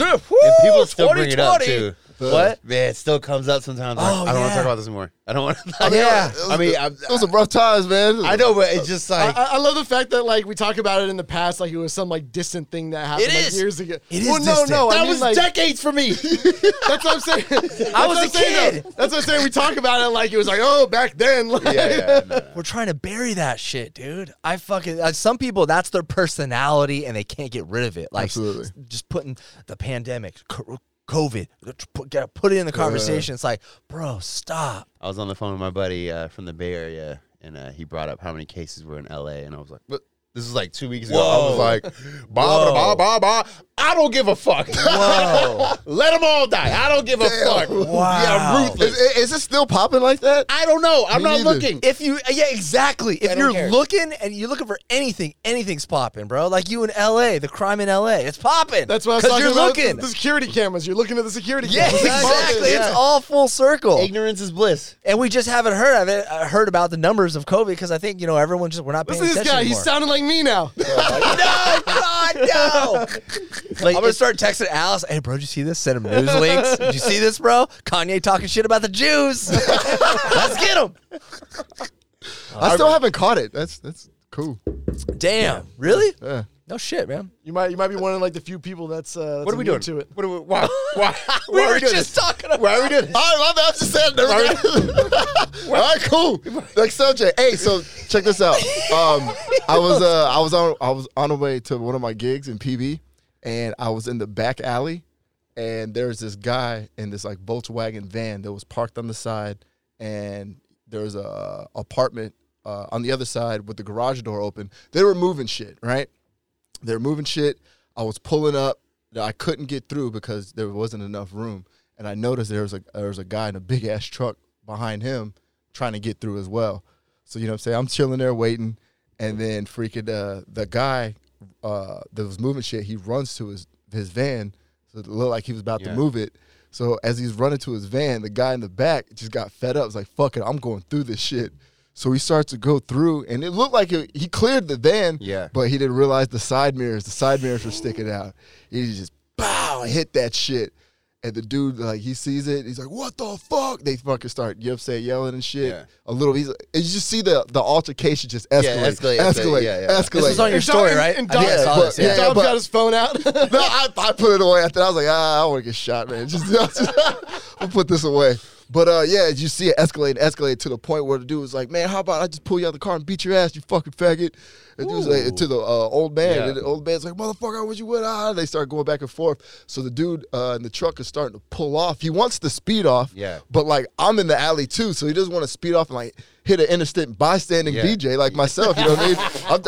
Speaker 4: people still bring it up too.
Speaker 1: What?
Speaker 4: Man, it still comes up sometimes. Like,
Speaker 1: Oh,
Speaker 4: I don't want
Speaker 1: yeah.
Speaker 4: to talk about this anymore. I don't want to.
Speaker 1: Yeah.
Speaker 4: I mean, I,
Speaker 2: It was some rough times, man.
Speaker 4: I know, but it's just
Speaker 3: I,
Speaker 4: like
Speaker 3: I- I love the fact that like we talk about it in the past, like it was some like distant thing that happened
Speaker 1: It
Speaker 3: like,
Speaker 1: is.
Speaker 3: years ago.
Speaker 1: It is
Speaker 3: well, no,
Speaker 1: distant.
Speaker 3: no, I
Speaker 4: that
Speaker 3: mean,
Speaker 4: was
Speaker 3: like,
Speaker 4: decades for me.
Speaker 3: That's what I'm saying. That's
Speaker 1: was
Speaker 3: what
Speaker 1: a
Speaker 3: I'm saying, though.
Speaker 1: kid.
Speaker 3: That's what I'm saying. We talk about it like it was like, oh, back then. Like,
Speaker 1: We're trying to bury that shit, dude. I fucking uh, some people that's their personality and they can't get rid of it. Like s-
Speaker 2: Absolutely.
Speaker 1: s- just putting the pandemic, co- COVID, let's put- gotta put it in the conversation. It's like, bro, stop.
Speaker 4: I was on the phone with my buddy uh, from the Bay Area, and uh, he brought up how many cases were in LA, and I was like, "What?" This is like two weeks ago. I was like,
Speaker 2: Bah, bah,
Speaker 1: Whoa.
Speaker 2: bah, bah, bah.
Speaker 4: I don't give a fuck.
Speaker 1: Whoa.
Speaker 4: Let them all die. I don't give a
Speaker 2: Damn.
Speaker 4: fuck.
Speaker 1: Wow.
Speaker 4: Yeah, ruthless.
Speaker 2: Is, is it still popping like that?
Speaker 4: I don't know. I'm
Speaker 2: Me
Speaker 4: not
Speaker 2: neither.
Speaker 4: looking.
Speaker 1: If you, uh, yeah, exactly. If
Speaker 4: don't
Speaker 1: you're
Speaker 4: care.
Speaker 1: looking and you're looking for anything, anything's popping, bro. Like you in L.A., the crime in L.A., it's popping.
Speaker 3: That's what I was
Speaker 1: Because
Speaker 3: talking
Speaker 1: you're
Speaker 3: about.
Speaker 1: looking.
Speaker 3: The security cameras. You're looking at the security
Speaker 1: yeah,
Speaker 3: cameras.
Speaker 1: exactly.
Speaker 4: Yeah.
Speaker 1: It's all full circle.
Speaker 4: Ignorance is bliss.
Speaker 1: and we just haven't heard of it. uh, Heard about the numbers of COVID because I think you know everyone just we're not paying
Speaker 3: Listen to this
Speaker 1: attention anymore.
Speaker 3: guy. He's sounding like me now.
Speaker 1: no, God, no.
Speaker 4: Like,
Speaker 1: I'm gonna start texting Alice. Hey, bro, did you see this? Send him news links. Did you see this, bro? Kanye talking shit about the Jews. Let's get him.
Speaker 2: I still haven't caught it. That's that's cool.
Speaker 1: Damn, really?
Speaker 2: Yeah.
Speaker 1: No shit, man.
Speaker 3: You might you might be one of like the few people that's. Uh, that's
Speaker 4: what are we doing?
Speaker 3: immune To it.
Speaker 4: What are we, why, why,
Speaker 1: We
Speaker 4: why are
Speaker 1: were
Speaker 4: we doing
Speaker 1: just
Speaker 4: this?
Speaker 1: talking about.
Speaker 4: Why are we doing this?
Speaker 2: All right, my bad. I was just saying. Never mind. All right, cool. Next subject. Hey, so check this out. Um, I was uh, I was on I was on the way to one of my gigs in PB, and I was in the back alley, and there's this guy in this like Volkswagen van that was parked on the side, and there's a apartment uh, on the other side with the garage door open. They were moving shit, right? they're moving shit. I was pulling up. I couldn't get through because there wasn't enough room. And I noticed there was a there was a guy in a big ass truck behind him trying to get through as well. So you know what I'm saying? I'm chilling there waiting. And then freaking uh, the guy uh, that was moving shit, he runs to his his van. So it looked like he was about to move it. So as he's running to his van, the guy in the back just got fed up. He's like, fuck it, I'm going through this shit. So he starts to go through, and it looked like it, he cleared the van,
Speaker 4: Yeah.
Speaker 2: but he didn't realize the side mirrors. The side mirrors were sticking out. He just pow hit that shit, and the dude like he sees it. He's like, "What the fuck?" They fucking start you know, say yelling and shit.
Speaker 4: Yeah.
Speaker 2: A little. He's and you just see the the altercation just escalate, escalate,
Speaker 4: escalate, escalate,
Speaker 2: escalate,
Speaker 4: yeah, yeah.
Speaker 1: This was on your
Speaker 3: And Dom-
Speaker 1: story,
Speaker 3: and-
Speaker 1: right?
Speaker 3: and
Speaker 1: I think I
Speaker 3: Dom-
Speaker 1: saw
Speaker 2: but-
Speaker 1: this. Yeah.
Speaker 2: yeah.
Speaker 3: Dom's
Speaker 2: but-
Speaker 3: got his phone out.
Speaker 2: no, I, I put it away. After that. I was like, ah, I want to get shot, man. Just, I'll put this away. But uh, yeah, you see it escalate, and escalate to the point where the dude was like, man, how about I just pull you out of the car and beat your ass, you fucking faggot? And dude was like, to the uh, old man,
Speaker 4: Yeah.
Speaker 2: and the old man's like, motherfucker, I wish you would. Ah, they start going back and forth. So the dude uh, in the truck is starting to pull off. He wants to speed off.
Speaker 4: Yeah.
Speaker 2: But like I'm in the alley too, so he doesn't want to speed off and like hit an innocent bystanding
Speaker 4: Yeah.
Speaker 2: BJ like myself. You know what I mean?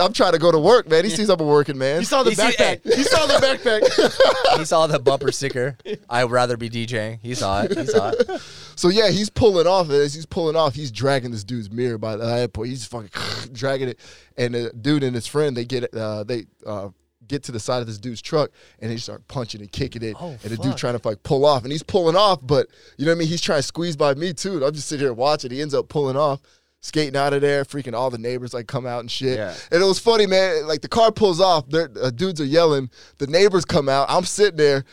Speaker 2: I'm, I'm trying to go to work, man. He sees I'm a working man.
Speaker 3: He saw the
Speaker 1: He see-
Speaker 3: backpack. He saw the backpack.
Speaker 1: He saw the bumper sticker. I'd rather be DJing. He saw it. He saw it.
Speaker 2: So yeah, he's pulling off. and As he's pulling off, he's dragging this dude's mirror by the airport. He's fucking dragging it, and the dude and his friend they get uh, they uh, get to the side of this dude's truck, and they start punching and kicking it.
Speaker 1: Oh,
Speaker 2: and the
Speaker 1: fuck.
Speaker 2: dude trying to like pull off, and he's pulling off, but you know what I mean. He's trying to squeeze by me too. and I'm just sitting here watching. He ends up pulling off. Skating out of there, freaking all the neighbors like come out and shit.
Speaker 4: Yeah.
Speaker 2: And it was funny, man. Like the car pulls off, they're- uh, dudes are yelling. The neighbors come out. I'm sitting there.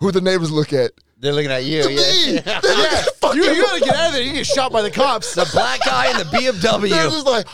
Speaker 2: Who the neighbors look at?
Speaker 4: They're looking at you.
Speaker 2: Me.
Speaker 4: Yeah.
Speaker 2: They look at
Speaker 3: you,
Speaker 2: fucking
Speaker 3: you gotta get out of there. You get shot by the cops.
Speaker 1: The black guy in the
Speaker 2: They're
Speaker 1: BMW.
Speaker 2: just like,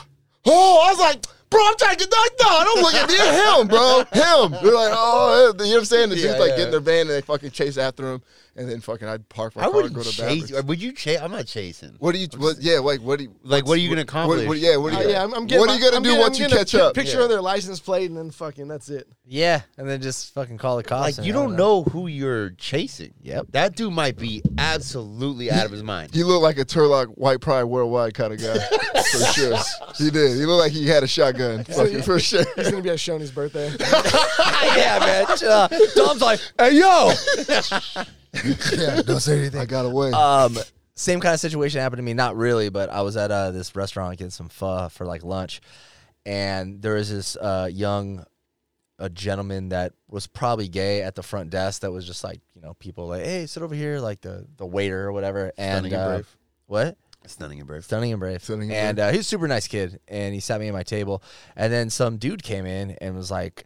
Speaker 2: oh, I was like, bro, I'm trying to get like, no, don't look at me, him, bro, him. They're like, oh, you know what I'm saying? The dudes
Speaker 4: Yeah,
Speaker 2: like
Speaker 4: yeah.
Speaker 2: get in their van and they fucking chase after him, and then fucking I'd park my
Speaker 4: I
Speaker 2: car and
Speaker 4: wouldn't
Speaker 2: go to
Speaker 4: chase.
Speaker 2: bathroom.
Speaker 4: Would you chase? I'm not chasing.
Speaker 2: What do you? What, yeah, like what do you?
Speaker 4: Like, what are you gonna
Speaker 2: what-
Speaker 4: accomplish?
Speaker 2: what- yeah, what
Speaker 3: Uh,
Speaker 2: are you?
Speaker 3: yeah, I'm, I'm getting
Speaker 2: what are you gonna
Speaker 3: my- I'm
Speaker 2: do
Speaker 3: getting-
Speaker 2: once
Speaker 3: I'm
Speaker 2: you
Speaker 3: getting a
Speaker 2: catch
Speaker 3: pic-
Speaker 2: up?
Speaker 3: Picture of their license plate and then fucking that's it.
Speaker 1: Yeah, and then just fucking call the cops.
Speaker 4: Like,
Speaker 1: and
Speaker 4: you
Speaker 1: I
Speaker 4: don't know who you're chasing.
Speaker 1: Yep.
Speaker 4: That dude might be absolutely out of his mind.
Speaker 2: He looked like a Turlock White Pride Worldwide kind of guy, for sure. He did. He looked like he had a shotgun, fucking for sure.
Speaker 3: He's gonna be at Shoney's birthday.
Speaker 1: yeah, man. Chill out. Dom's like, hey, yo.
Speaker 2: Yeah, don't say anything. I got away.
Speaker 1: Um, same kind of situation happened to me. Not really, but I was at uh, this restaurant getting some pho for like lunch, and there was this uh, young a gentleman that was probably gay at the front desk that was just like you know people like hey sit over here like the the waiter or whatever and,
Speaker 4: Stunning and
Speaker 1: uh,
Speaker 4: brave.
Speaker 1: what
Speaker 4: Stunning and brave.
Speaker 1: Stunning and brave.
Speaker 2: Stunning
Speaker 1: and
Speaker 2: and
Speaker 1: uh, he was a super nice kid, and he sat me at my table. And then some dude came in and was like,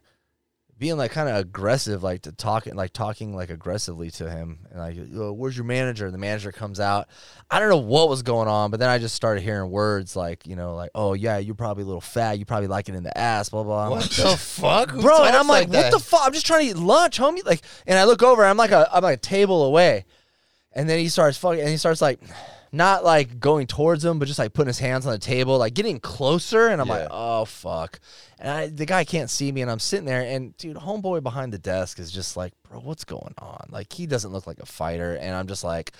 Speaker 1: being like kind of aggressive, like to talking, like talking like aggressively to him, and like, "Yo, "Where's your manager?" And the manager comes out. I don't know what was going on, but then I just started hearing words like, you know, like, "Oh yeah, you're probably a little fat. You probably like it in the ass." Blah blah. I'm
Speaker 4: What
Speaker 1: like,
Speaker 4: the fuck, Who
Speaker 1: bro.
Speaker 4: talks
Speaker 1: And I'm like, what
Speaker 4: that?
Speaker 1: the fuck? I'm just trying to eat lunch, homie. Like, and I look over, I'm like a, I'm like a table away, and then he starts fucking, and he starts like, not like going towards him, but just like putting his hands on the table, like getting closer, and I'm
Speaker 4: Yeah.
Speaker 1: like, oh fuck, and I, the guy can't see me, and I'm sitting there, and dude, homeboy behind the desk is just like, bro, what's going on? Like, he doesn't look like a fighter, and I'm just like,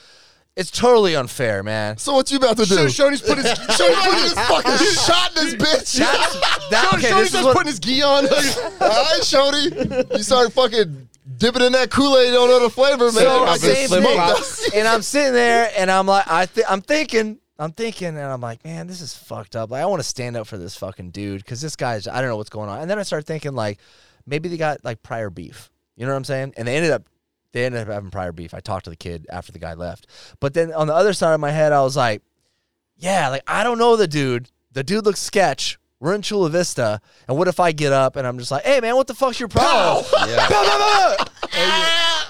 Speaker 1: it's totally unfair, man.
Speaker 2: so what you about to do?
Speaker 3: Shoney's put his
Speaker 2: Shorty put his fucking shot in this bitch.
Speaker 1: That's that, okay,
Speaker 3: Shoney's
Speaker 1: this is
Speaker 3: just
Speaker 1: what,
Speaker 3: putting his gi on.
Speaker 2: All right, Shorty. You start fucking Dip it in that Kool Aid, don't know the flavor, man.
Speaker 1: So
Speaker 2: I
Speaker 1: same
Speaker 2: smoked
Speaker 1: thing.
Speaker 2: that.
Speaker 1: and I'm sitting there and I'm like, I th- I'm thinking, I'm thinking, and I'm like, man, this is fucked up. Like, I want to stand up for this fucking dude because this guy's, I don't know what's going on. And then I started thinking, like, maybe they got like prior beef. You know what I'm saying? And they ended up, they ended up having prior beef. I talked to the kid after the guy left. But then on the other side of my head, I was like, yeah, like I don't know the dude. The dude looks sketch. We're in Chula Vista, and what if I get up and I'm just like, "Hey, man, what the fuck's your problem?" Pow, pow, pow.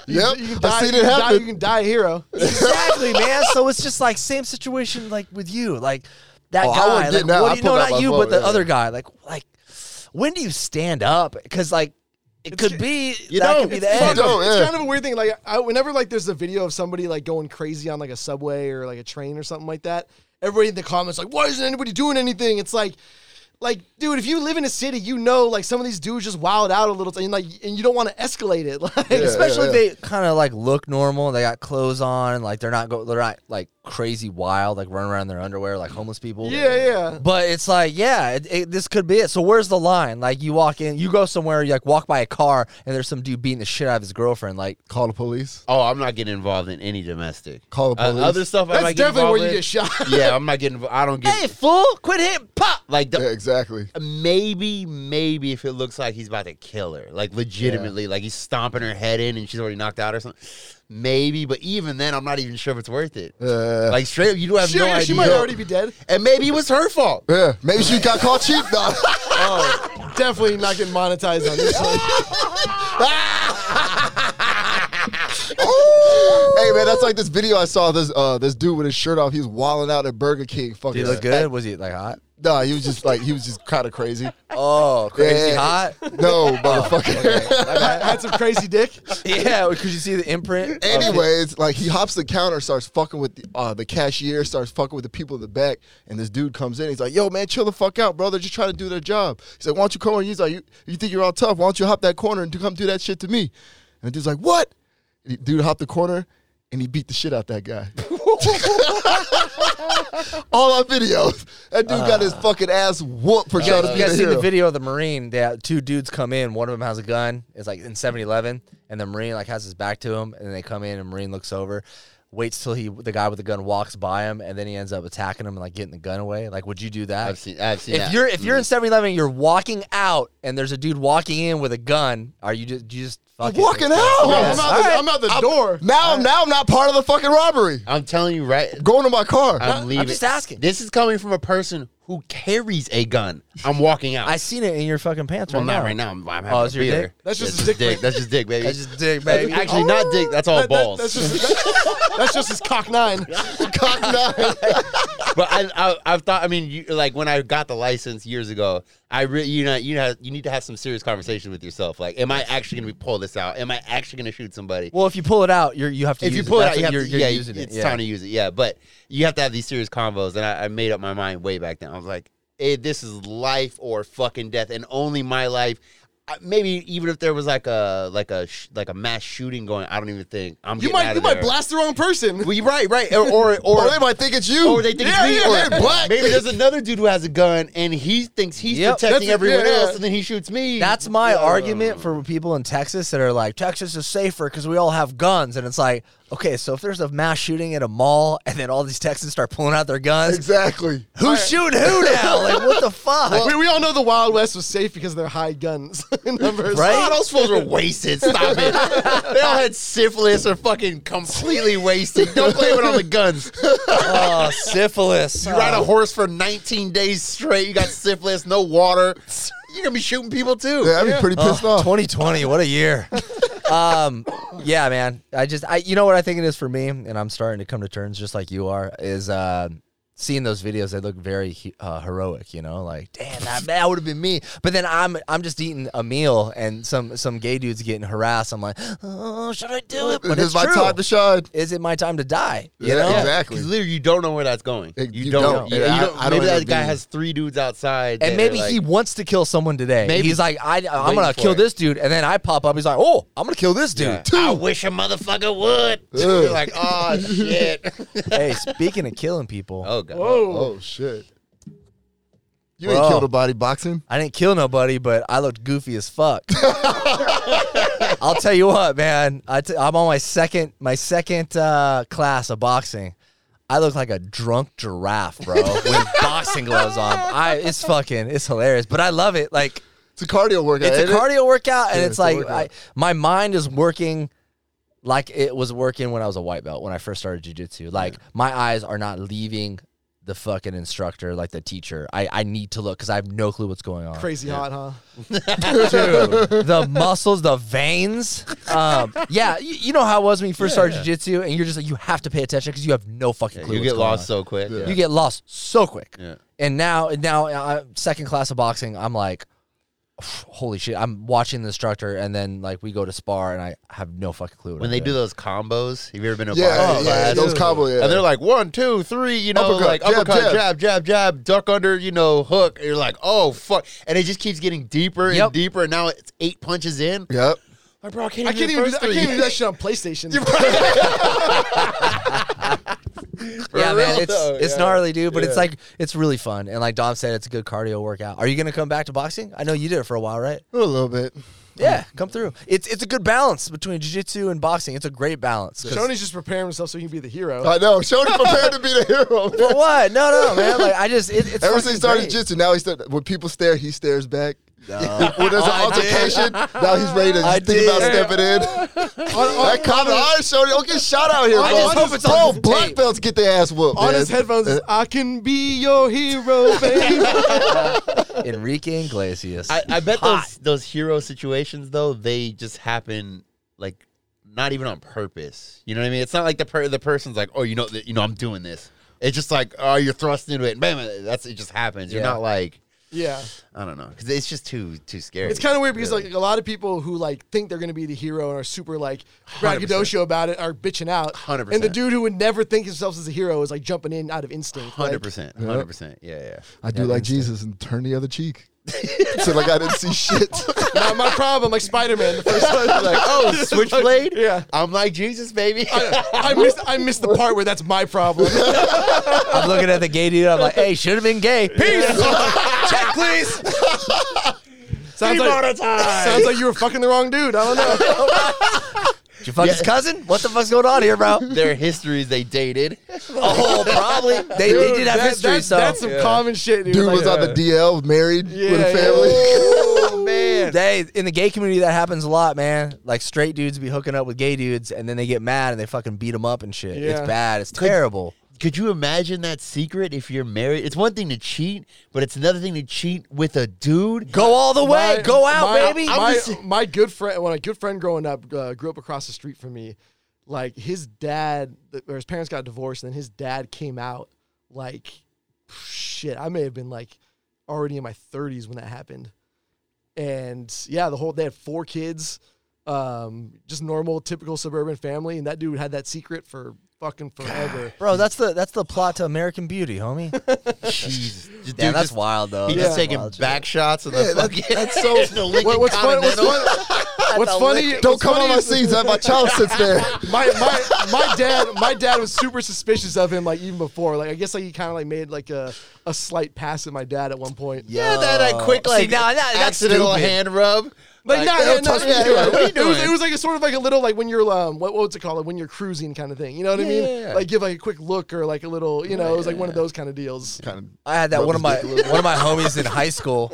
Speaker 2: Yep,
Speaker 3: You can
Speaker 2: I
Speaker 3: die,
Speaker 2: seen
Speaker 3: you
Speaker 2: it
Speaker 3: can die- you
Speaker 2: happen.
Speaker 3: can die a hero.
Speaker 1: exactly, man. So it's just like same situation like with you, like that
Speaker 2: Oh, I
Speaker 1: guy.
Speaker 2: wasn't
Speaker 1: Like,
Speaker 2: getting out.
Speaker 1: what
Speaker 2: I
Speaker 1: do you know?
Speaker 2: pulled out
Speaker 1: Not
Speaker 2: my
Speaker 1: you,
Speaker 2: phone,
Speaker 1: but the
Speaker 2: yeah.
Speaker 1: other guy. Like, like when do you stand up? Because like it could be that
Speaker 4: don't.
Speaker 1: could be the
Speaker 3: it's
Speaker 1: end.
Speaker 3: Kind of,
Speaker 2: No,
Speaker 3: it's
Speaker 2: yeah.
Speaker 3: kind of a weird thing. Like, I, whenever like there's a video of somebody like going crazy on like a subway or like a train or something like that, everybody in the comments like, "Why isn't anybody doing anything?" It's like, like, dude, if you live in a city, you know, like some of these dudes just wild out a little, and like, and you don't want to escalate it. Like,
Speaker 1: Especially
Speaker 2: yeah,
Speaker 1: if they kind of like look normal. They got clothes on. Like they're not go. They're not like crazy wild. Like running around in their underwear like homeless people.
Speaker 3: yeah, yeah.
Speaker 1: But it's like, yeah, it, it, this could be it. So where's the line? Like you walk in, you go somewhere, you like walk by a car, and there's some dude beating the shit out of his girlfriend. Like
Speaker 2: Call the police.
Speaker 4: Oh, I'm not getting involved in any domestic.
Speaker 2: Call the
Speaker 4: Uh,
Speaker 2: police.
Speaker 4: other stuff I
Speaker 3: That's
Speaker 4: might get
Speaker 3: definitely
Speaker 4: involved
Speaker 3: where
Speaker 4: in.
Speaker 3: you get shot.
Speaker 4: yeah, I'm not getting. invo- I don't get
Speaker 1: Hey, fool! Quit hitting pop.
Speaker 4: like the,
Speaker 2: Yeah, exactly.
Speaker 4: maybe, maybe if it looks like he's about to kill her, like legitimately, like he's stomping her head in and she's already knocked out or something. Maybe, but even then, I'm not even sure if it's worth it.
Speaker 2: Yeah.
Speaker 4: Like straight up, you do have
Speaker 3: Sure,
Speaker 4: no
Speaker 3: yeah,
Speaker 4: idea.
Speaker 3: she might already be dead.
Speaker 4: and maybe it was her fault.
Speaker 2: yeah, maybe she got caught cheap. Nah.
Speaker 3: Oh, Definitely not getting monetized on this one.
Speaker 2: hey man, that's like this video I saw. This uh, this dude with his shirt off, he was wilding out at Burger King. Fucking
Speaker 1: Did he look good? Was he like hot?
Speaker 2: Nah, he was just like he was just kind of crazy.
Speaker 1: Oh, crazy
Speaker 2: Yeah.
Speaker 1: hot.
Speaker 2: No, motherfucker.
Speaker 3: Had some crazy dick.
Speaker 1: Yeah, because you see the imprint.
Speaker 2: Anyways, like he hops the counter, starts fucking with the, uh, the cashier, starts fucking with the people in the back, and this dude comes in. He's like, "Yo, man, chill the fuck out, bro. They're just trying to do their job." He's like, "Why don't you come on?" He's like, "You, you think you're all tough? Why don't you hop that corner and do, come do that shit to me?" And the dude's like, "What?" And the dude hopped the corner, and he beat the shit out that guy. all our videos, that dude got his fucking ass whooped for trying to
Speaker 1: Ah. you
Speaker 2: be
Speaker 1: guys
Speaker 2: the
Speaker 1: seen
Speaker 2: hero.
Speaker 1: the video of the Marine? That two dudes come in. One of them has a gun. It's like in 7-Eleven, and the Marine like has his back to him, and they come in, and Marine looks over, waits till he the guy with the gun walks by him, and then he ends up attacking him and like getting the gun away. Like, would you do that?
Speaker 4: I've seen. I've seen.
Speaker 1: if
Speaker 4: that.
Speaker 1: you're if you're in 7-Eleven, you're walking out, and there's a dude walking in with a gun. Are you just you just fucking
Speaker 2: Walking out.
Speaker 3: Oh, I'm, out the, I'm out the door.
Speaker 1: Uh,
Speaker 2: Now, now I'm not part of the fucking robbery.
Speaker 4: I'm telling you right.
Speaker 2: Going to my car.
Speaker 4: I'm leaving.
Speaker 1: just asking.
Speaker 4: This is coming from a person who carries a gun. I'm walking out.
Speaker 1: I seen it in your fucking pants
Speaker 4: well,
Speaker 1: right now.
Speaker 4: not right now. I'm, I'm having
Speaker 1: Oh,
Speaker 4: a
Speaker 1: it's your
Speaker 4: beer.
Speaker 1: dick?
Speaker 3: That's just
Speaker 4: That's
Speaker 3: his dick pic.
Speaker 4: That's just dick, baby.
Speaker 1: That's just dick, baby.
Speaker 4: Actually, not dick. That's all
Speaker 3: That- that-
Speaker 4: balls.
Speaker 3: that's just that's just his cock nine.
Speaker 2: Cock nine.
Speaker 4: but I, I, I've thought. I mean, you, like when I got the license years ago, I really, you know, you know, you need to have some serious conversation with yourself. Like, am I actually going to be pull this out? Am I actually going to shoot somebody?
Speaker 1: Well, if you pull it out, you're you have to.
Speaker 4: if you
Speaker 1: use
Speaker 4: pull it
Speaker 1: That's
Speaker 4: out, you
Speaker 1: what
Speaker 4: have
Speaker 1: you're,
Speaker 4: to,
Speaker 1: you're
Speaker 4: yeah,
Speaker 1: using it.
Speaker 4: it's
Speaker 1: yeah.
Speaker 4: time to use it. Yeah, but you have to have these serious combos. And I, I made up my mind way back then. I was like, eh, this is life or fucking death, and only my life. I- Maybe even if there was like a like a sh- like a mass shooting going, I don't even think I'm.
Speaker 3: You
Speaker 4: getting out
Speaker 3: might
Speaker 4: of
Speaker 3: you might
Speaker 4: there.
Speaker 3: blast the wrong person.
Speaker 4: Well, you're right, right, or or, or
Speaker 2: Or they might think it's you.
Speaker 4: or Oh, they think
Speaker 2: yeah,
Speaker 4: it's me,
Speaker 2: yeah,
Speaker 4: or
Speaker 2: they're black.
Speaker 4: maybe there's another dude who has a gun and he thinks he's
Speaker 1: Yep.
Speaker 4: protecting
Speaker 3: That's-
Speaker 4: everyone
Speaker 3: yeah, yeah.
Speaker 4: else, and then he shoots me.
Speaker 1: That's my argument for people in Texas that are like, Texas is safer because we all have guns. And it's like, okay, so if there's a mass shooting at a mall and then all these Texans start pulling out their guns,
Speaker 2: Exactly.
Speaker 1: who's shooting who now? like, what the fuck?
Speaker 3: we, we all know the Wild West was safe because of their high guns numbers.
Speaker 1: Right?
Speaker 4: Oh, those fools were wasted. Stop it. they all had syphilis or fucking completely wasted. Don't blame it on the guns.
Speaker 1: oh, syphilis.
Speaker 4: You ride a horse for 19 days straight. You got syphilis, no water. You're gonna be shooting people too.
Speaker 2: Yeah, I'd be pretty pissed
Speaker 1: Oh,
Speaker 2: off.
Speaker 1: 2020, what a year. um, yeah, man. I just, I, you know what I think it is for me, and I'm starting to come to terms, just like you are, is uh, seeing those videos. They look very he- uh, heroic, you know, like damn, that, that would have been me. But then I'm, I'm just eating a meal, and some, some gay dudes getting harassed. I'm like, oh, should I do it? But
Speaker 2: this
Speaker 1: it's
Speaker 2: is my
Speaker 1: true.
Speaker 2: time to shine.
Speaker 1: is it my time to die? You
Speaker 2: Yeah,
Speaker 1: know,
Speaker 2: exactly.
Speaker 4: 'Cause literally, you don't know where that's going.
Speaker 2: It-
Speaker 4: you,
Speaker 2: you
Speaker 4: don't.
Speaker 2: don't.
Speaker 4: Yeah,
Speaker 2: Yeah,
Speaker 4: you don't-
Speaker 2: I- I don't
Speaker 4: maybe
Speaker 2: have a
Speaker 4: that guy
Speaker 2: beam.
Speaker 4: has three dudes outside.
Speaker 1: And
Speaker 4: that are
Speaker 1: maybe
Speaker 4: like-
Speaker 1: he wants to kill someone today.
Speaker 4: Maybe.
Speaker 1: He's like, I, I'm
Speaker 4: Waiting
Speaker 1: gonna
Speaker 4: for
Speaker 1: kill
Speaker 4: it.
Speaker 1: this dude, and then I pop up. He's like, Oh, I'm gonna kill this dude.
Speaker 4: Yeah. I wish a motherfucker would. You're like, oh shit.
Speaker 1: hey, speaking of killing people,
Speaker 4: oh god.
Speaker 2: Oh shit. You ain't
Speaker 1: Bro.
Speaker 2: killed a body boxing.
Speaker 1: I didn't kill nobody, but I looked goofy as fuck. I'll tell you what, man. I t- I'm on my second my second uh, class of boxing. I look like a drunk giraffe, bro, with boxing gloves on. I it's fucking it's hilarious, but I love it. Like
Speaker 2: It's a cardio workout.
Speaker 1: it's
Speaker 2: ain't
Speaker 1: a
Speaker 2: it?
Speaker 1: cardio workout, and
Speaker 2: Yeah,
Speaker 1: it's,
Speaker 2: it's a
Speaker 1: like
Speaker 2: workout.
Speaker 1: I, my mind is working like it was working when I was a white belt when I first started jujitsu. Like my eyes are not leaving the fucking instructor, like the teacher. I, I need to look because I have no clue what's going on.
Speaker 3: Crazy hot, huh?
Speaker 1: Dude, the muscles, the veins. Um, yeah, you, you know how it was when you first started jujitsu, and you're just like, you have to pay attention because you have no fucking clue.
Speaker 4: You
Speaker 1: what's
Speaker 4: get
Speaker 1: going
Speaker 4: lost
Speaker 1: on.
Speaker 4: so quick.
Speaker 2: Yeah.
Speaker 1: You get lost so quick.
Speaker 4: Yeah.
Speaker 1: And now, now, uh, second class of boxing, I'm like, holy shit! I'm watching the instructor, and then like we go to spar, and I have no fucking clue. What
Speaker 4: When
Speaker 1: I'm
Speaker 4: they do
Speaker 1: doing.
Speaker 4: those combos, have you ever been to a
Speaker 2: Yeah,
Speaker 4: boxing
Speaker 2: yeah, yeah,
Speaker 4: class?
Speaker 2: those combo. Yeah,
Speaker 4: And they're like one, two, three, you know,
Speaker 2: Uppercut,
Speaker 4: like
Speaker 2: jab,
Speaker 4: uppercut, jab.
Speaker 2: jab.
Speaker 4: jab, jab, duck under, you know, hook. And you're like, oh fuck, and it just keeps getting deeper and
Speaker 1: Yep.
Speaker 4: deeper. And now it's eight punches in.
Speaker 2: yep.
Speaker 4: Like, bro, I can't
Speaker 3: I
Speaker 4: even,
Speaker 3: can't even. Do that, I can't even do that shit on PlayStation.
Speaker 1: yeah,
Speaker 4: for
Speaker 1: man,
Speaker 4: real
Speaker 1: it's
Speaker 4: though,
Speaker 1: it's
Speaker 4: Oh, yeah.
Speaker 1: gnarly, dude, but it's
Speaker 2: Yeah.
Speaker 1: like it's really fun, and like Dom said, it's a good cardio workout. Are you gonna come back to boxing? I know you did it for a while, right?
Speaker 2: A little bit.
Speaker 1: Yeah, come through. It's it's a good balance between jiu-jitsu and boxing. It's a great balance. 'Cause-
Speaker 3: Shoney's just preparing himself so he can be the hero.
Speaker 2: I know. Shoney prepared to be the hero. man.
Speaker 1: But what? No, no, man. Like I just it, it's
Speaker 2: Ever since he started
Speaker 1: jiu-jitsu.
Speaker 2: jiu-jitsu, now he started, when people stare, he stares back. when there's an altercation, now he's ready to
Speaker 1: I
Speaker 2: just think about
Speaker 1: did.
Speaker 2: stepping in. that kind of hard, Shoney. Don't get shot out here, bro.
Speaker 1: I just hope it's
Speaker 2: bro,
Speaker 1: on tape.
Speaker 2: black belts get their ass whooped.
Speaker 3: On
Speaker 2: man.
Speaker 3: his headphones, is, I can be your hero, baby.
Speaker 1: Enrique Iglesias.
Speaker 4: I, I bet those those hero situations though, they just happen like not even on purpose. You know what I mean? It's not like the per- the person's like, oh, you know, th- you know, I'm doing this. It's just like, oh, you're thrust into it, and bam, that's it. Just happens. You're
Speaker 1: Yeah.
Speaker 4: not like,
Speaker 3: yeah.
Speaker 4: I don't know, because it's just too too scary.
Speaker 3: It's kind of weird because like a lot of people who like think they're gonna be the hero and are super like braggadocio about it are bitching out.
Speaker 4: 100%.
Speaker 3: And the dude who would never think himself as a hero is like jumping in out of instinct. like-
Speaker 4: hundred percent, hundred percent. Yeah, yeah.
Speaker 2: I do like Jesus and turn the other cheek. so like I didn't see shit.
Speaker 3: not my problem. Like Spider Man, the first one.
Speaker 4: like, oh, switchblade.
Speaker 3: Yeah.
Speaker 4: I'm like Jesus, baby.
Speaker 3: I missed. I missed the part where that's my problem.
Speaker 1: I'm looking at the gay dude. I'm like, hey, should have been gay. Peace. Check, please.
Speaker 3: sounds like sounds like you were fucking the wrong dude. I don't know.
Speaker 1: Did you fuck his cousin? What the fuck's going on here, bro?
Speaker 4: Their histories they dated.
Speaker 1: Oh, probably. They, they did have
Speaker 3: That-
Speaker 1: history,
Speaker 3: that-
Speaker 1: so
Speaker 3: that's some common shit. Dude,
Speaker 2: Dude
Speaker 3: Like,
Speaker 2: was on the DL, married with
Speaker 3: Yeah,
Speaker 2: a family.
Speaker 1: Oh man. They in the gay community that happens a lot, man. Like straight dudes be hooking up with gay dudes, and then they get mad and they fucking beat them up and shit.
Speaker 3: Yeah.
Speaker 1: It's bad. It's terrible.
Speaker 4: Could you imagine that secret if you're married? It's one thing to cheat, but it's another thing to cheat with a dude.
Speaker 1: Go all the way.
Speaker 3: My-
Speaker 1: Go out,
Speaker 3: my-
Speaker 1: baby.
Speaker 3: My,
Speaker 4: just-
Speaker 3: my good friend, when a good friend growing up uh, grew up across the street from me, like his dad or his parents got divorced, and then his dad came out. Like, shit, I may have been like already in my 30s when that happened, and yeah, the whole they had four kids, um, just normal, typical suburban family, and that dude had that secret for fucking forever.
Speaker 1: Bro, that's the that's the plot to American Beauty, homie.
Speaker 4: Jesus, dude,
Speaker 1: Damn, that's
Speaker 4: just-
Speaker 1: wild though.
Speaker 4: He's
Speaker 1: That's
Speaker 4: just taking
Speaker 1: wild shit.
Speaker 4: back shots of the fucking. That's so. the
Speaker 3: What-
Speaker 4: Lincoln
Speaker 3: what's funny? What's,
Speaker 4: Continental.
Speaker 3: fun- what's funny?
Speaker 2: Don't
Speaker 3: what's
Speaker 2: come
Speaker 3: funny
Speaker 2: on my
Speaker 3: is-
Speaker 2: scenes. I have my child sits there.
Speaker 3: my my my dad my dad was super suspicious of him like even before like I guess like he kind of like made like a a slight pass at my dad at one point.
Speaker 4: Yeah, that like quick like
Speaker 1: now- now that's
Speaker 4: accidental
Speaker 1: stupid.
Speaker 4: hand rub.
Speaker 3: Like, nah,
Speaker 4: "Hey,
Speaker 3: yeah, no,
Speaker 4: touch me here. What are you
Speaker 3: It was, it
Speaker 4: doing?"
Speaker 3: was like a sort of like a little like when you're um what what's it called like when you're cruising kind of thing you know what I mean like give like a quick look or like a little you know it was like one of those kind of deals
Speaker 1: I had that one of my one of my homies in high school.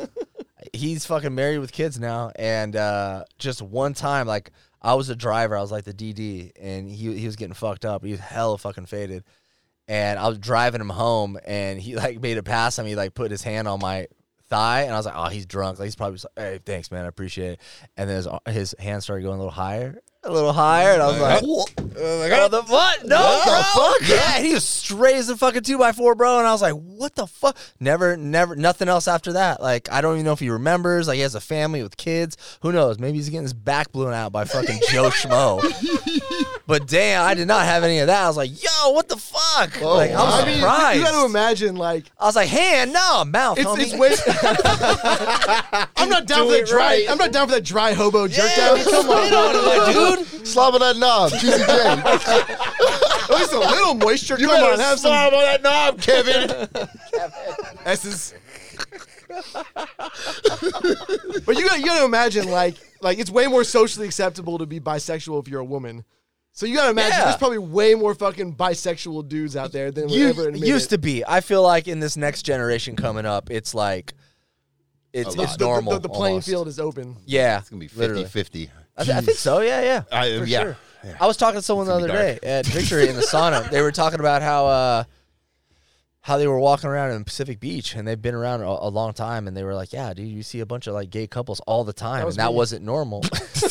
Speaker 1: He's fucking married with kids now, and uh, just one time, like I was a driver, I was like the DD, and he he was getting fucked up. He was hella fucking faded, and I was driving him home, and he like made a pass on me, like put his hand on my thigh, and I was like, oh, he's drunk. Like he's probably just like, hey, thanks, man, I appreciate it. And then his, his hand started going a little higher. A little higher, and I was like, "What Oh, the what? No, bro. Yeah, and he was straight as a fucking two by four, bro. And I was like, "What the fuck?" Never, never, nothing else after that. Like, I don't even know if he remembers. Like, he has a family with kids. Who knows? Maybe he's getting his back blown out by fucking Joe Schmo. but damn, I did not have any of that. I was like, "Yo, what the fuck?" like, I was
Speaker 3: I mean
Speaker 1: surprised.
Speaker 3: you got to imagine like
Speaker 1: I was like, "Hand, no, mouth."
Speaker 3: it's
Speaker 1: homie.
Speaker 3: it's way. I'm not
Speaker 4: Do
Speaker 3: down for that
Speaker 4: it
Speaker 3: dry.
Speaker 4: right.
Speaker 3: I'm not down for that dry hobo jerk
Speaker 1: Yeah,
Speaker 3: down. Come
Speaker 1: spit
Speaker 3: on,
Speaker 1: on it, my dude.
Speaker 2: Slobber that knob, Juicy J.
Speaker 3: at least a little moisture. Come
Speaker 4: Better
Speaker 3: on, have some
Speaker 4: slob on that knob, Kevin.
Speaker 3: S's. but you got you got to imagine like like it's way more socially acceptable to be bisexual if you're a woman. So you gotta imagine
Speaker 1: Yeah.
Speaker 3: there's probably way more fucking bisexual dudes out there than would
Speaker 1: You-
Speaker 3: ever admit
Speaker 1: used
Speaker 3: it.
Speaker 1: to be. I feel like in this next generation coming up, it's like it's
Speaker 4: lot.
Speaker 1: it's
Speaker 4: The-
Speaker 3: The- the-
Speaker 1: normal.
Speaker 3: The, the playing
Speaker 1: almost.
Speaker 3: field is open.
Speaker 1: Yeah,
Speaker 4: It's gonna be
Speaker 1: literally.
Speaker 4: 50 50.
Speaker 1: I, th- I think so. Yeah, yeah.
Speaker 4: I-
Speaker 1: for
Speaker 4: yeah,
Speaker 1: sure.
Speaker 4: Oh, yeah.
Speaker 1: I was talking to someone the
Speaker 4: It's
Speaker 1: other
Speaker 4: gonna be
Speaker 1: day at Victory in the sauna. They were talking about how uh, how they were walking around in Pacific Beach, and they've been around a, a long time. And they were like, "Yeah, dude, you see a bunch of like gay couples all the time,
Speaker 3: was
Speaker 1: and that
Speaker 3: me.
Speaker 1: wasn't normal."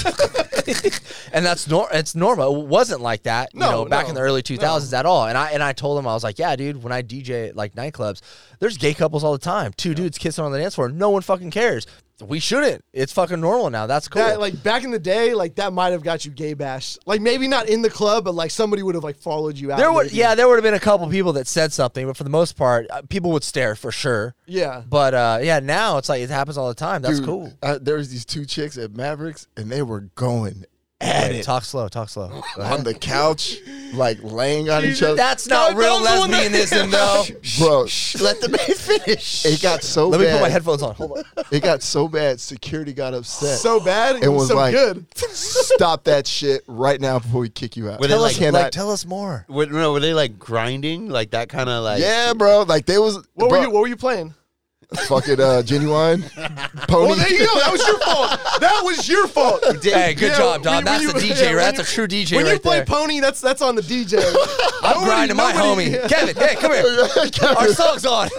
Speaker 1: and that's nor it's normal. It wasn't like that, you
Speaker 3: No,
Speaker 1: know, back in
Speaker 3: no,
Speaker 1: the early two thousands at all. And I and I told them I was like, "Yeah, dude, when I DJ at like nightclubs, there's gay couples all the time. Two dudes kissing on the dance floor. No one fucking cares." We shouldn't. It's fucking normal now. That's cool.
Speaker 3: That like back in the day, like that might have got you gay bashed. Like maybe not in the club, but like somebody would have like followed you out.
Speaker 1: There would
Speaker 3: maybe.
Speaker 1: yeah, there would have been a couple people that said something, but for the most part, uh, people would stare for sure.
Speaker 3: yeah.
Speaker 1: But uh, yeah, now it's like it happens all the time. That's
Speaker 2: Dude,
Speaker 1: cool.
Speaker 2: I, there was these two chicks at Mavericks, and they were going at
Speaker 1: Hey,
Speaker 2: it
Speaker 1: talk slow, talk slow.
Speaker 2: on the couch, like laying on each other.
Speaker 1: That's not
Speaker 3: No,
Speaker 1: real
Speaker 3: don't do
Speaker 1: lesbianism, though.
Speaker 2: Bro,
Speaker 4: Let the man finish.
Speaker 2: it got so
Speaker 1: Let me
Speaker 2: bad.
Speaker 1: put my headphones on. Hold on.
Speaker 2: It got so bad. Security got upset.
Speaker 3: So bad,
Speaker 2: it was
Speaker 3: so
Speaker 2: like,
Speaker 3: good.
Speaker 2: stop that shit right now before we kick you out.
Speaker 4: Were they Tell
Speaker 2: I
Speaker 4: us-
Speaker 2: cannot-
Speaker 1: Like, tell us more.
Speaker 4: Were, no, were they like grinding? Like that kind of like.
Speaker 2: yeah, bro. Like they was bro,
Speaker 3: What were you? What were you playing?
Speaker 2: fucking uh, genuine pony.
Speaker 3: Well, there you go. That was your fault. That was your fault.
Speaker 1: Hey, good
Speaker 3: Yeah,
Speaker 1: job, Don.
Speaker 3: when-
Speaker 1: That's
Speaker 3: when
Speaker 1: a
Speaker 3: you-
Speaker 1: DJ.
Speaker 3: yeah,
Speaker 1: right?
Speaker 3: when
Speaker 1: That's a true
Speaker 3: you-
Speaker 1: DJ
Speaker 3: when
Speaker 1: right
Speaker 3: you play
Speaker 1: there.
Speaker 3: pony, that's that's on the DJ.
Speaker 1: I'm grinding my
Speaker 3: nobody-
Speaker 1: homie, Kevin. Hey, come here. Our song's on.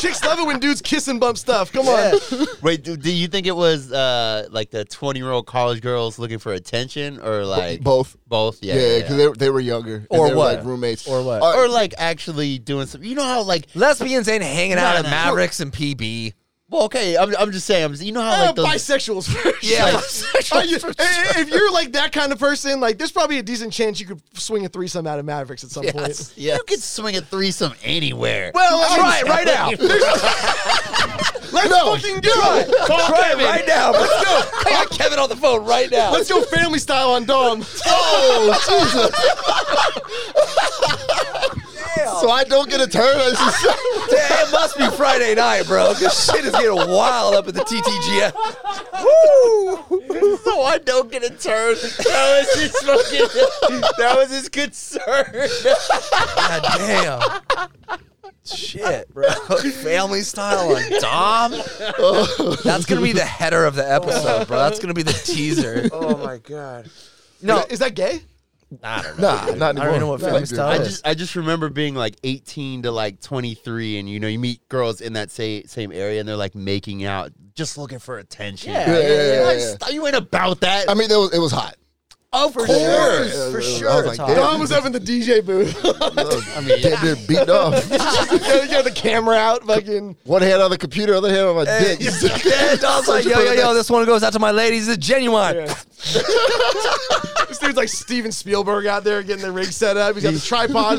Speaker 3: Chicks love it when dudes kiss and bump stuff. Come on.
Speaker 4: Wait, do, do you think it was uh, like the 20 year old college girls looking for attention or like.
Speaker 2: Both.
Speaker 4: Both, yeah.
Speaker 2: Yeah,
Speaker 4: yeah,
Speaker 2: because
Speaker 4: yeah.
Speaker 2: They, they were younger. and
Speaker 1: Or
Speaker 2: they were,
Speaker 1: what?
Speaker 2: like, roommates.
Speaker 1: Or what?
Speaker 2: Uh,
Speaker 4: Or like actually doing some. You know how like.
Speaker 1: Lesbians ain't hanging out
Speaker 4: Nah,
Speaker 1: at
Speaker 4: nah.
Speaker 1: Mavericks and PB.
Speaker 4: Well, okay, I'm, I'm just saying. I'm just, you know how
Speaker 3: Uh,
Speaker 4: like those.
Speaker 3: bisexuals first.
Speaker 1: Yeah,
Speaker 3: Like,
Speaker 1: bisexuals
Speaker 3: are you- i- i- if you're like that kind of person, like there's probably a decent chance you could swing a threesome out of Mavericks at some point.
Speaker 4: Yeah. You could swing a threesome anywhere.
Speaker 1: Well, let's try it right now.
Speaker 3: Let's fucking do it.
Speaker 1: Call Kevin right now. Let's go. I got Kevin on the phone right now.
Speaker 3: Let's go family style on Dom.
Speaker 2: Uh, so I don't get a turn. I just-
Speaker 1: Damn, it must be Friday night, bro. This shit is getting wild up at the TTGF. Woo! So I don't get a turn.
Speaker 4: That was his fucking. that was his concern.
Speaker 1: God damn. Shit, bro. Family style on Dom. That's gonna be the header of the episode, bro. That's gonna be the teaser.
Speaker 4: Oh my god.
Speaker 3: No, is that gay?
Speaker 4: I don't know.
Speaker 2: nah, not anymore.
Speaker 1: I don't know what
Speaker 2: Nah,
Speaker 1: family
Speaker 2: dude.
Speaker 1: style
Speaker 4: I
Speaker 1: is.
Speaker 4: just I just remember being like 18 to like 23, and you know you meet girls in that same same area, and they're like making out, just looking for attention.
Speaker 1: Yeah,
Speaker 2: yeah, yeah, yeah,
Speaker 4: Like,
Speaker 2: yeah.
Speaker 4: stop- you ain't about that.
Speaker 2: I mean, it was, it was hot.
Speaker 1: of course, for
Speaker 2: Yeah, I was
Speaker 1: sure.
Speaker 2: like,
Speaker 1: Tom.
Speaker 2: damn.
Speaker 3: Dom was up in the DJ booth.
Speaker 2: I mean, yeah. they're beat off.
Speaker 3: yeah, yeah, the camera out, fucking.
Speaker 2: One hand on the computer, other hand on my
Speaker 1: Hey,
Speaker 2: dick.
Speaker 1: yeah, Dom's like, yo, yo, yo, this one goes out to my ladies. It's genuine.
Speaker 3: This dude's like Steven Spielberg out there getting the rig set up. He's got the tripod,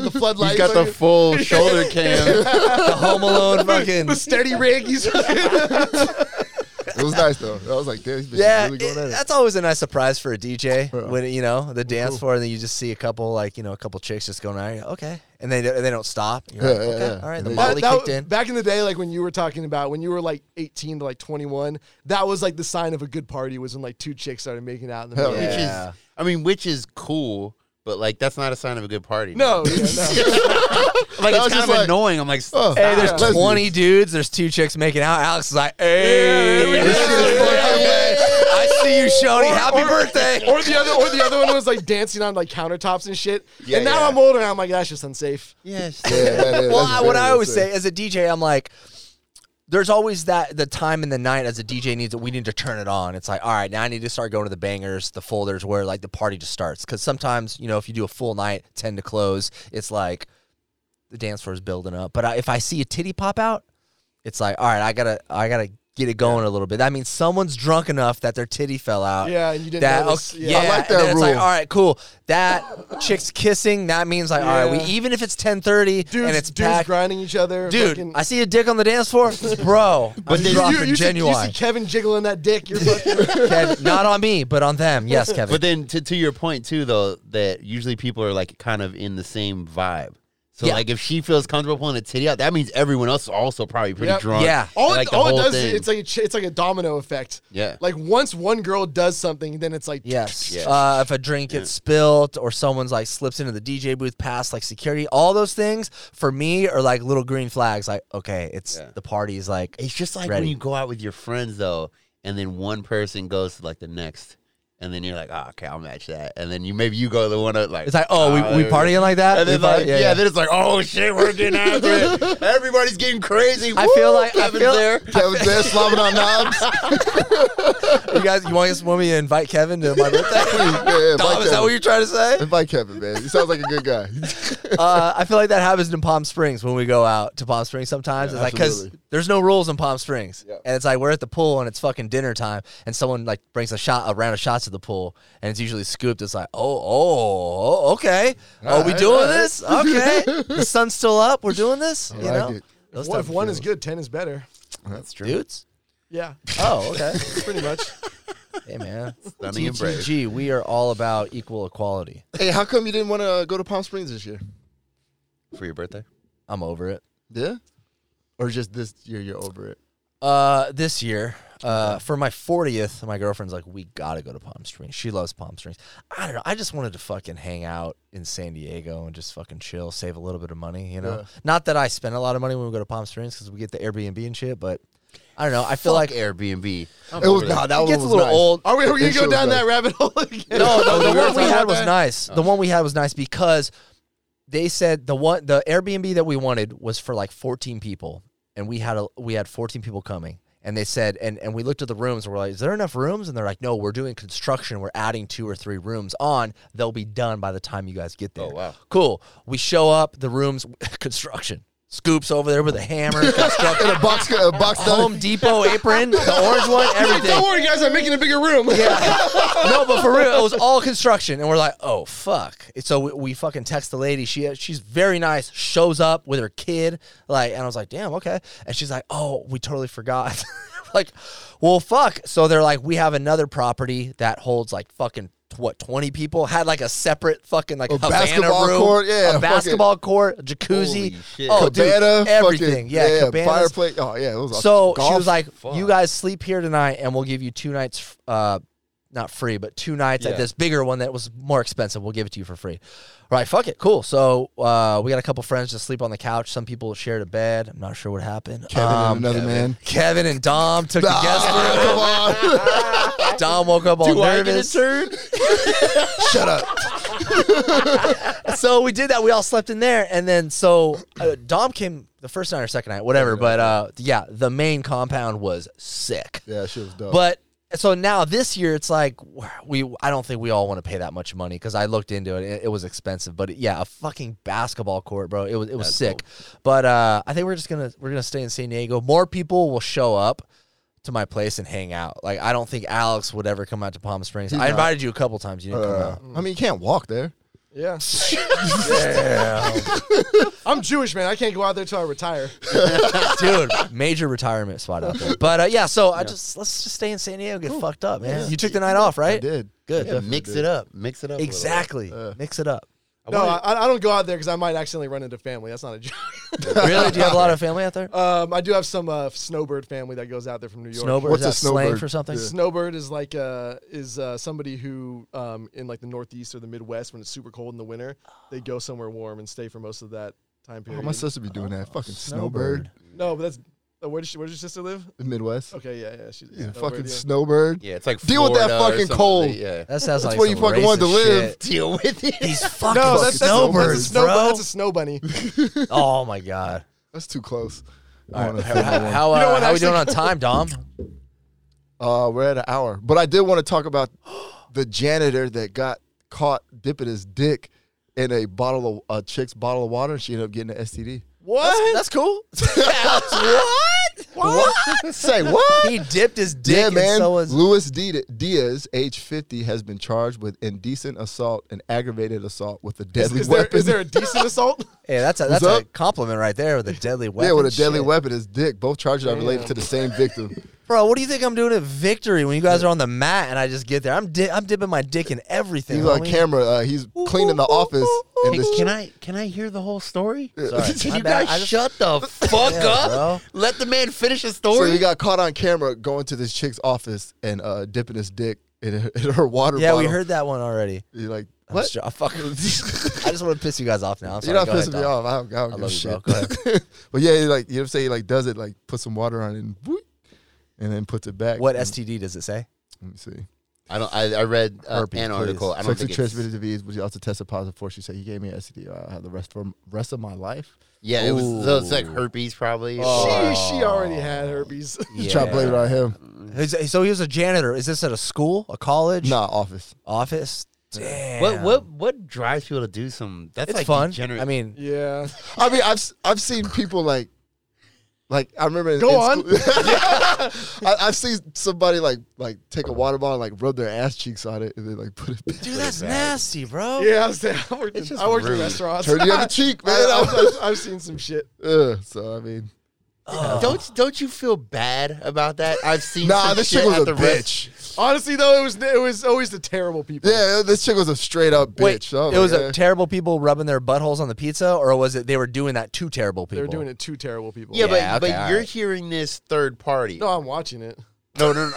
Speaker 3: the floodlights,
Speaker 2: He's got the
Speaker 3: fucking-
Speaker 2: full shoulder cam.
Speaker 1: The Home Alone fucking.
Speaker 3: the steady rig. He's
Speaker 2: It was nice though. I was like, damn, these bitches
Speaker 1: Yeah,
Speaker 2: really going
Speaker 1: it-
Speaker 2: at it.
Speaker 1: that's always a nice surprise for a DJ
Speaker 2: Yeah.
Speaker 1: when you know the dance floor, and then you just see a couple like you know a couple chicks just going out. Okay, and they they don't stop. You're like,
Speaker 2: Yeah, yeah,
Speaker 1: okay,
Speaker 2: yeah.
Speaker 1: all right. The
Speaker 2: And they-
Speaker 1: Molly
Speaker 3: That- that-
Speaker 1: kicked in.
Speaker 3: Back in the day, like when you were talking about when you were like 18 to like 21, that was like the sign of a good party was when like two chicks started making out in the
Speaker 2: Hell
Speaker 3: middle.
Speaker 4: which
Speaker 1: Yeah.
Speaker 4: is I mean, which is cool, but like that's not a sign of a good party.
Speaker 3: No, yeah, no.
Speaker 4: like
Speaker 2: That
Speaker 4: it's
Speaker 2: was
Speaker 4: kind
Speaker 2: just
Speaker 4: of
Speaker 2: like-
Speaker 4: annoying. I'm like,
Speaker 2: Oh,
Speaker 4: stop.
Speaker 1: Hey, there's
Speaker 2: yeah.
Speaker 1: 20 dudes. There's two chicks making out. Alex is like, hey,
Speaker 3: yeah,
Speaker 1: this
Speaker 3: yeah,
Speaker 1: is
Speaker 3: yeah,
Speaker 1: fucking
Speaker 3: yeah,
Speaker 1: way. I see you, Shoney. Happy
Speaker 3: or-
Speaker 1: birthday.
Speaker 3: or the other, or the other one was like dancing on like countertops and shit.
Speaker 4: Yeah,
Speaker 3: and now
Speaker 4: yeah.
Speaker 3: I'm older, and I'm like, that's just unsafe.
Speaker 4: yes.
Speaker 2: Yeah, that is-
Speaker 1: well,
Speaker 2: that's
Speaker 1: I, what
Speaker 2: very
Speaker 1: I always
Speaker 2: insane.
Speaker 1: say as a DJ, I'm like, there's always that the time in the night as a DJ needs that we need to turn it on. It's like, all right, now I need to start going to the bangers, the folders where like the party just starts. Because sometimes you know if you do a full night, ten to close, it's like the dance floor is building up. But I, if I see a titty pop out, it's like, all right, I gotta, I gotta get it going a little bit. That means someone's drunk enough that their titty fell out.
Speaker 3: Yeah, and you didn't
Speaker 1: That
Speaker 3: notice.
Speaker 1: okay,
Speaker 3: Yeah.
Speaker 1: yeah,
Speaker 2: I like
Speaker 1: and
Speaker 2: that
Speaker 1: then It's like,
Speaker 2: rule.
Speaker 1: all right, cool. That chick's kissing. That means like, all right,
Speaker 3: Yeah.
Speaker 1: we even if it's ten thirty
Speaker 3: Dudes,
Speaker 1: and it's
Speaker 3: dudes
Speaker 1: packed.
Speaker 3: grinding each other.
Speaker 1: Dude,
Speaker 3: fucking-
Speaker 1: I see a dick on the dance floor, bro. But I'm
Speaker 4: then- You-
Speaker 1: dropping
Speaker 3: you, you, see, you
Speaker 1: genuine.
Speaker 3: see Kevin jiggling that dick. You're fucking.
Speaker 1: Kev- not on me, but on them. Yes, Kevin.
Speaker 4: But then to, to your point too, though, that usually people are like kind of in the same vibe. So
Speaker 1: Yeah.
Speaker 4: like, if she feels comfortable pulling a titty out, that means everyone else is also probably pretty
Speaker 3: Yep.
Speaker 4: drunk.
Speaker 1: Yeah.
Speaker 3: All,
Speaker 4: like
Speaker 3: it,
Speaker 4: the
Speaker 3: all it
Speaker 4: whole
Speaker 3: does
Speaker 4: thing.
Speaker 3: is it's like a, ch- it's like a domino effect.
Speaker 4: Yeah.
Speaker 3: Like once one girl does something, then it's like
Speaker 1: Yes.
Speaker 4: Yeah.
Speaker 1: Uh, if a drink gets spilt or someone's like slips into the DJ booth past like security, all those things for me are like little green flags. Like, okay, it's
Speaker 4: Yeah.
Speaker 1: the party's like,
Speaker 4: It's just like
Speaker 1: Ready.
Speaker 4: when you go out with your friends though, and then one person goes to like the next, and then you're like, oh, okay, I'll match that, and then you maybe you go to the one that like
Speaker 1: it's like, oh, we, we
Speaker 4: uh,
Speaker 1: partying like that.
Speaker 4: and
Speaker 1: We
Speaker 4: then
Speaker 1: party-
Speaker 4: like yeah, then it's like oh shit, we're getting after it. Everybody's getting crazy.
Speaker 1: I feel
Speaker 4: Woo,
Speaker 1: like- I
Speaker 4: Kevin's
Speaker 1: feel-
Speaker 4: there.
Speaker 2: Kevin's there slobbing on knobs.
Speaker 1: you guys, you want us- want me to invite Kevin to my birthday?
Speaker 2: Please, yeah, yeah,
Speaker 1: Dom,
Speaker 2: invite
Speaker 1: is that what
Speaker 2: Kevin.
Speaker 1: you're trying to say?
Speaker 2: Invite Kevin, man. He sounds like a good guy.
Speaker 1: uh, I feel like that happens in Palm Springs when we go out to Palm Springs sometimes. it's like because
Speaker 2: absolutely.
Speaker 1: there's no rules in Palm Springs, and it's like we're at the pool and it's fucking dinner time, and someone like brings a shot, a round of shots to the pool, and it's usually scooped. It's like, oh, oh, oh okay, are we
Speaker 2: right,
Speaker 1: doing
Speaker 2: all right.
Speaker 1: this? Okay, the sun's still up. We're doing this. you
Speaker 2: like
Speaker 1: know,
Speaker 2: it.
Speaker 1: Those
Speaker 3: Well,
Speaker 1: type
Speaker 3: if
Speaker 1: of
Speaker 3: one is
Speaker 1: feelings.
Speaker 3: good, ten is better.
Speaker 2: That's true.
Speaker 1: dudes.
Speaker 3: Yeah,
Speaker 1: Oh, okay.
Speaker 3: pretty much.
Speaker 1: hey, man.
Speaker 4: Stunning and brave.
Speaker 1: TTG, we are all about equal equality.
Speaker 2: Hey, how come you didn't want to go to Palm Springs this year?
Speaker 4: for your birthday.
Speaker 1: I'm over it.
Speaker 2: Yeah? Or just this year you're over it?
Speaker 1: Uh, this year, uh, for my 40th, my girlfriend's like, we gotta go to Palm Springs. She loves Palm Springs. I don't know. I just wanted to fucking hang out in San Diego and just fucking chill, save a little bit of money. You know, not that I spend a lot of money when we go to Palm Springs because we get the Airbnb and shit. But I don't know. I feel like
Speaker 4: Fuck Airbnb.
Speaker 2: It was nah, that
Speaker 1: it
Speaker 2: one
Speaker 1: gets
Speaker 2: was
Speaker 1: a little
Speaker 2: nice.
Speaker 1: old.
Speaker 3: Are we, are we
Speaker 2: It
Speaker 3: gonna go
Speaker 2: shows
Speaker 3: down
Speaker 2: that.
Speaker 3: that rabbit hole again?
Speaker 1: No,
Speaker 2: Oh,
Speaker 1: no,
Speaker 2: we
Speaker 1: the
Speaker 2: were
Speaker 1: one we
Speaker 2: talking
Speaker 1: had
Speaker 2: about
Speaker 1: was
Speaker 2: that?
Speaker 1: nice. The one we had was nice because they said the one the Airbnb that we wanted was for like 14 people, and we had a we had 14 people coming. And they said, and, and we looked at the rooms. And we're like, is there enough rooms? And they're like, no, we're doing construction. We're adding two or three rooms on. They'll be done by the time you guys get there.
Speaker 4: Oh, wow.
Speaker 1: Cool. We show up. The rooms construction. Scoops over there with a hammer. Construction.
Speaker 2: A box, a box
Speaker 1: Home
Speaker 2: done.
Speaker 1: Depot apron, the orange one, everything.
Speaker 3: Don't worry, guys. I'm making a bigger room.
Speaker 1: no, but for real, it was all construction, and we're like, oh fuck. So we, we fucking text the lady. She she's very nice. Shows up with her kid, like, and I was like, damn, okay. And she's like, oh, we totally forgot. like, well, fuck. So they're like, we have another property that holds like fucking. tw- What twenty people had like a separate fucking like
Speaker 2: A
Speaker 1: Havana
Speaker 2: basketball
Speaker 1: room,
Speaker 2: court, yeah,
Speaker 1: a
Speaker 2: fucking-
Speaker 1: basketball court, a jacuzzi,
Speaker 4: Holy shit.
Speaker 1: oh dude,
Speaker 2: Cabana,
Speaker 1: everything,
Speaker 2: fucking,
Speaker 1: yeah, cabanas.
Speaker 2: fireplace. Oh yeah, it was
Speaker 1: So
Speaker 2: awesome.
Speaker 1: she was
Speaker 2: Golf.
Speaker 1: like, "You guys sleep here tonight, and we'll give you two nights, f- uh, not free, but two nights at
Speaker 4: Yeah.
Speaker 1: this bigger one that was more expensive. We'll give it to you for free." All right, fuck it, cool. So uh, we got a couple friends to sleep on the couch. Some people shared a bed. I'm not sure what happened.
Speaker 2: Kevin
Speaker 1: Um,
Speaker 2: and another man.
Speaker 1: Kevin and Dom took the guest
Speaker 2: Ah, come on.
Speaker 1: room. Dom woke up all nervous.
Speaker 2: Shut up.
Speaker 1: so we did that. We all slept in there, and then so uh, Dom came the first night or second night, whatever. But uh, yeah, the main compound was sick.
Speaker 2: Yeah, shit was dope.
Speaker 1: But so now this year, it's like we. I don't think we all want to pay that much money because I looked into it, it. It was expensive, but yeah, a fucking basketball court, bro. It was it was sick. But uh, I think we're just gonna we're gonna stay in San Diego. More people will show up to my place and hang out. Like I don't think Alex would ever come out to Palm Springs. I invited you a couple times. You didn't come
Speaker 2: Uh,
Speaker 1: out.
Speaker 2: I mean, you can't walk there.
Speaker 3: Yeah. I'm Jewish, man. I can't go out there till I retire.
Speaker 1: dude major retirement spot out there but uh, yeah so i just let's just stay in san diego get fucked up man you took the night off right
Speaker 2: I did.
Speaker 1: good
Speaker 4: Yeah, mix it up. Mix it up. a little.
Speaker 1: exactly mix it up
Speaker 3: No, I, I don't go out there because I might accidentally run into family. That's not a joke.
Speaker 1: really do you have a lot of family out there
Speaker 3: Um, I do have some uh, snowbird family that goes out there from New York.
Speaker 1: snowbird
Speaker 2: What's
Speaker 1: is that
Speaker 2: a
Speaker 1: slang
Speaker 2: snowbird?
Speaker 1: for something
Speaker 3: Snowbird is like uh, is uh, somebody who um, in like the Northeast or the Midwest when it's super cold in the winter, they go somewhere warm and stay for most of that
Speaker 1: Oh,
Speaker 3: time
Speaker 2: How
Speaker 3: period.
Speaker 2: am I supposed to be doing that? Fucking snowbird.
Speaker 3: no, but that's uh, where does she, where does your sister live?
Speaker 2: The Midwest.
Speaker 3: Okay, yeah, yeah, she's
Speaker 2: Yeah,
Speaker 3: Snowbird,
Speaker 2: fucking
Speaker 3: yeah.
Speaker 2: snowbird.
Speaker 4: Yeah, it's like
Speaker 2: Deal with that
Speaker 4: Florida or
Speaker 2: fucking
Speaker 4: something.
Speaker 2: cold.
Speaker 4: Yeah.
Speaker 1: that sounds like
Speaker 2: where you
Speaker 1: some
Speaker 2: fucking wanted to
Speaker 1: racist
Speaker 2: live.
Speaker 1: shit.
Speaker 4: Deal with it.
Speaker 1: These fucking
Speaker 3: No, that's, that's, that's a
Speaker 1: snowbirds,
Speaker 3: snow,
Speaker 1: bro.
Speaker 3: that's a snow bunny.
Speaker 1: oh my god!
Speaker 2: That's too close. I
Speaker 1: All right.
Speaker 2: don't wanna
Speaker 1: How,
Speaker 2: offend
Speaker 1: how, uh,
Speaker 3: You know what,
Speaker 1: how we doing on
Speaker 3: actually-
Speaker 1: time, Dom?
Speaker 2: Uh, we're at an hour, but I did want to talk about the janitor that got caught dipping his dick in a bottle of a chick's bottle of water. She ended up getting an STD.
Speaker 1: What? That's, that's cool. what? What?
Speaker 2: Say what?
Speaker 1: He dipped his dick
Speaker 2: yeah,
Speaker 1: in
Speaker 2: man.
Speaker 1: someone's
Speaker 2: Luis D- Diaz, age fifty, has been charged with indecent assault and aggravated assault with a deadly
Speaker 3: Is there,
Speaker 2: weapon.
Speaker 3: is there a decent assault?
Speaker 1: Hey, that's a, that's
Speaker 2: What's
Speaker 1: a
Speaker 2: up?
Speaker 1: compliment right there with a deadly weapon.
Speaker 2: yeah, with a deadly
Speaker 1: Shit.
Speaker 2: weapon. His dick. Both charges are related to the same victim.
Speaker 1: Bro, what do you think I'm doing at Victory when you guys are on the mat and I just get there? I'm di- I'm dipping my dick in everything.
Speaker 2: He's on
Speaker 1: homie.
Speaker 2: camera. Uh, he's cleaning the office. And this
Speaker 4: Can I can I hear the whole story?
Speaker 2: Sorry.
Speaker 4: Can
Speaker 2: My
Speaker 4: you
Speaker 1: bad.
Speaker 4: guys
Speaker 1: I just-
Speaker 4: shut the fuck
Speaker 1: Yeah,
Speaker 4: up?
Speaker 1: bro.
Speaker 4: Let the man finish his
Speaker 2: so
Speaker 4: story.
Speaker 2: he got caught on camera going to this chick's office and uh, dipping his dick in, her- in her water
Speaker 1: Yeah,
Speaker 2: bottle.
Speaker 1: we heard that one already.
Speaker 2: You're like,
Speaker 1: I'm
Speaker 2: what?
Speaker 1: just- I fucking. I just want to piss you guys off now. I'm
Speaker 2: You're
Speaker 1: sorry.
Speaker 2: not
Speaker 1: Go
Speaker 2: pissing
Speaker 1: ahead,
Speaker 2: me
Speaker 1: Dom.
Speaker 2: off. I don't, I don't
Speaker 1: I
Speaker 2: give a
Speaker 1: love you,
Speaker 2: shit.
Speaker 1: bro. Go
Speaker 2: but yeah, he like you know what I'm saying? He like does it like put some water on it and boop, and then puts it back.
Speaker 1: What
Speaker 2: And-
Speaker 1: STD does it say?
Speaker 2: Let me see.
Speaker 4: I don't. I, I read uh,
Speaker 1: Herpes,
Speaker 4: an
Speaker 1: please.
Speaker 4: article. I don't
Speaker 2: Sexually
Speaker 4: think it's,
Speaker 2: transmitted disease, but she also tested positive for. She said he gave me an STD. I had the rest for rest of my life.
Speaker 4: Yeah, it was,
Speaker 1: Ooh.
Speaker 4: so it's like herpes probably.
Speaker 3: Oh, She, she
Speaker 4: Oh.
Speaker 3: already had herpes.
Speaker 2: Just try to blame it on him.
Speaker 1: He's- so he was a janitor. Is this at a school, a college,
Speaker 2: Nah, office.
Speaker 1: office? Damn.
Speaker 4: What what what drives people to do some? That's
Speaker 1: It's
Speaker 4: like
Speaker 1: fun.
Speaker 4: degenerate-
Speaker 1: I mean,
Speaker 3: yeah.
Speaker 2: I mean, I've s- I've seen people like, like I remember. In,
Speaker 3: Go
Speaker 2: in
Speaker 3: on.
Speaker 2: school- I, I've seen somebody like like take a water bottle, and, like rub their ass cheeks on it, and then like put it. Back.
Speaker 1: dude, that's nasty, bro.
Speaker 3: Yeah, I, was there. I worked,
Speaker 4: It's
Speaker 3: in,
Speaker 4: just
Speaker 3: I worked in
Speaker 4: rude.
Speaker 3: restaurants.
Speaker 2: Turn the other cheek, man.
Speaker 3: I,
Speaker 2: I was-
Speaker 3: have I've seen some shit.
Speaker 2: Ugh, so I mean,
Speaker 4: don't don't you feel bad about that? I've seen.
Speaker 2: nah,
Speaker 4: some
Speaker 2: this
Speaker 4: shit
Speaker 2: chick was
Speaker 4: at
Speaker 2: a
Speaker 4: the
Speaker 2: bitch.
Speaker 4: rest-
Speaker 3: Honestly, though, it was it was always the terrible people.
Speaker 2: Yeah, this chick was a straight up bitch.
Speaker 1: Wait,
Speaker 2: So I
Speaker 1: it was
Speaker 2: like,
Speaker 1: a
Speaker 2: eh.
Speaker 1: terrible people rubbing their buttholes on the pizza, or was it they were doing that to terrible people?
Speaker 3: they were doing it to terrible people.
Speaker 4: Yeah,
Speaker 1: Yeah,
Speaker 4: but
Speaker 1: okay,
Speaker 4: but
Speaker 1: all
Speaker 4: you're
Speaker 1: right.
Speaker 4: hearing this third party.
Speaker 3: no, I'm watching it.
Speaker 4: no, no, no.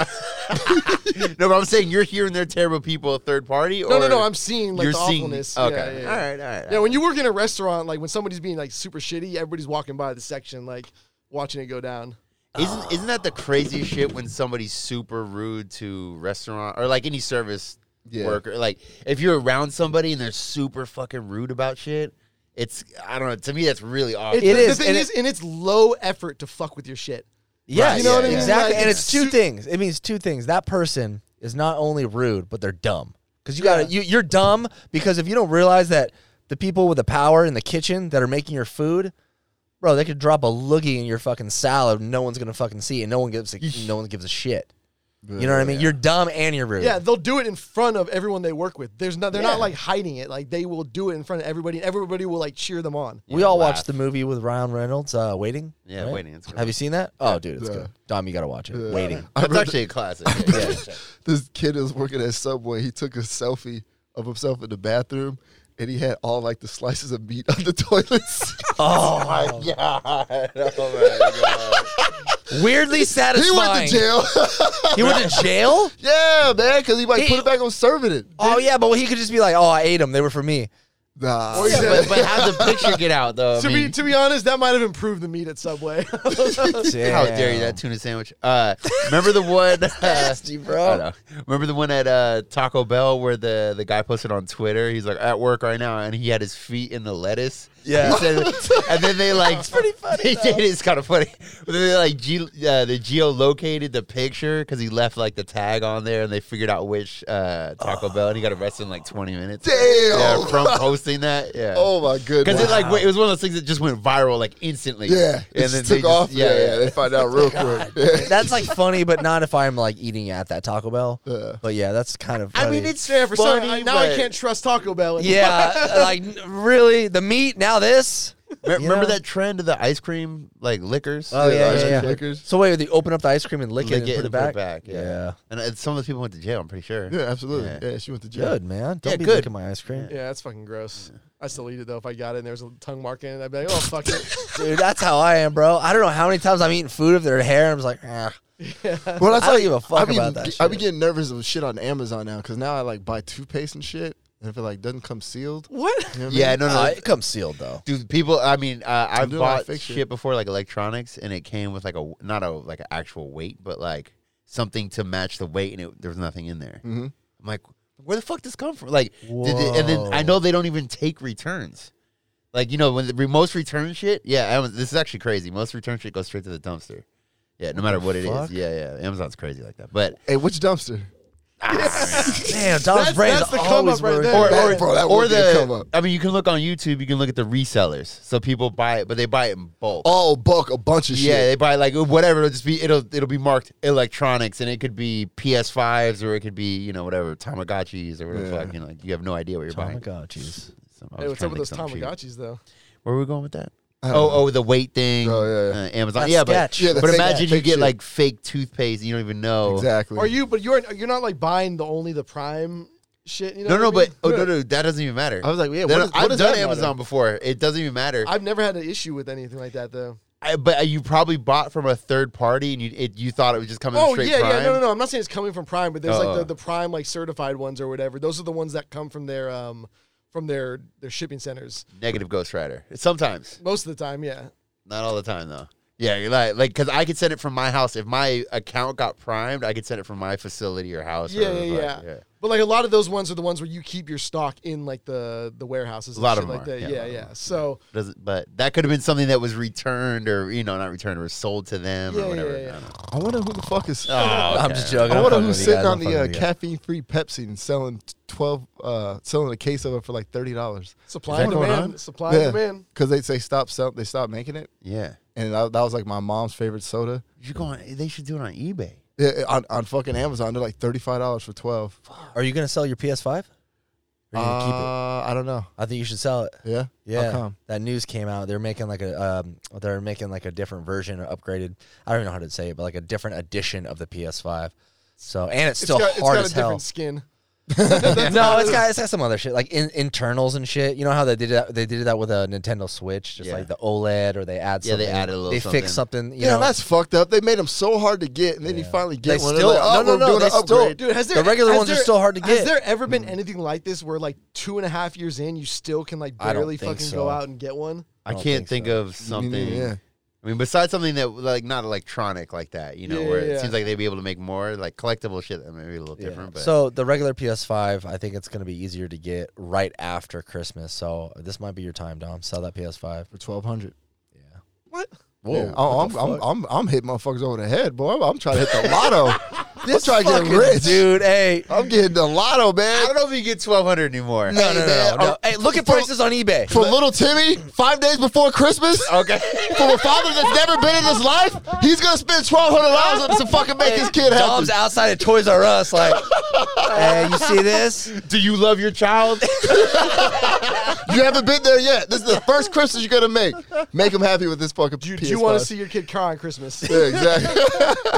Speaker 4: no, but I'm saying you're hearing they're terrible people a third party. Or
Speaker 3: No, no, no. I'm seeing like
Speaker 4: you're
Speaker 3: the
Speaker 4: seeing.
Speaker 3: awfulness.
Speaker 4: Okay,
Speaker 3: Yeah, yeah, yeah.
Speaker 4: all right, all right.
Speaker 3: Yeah, when you work in a restaurant, like when somebody's being like super shitty, everybody's walking by the section, like watching it go down.
Speaker 2: Oh.
Speaker 4: Isn't isn't that the craziest shit when somebody's super rude to restaurant or like any service
Speaker 2: Yeah.
Speaker 4: worker? Like if you're around somebody and they're super fucking rude about shit, it's I don't know. To me, that's really awkward.
Speaker 3: the,
Speaker 1: is,
Speaker 3: The thing
Speaker 1: and it-
Speaker 3: is, and it's low effort to fuck with your shit.
Speaker 1: Yeah,
Speaker 4: Right, you know what I mean?
Speaker 1: Exactly.
Speaker 3: Like,
Speaker 1: and
Speaker 3: it's
Speaker 1: it's two
Speaker 3: su-
Speaker 1: things. It means two things. That person is not only rude, but they're dumb. Because you got to you you're dumb because if you don't realize that the people with the power in the kitchen that are making your food, bro, they could drop a loogie in your fucking salad. and No one's gonna fucking see, it, and no one gives a, no one gives a shit. You know what I mean? You're dumb and you're rude.
Speaker 3: Yeah, they'll do it in front of everyone they work with. There's not, they're not like hiding it. Like they will do it in front of everybody, and everybody will like cheer them on.
Speaker 1: We all
Speaker 4: laugh.
Speaker 1: watched the movie with Ryan Reynolds, uh, Waiting.
Speaker 4: Yeah, Waiting, it's good.
Speaker 1: Have you seen that? Oh, dude, it's
Speaker 2: Yeah.
Speaker 1: good. Dom, you gotta watch it. Waiting.
Speaker 4: That's actually a classic. Yeah, yeah, yeah.
Speaker 2: this kid is working at Subway. He took a selfie of himself in the bathroom, and he had all like the slices of meat on the toilets.
Speaker 1: Oh,
Speaker 4: oh
Speaker 1: weirdly
Speaker 2: he went
Speaker 1: satisfying.
Speaker 2: to jail.
Speaker 1: He went to jail.
Speaker 2: yeah, man, because he like
Speaker 1: He-
Speaker 2: put it back on serving it.
Speaker 1: Oh yeah, but he could just be like, "Oh, I ate them. They were for me."
Speaker 2: Nah,
Speaker 3: Or he said-
Speaker 4: Oh, but, but how the picture get out though? I
Speaker 3: to be
Speaker 4: mean,
Speaker 3: to be honest, that might have improved the meat at Subway.
Speaker 4: how dare you? That tuna sandwich. Uh, remember the one? uh,
Speaker 1: nasty,
Speaker 4: I
Speaker 1: bro.
Speaker 4: know. Remember the one at uh, Taco Bell where the, the guy posted on Twitter? He's like at work right now, and he had his feet in the lettuce.
Speaker 1: Yeah.
Speaker 4: He said- and then they like it's pretty funny. it is kind of funny. But then they like ge- uh, they geolocated the picture because he left like the tag on there, and they figured out which uh, Taco Bell, and he got arrested in like twenty minutes.
Speaker 2: Damn.
Speaker 4: Yeah, from posting that. Yeah.
Speaker 2: oh my goodness.
Speaker 4: Because it like went- it was one of those things that just went viral like instantly.
Speaker 2: yeah, it
Speaker 4: and
Speaker 2: just
Speaker 4: then they
Speaker 2: took off. yeah, yeah,
Speaker 4: yeah.
Speaker 2: they find out real quick. Yeah.
Speaker 1: That's like funny, but not if I'm like eating at that Taco Bell. But yeah, that's kind of. Funny.
Speaker 4: I mean, it's
Speaker 3: yeah, for some,
Speaker 4: funny,
Speaker 3: I- now I
Speaker 4: but-
Speaker 3: can't trust Taco Bell. anymore.
Speaker 1: yeah, like really the meat now this.
Speaker 4: Me-
Speaker 1: You
Speaker 4: Remember
Speaker 1: know?
Speaker 4: that trend of the ice cream like liquors?
Speaker 1: Oh yeah,
Speaker 2: ice
Speaker 1: yeah,
Speaker 2: cream
Speaker 1: yeah.
Speaker 2: shakers.
Speaker 1: So wait, they open up the ice cream and lick,
Speaker 4: Lick
Speaker 1: it, and put it back.
Speaker 4: yeah. And, and some of those people went to jail. I'm pretty sure.
Speaker 2: Yeah, absolutely. Yeah.
Speaker 4: Yeah.
Speaker 2: she went to jail.
Speaker 1: Good man. Don't
Speaker 4: Yeah,
Speaker 1: be
Speaker 4: good.
Speaker 1: licking my ice cream,
Speaker 3: Yeah, that's fucking gross. I still eat it though. If I got it and there was a tongue mark in it, I'd be like, oh fuck it.
Speaker 1: dude. That's how I am, bro. I don't know how many times I'm eating food of their hair. and I'm just like, ah.
Speaker 2: Well,
Speaker 1: I don't
Speaker 2: that's like-
Speaker 1: give a fuck
Speaker 2: I be,
Speaker 1: about that
Speaker 2: I be
Speaker 1: shit.
Speaker 2: getting nervous of shit on Amazon now because now I like buy toothpaste and shit, and if it like doesn't come sealed,
Speaker 3: What?
Speaker 2: you know what I mean?
Speaker 4: Yeah, no, no.
Speaker 1: Uh, it comes sealed though.
Speaker 4: Dude, people. I mean, uh, I've
Speaker 2: doing a lot of
Speaker 4: bought
Speaker 2: fake
Speaker 4: shit,
Speaker 2: shit.
Speaker 4: before, like electronics, and it came with like a not a like an actual weight, but like something to match the weight, and it, there was nothing in there. Mm-hmm. I'm like, where the fuck does this come from? Like, did they, and then I know they don't even take returns. Like you know when the re- most return shit, yeah. Amazon, this is actually crazy. Most return shit goes straight to the dumpster. Yeah, no matter what it is. Yeah, yeah. Amazon's crazy like that. But
Speaker 2: Hey, which dumpster?
Speaker 1: Damn, Dom's brain's
Speaker 3: that's the come
Speaker 1: always
Speaker 3: up right
Speaker 1: working.
Speaker 3: there.
Speaker 4: or,
Speaker 2: That-
Speaker 4: or,
Speaker 2: bro, that
Speaker 4: or
Speaker 2: would be a
Speaker 4: the
Speaker 2: come up.
Speaker 4: I mean, you can look on YouTube. You can look at the resellers. So people buy it, but they buy it in bulk.
Speaker 2: All bulk, a bunch of
Speaker 4: yeah,
Speaker 2: shit.
Speaker 4: they buy like whatever. It'll just be it'll it'll be marked electronics, and it could be PS5s or it could be you know whatever Tamagotchis or whatever. the Fuck, you know, like, you have no idea what you're
Speaker 1: Oh my
Speaker 4: buying.
Speaker 1: god, jeez.
Speaker 4: So I
Speaker 3: Hey,
Speaker 4: was trying
Speaker 3: what's up with
Speaker 4: to
Speaker 3: those
Speaker 4: think something cheap.
Speaker 3: Tamagotchis though?
Speaker 4: Where are we going with that? Oh, oh, the weight thing.
Speaker 2: Oh, yeah, yeah.
Speaker 4: Uh, Amazon.
Speaker 1: That's
Speaker 4: yeah,
Speaker 1: sketch.
Speaker 4: but,
Speaker 2: Yeah, that's
Speaker 4: but
Speaker 2: fake
Speaker 4: imagine you
Speaker 2: fake
Speaker 4: get
Speaker 2: shit.
Speaker 4: like fake toothpaste and you don't even know.
Speaker 2: Exactly.
Speaker 3: Are you? But you're you're not like buying the only the prime shit. You know
Speaker 4: No, no,
Speaker 3: what I
Speaker 4: but
Speaker 3: mean?
Speaker 4: oh, no, no, that doesn't even matter.
Speaker 2: I was like, yeah,
Speaker 4: That-
Speaker 2: what is- what
Speaker 4: I've
Speaker 2: does
Speaker 4: done
Speaker 2: that matter?
Speaker 4: Amazon before. It doesn't even matter.
Speaker 3: I've never had an issue with anything like that though.
Speaker 4: I, but uh, you probably bought from a third party and you it, you thought it was just coming
Speaker 3: Oh
Speaker 4: straight
Speaker 3: yeah,
Speaker 4: prime.
Speaker 3: yeah, no, no, no. I'm not saying it's coming from Prime, but there's like
Speaker 4: Uh.
Speaker 1: Uh-uh.
Speaker 3: the, the Prime like certified ones or whatever. Those are the ones that come from their um from their their shipping centers
Speaker 4: Negative Ghost Rider. Sometimes,
Speaker 3: most of the time. Yeah,
Speaker 4: not all the time though. Yeah, you're like like because I could send it from my house if my account got primed. I could send it from my facility or house. or
Speaker 3: yeah, yeah,
Speaker 4: whatever,
Speaker 3: yeah,
Speaker 4: but, yeah.
Speaker 3: But like a lot of those ones are the ones where you keep your stock in like the the warehouses. And
Speaker 4: A lot
Speaker 3: shit
Speaker 4: of them
Speaker 3: like
Speaker 4: are.
Speaker 3: that.
Speaker 4: Yeah, a
Speaker 3: Yeah, yeah.
Speaker 4: lot of them
Speaker 3: So
Speaker 4: Doesn't, but that could have been something that was returned or you know not returned or sold to them
Speaker 3: Yeah,
Speaker 4: or
Speaker 3: yeah,
Speaker 4: whatever.
Speaker 3: yeah, yeah.
Speaker 4: I don't know.
Speaker 2: I wonder who the fuck is.
Speaker 1: I'm just joking.
Speaker 2: I
Speaker 1: Ah, I'm
Speaker 2: wonder
Speaker 1: fucking
Speaker 2: who's
Speaker 1: with you
Speaker 2: sitting
Speaker 1: guys.
Speaker 2: on
Speaker 1: I'm
Speaker 2: the
Speaker 1: fucking
Speaker 2: uh,
Speaker 1: with you guys.
Speaker 2: caffeine-free Pepsi and selling t- twelve, uh, selling a case of it for like thirty dollars.
Speaker 3: supply and
Speaker 2: that going
Speaker 3: demand,
Speaker 2: on?
Speaker 3: supply and demand.
Speaker 2: Because they they stopped sell, they stopped making it,
Speaker 4: yeah.
Speaker 2: and that, that was like my mom's favorite soda.
Speaker 4: You go on. They should do it on eBay.
Speaker 2: Yeah, it- on, on fucking Amazon, they're like thirty five dollars for twelve.
Speaker 1: Are you gonna sell your PS5? Or you gonna keep it?
Speaker 2: Uh, I don't know.
Speaker 1: I think you should sell it.
Speaker 2: Yeah,
Speaker 1: Yeah,
Speaker 2: How come?
Speaker 1: that news came out. They're making like a um, they're making like a different version or upgraded. I don't even know how to say it, but like a different edition of the PS5. So and it's still
Speaker 3: it's got,
Speaker 1: hard
Speaker 3: it's got
Speaker 1: as
Speaker 3: a
Speaker 1: hell.
Speaker 3: different skin.
Speaker 1: no, it's got it's got some other shit like in, internals and shit. You know how they did that? They did that with a Nintendo Switch, just
Speaker 4: Yeah.
Speaker 1: like the OLED, or they add
Speaker 4: Yeah,
Speaker 1: something.
Speaker 4: they added a little
Speaker 1: They fix something. You
Speaker 2: yeah,
Speaker 1: know,
Speaker 2: that's fucked up. They made them so hard to get, and then you
Speaker 1: Yeah.
Speaker 2: finally
Speaker 1: They
Speaker 2: get one.
Speaker 1: still-
Speaker 2: They're like, oh,
Speaker 1: no, no,
Speaker 2: we're
Speaker 1: no,
Speaker 2: doing
Speaker 1: they
Speaker 2: an
Speaker 1: still-
Speaker 2: upgrade.
Speaker 3: Dude, has there
Speaker 1: The regular
Speaker 3: has
Speaker 1: ones are
Speaker 3: there-
Speaker 1: still hard to
Speaker 3: Has
Speaker 1: get. Hmm.
Speaker 3: there ever been anything like this where like two and a half years in, you still can like
Speaker 1: I don't
Speaker 3: barely
Speaker 1: think
Speaker 3: fucking
Speaker 1: so.
Speaker 3: go out and get one?
Speaker 4: I,
Speaker 1: don't
Speaker 4: can't
Speaker 1: think
Speaker 4: think, of something.
Speaker 2: yeah.
Speaker 4: I mean, besides something that like not electronic like that, you know,
Speaker 3: Yeah,
Speaker 4: where
Speaker 3: yeah,
Speaker 4: it
Speaker 3: yeah.
Speaker 4: seems like they'd be able to make more like collectible shit that may be a little
Speaker 1: Yeah.
Speaker 4: different. But
Speaker 1: So the regular PS5, I think it's going to be easier to get right after Christmas. So this might be your time, Dom. Sell that PS5.
Speaker 2: for twelve hundred.
Speaker 3: What?
Speaker 2: Whoa! I'm, I'm, I'm, I'm hitting motherfuckers over the head, boy. I'm, I'm trying to hit the lotto. I'm trying to get rich,
Speaker 1: dude. Hey,
Speaker 2: I'm getting the lotto, man.
Speaker 4: I don't know if you get twelve hundred anymore.
Speaker 1: no, no, no, no,
Speaker 2: man,
Speaker 1: no.
Speaker 2: oh,
Speaker 1: Hey, look at
Speaker 2: for-
Speaker 1: prices on eBay.
Speaker 2: For little Timmy, five days before Christmas,
Speaker 4: Okay.
Speaker 2: from a father that's never been in his life, he's gonna spend twelve hundred dollars to fucking make his kid happy.
Speaker 1: Dom's outside of Toys R Us, like, hey, you see this?
Speaker 4: Do you love your child?
Speaker 2: You haven't been there yet. This is the first Christmas you're gonna make. Make him happy with this fucking.
Speaker 3: Do you,
Speaker 2: PS5.
Speaker 3: do you want to see your kid cry on Christmas?
Speaker 2: Yeah, exactly.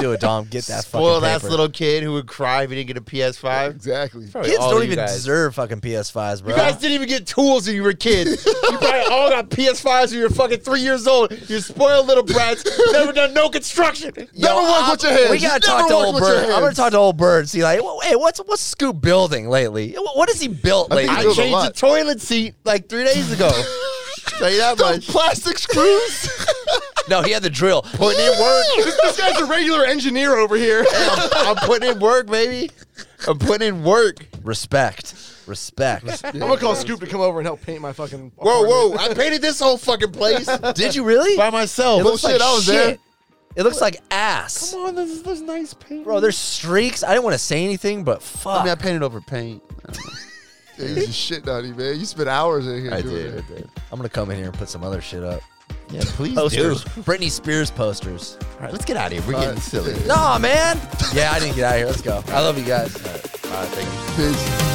Speaker 1: Do it, Dom. Get that
Speaker 4: Spoiled
Speaker 1: fucking
Speaker 4: ass
Speaker 1: paper.
Speaker 4: little kid who would cry if he didn't get a PS Five.
Speaker 2: exactly.
Speaker 1: Kids
Speaker 4: all
Speaker 1: don't
Speaker 4: you
Speaker 1: even
Speaker 4: guys.
Speaker 1: deserve fucking PS5s, bro.
Speaker 4: You guys didn't even get tools when you were kids. you probably all got PS5s when you were fucking three years old. You spoiled little brats. Never done no construction.
Speaker 1: Yo,
Speaker 2: Never work
Speaker 1: I'm-
Speaker 2: with your hands.
Speaker 1: We gotta
Speaker 2: Never
Speaker 1: talk to
Speaker 2: work
Speaker 1: old
Speaker 2: with your
Speaker 1: bird. I'm gonna
Speaker 2: hands.
Speaker 1: talk to old bird. See, like, wh- hey, what's what's Scoop building lately? Wh- What has he built
Speaker 2: I think
Speaker 1: lately?
Speaker 2: he
Speaker 4: I
Speaker 2: built a
Speaker 4: changed the
Speaker 2: lot.
Speaker 4: toilet seat like three days ago. Tell you that
Speaker 2: Those
Speaker 4: much.
Speaker 2: plastic screws.
Speaker 1: No, he had the drill.
Speaker 4: Putting in work.
Speaker 3: this guy's a regular engineer over here.
Speaker 4: I'm, I'm putting in work, baby. I'm putting in work.
Speaker 1: Respect. Respect.
Speaker 3: I'm gonna call Scoop to come over and help paint my fucking.
Speaker 4: Whoa, whoa! I painted this whole fucking place
Speaker 1: Did you really?
Speaker 4: by myself.
Speaker 1: It looks
Speaker 2: Bullshit,
Speaker 1: like
Speaker 2: Oh, I was
Speaker 1: shit.
Speaker 2: there.
Speaker 1: It looks like ass.
Speaker 4: Come on, there's, there's nice paint,
Speaker 1: Bro, there's streaks. I didn't want to say anything, but fuck.
Speaker 4: I mean, I painted over paint.
Speaker 2: Yeah, you just shit on you, man. You spent hours in here.
Speaker 4: I
Speaker 2: doing
Speaker 4: did. I
Speaker 2: that.
Speaker 4: did.
Speaker 1: I'm going to come in here and put some other shit up.
Speaker 4: Yeah, please
Speaker 1: Posters.
Speaker 4: do.
Speaker 1: Britney Spears posters.
Speaker 4: All right, let's get out of here. We're getting
Speaker 2: right.
Speaker 4: silly.
Speaker 1: Nah, man. Yeah, I didn't get out of here. Let's go. I love you guys.
Speaker 4: All right, thank you.
Speaker 2: Peace.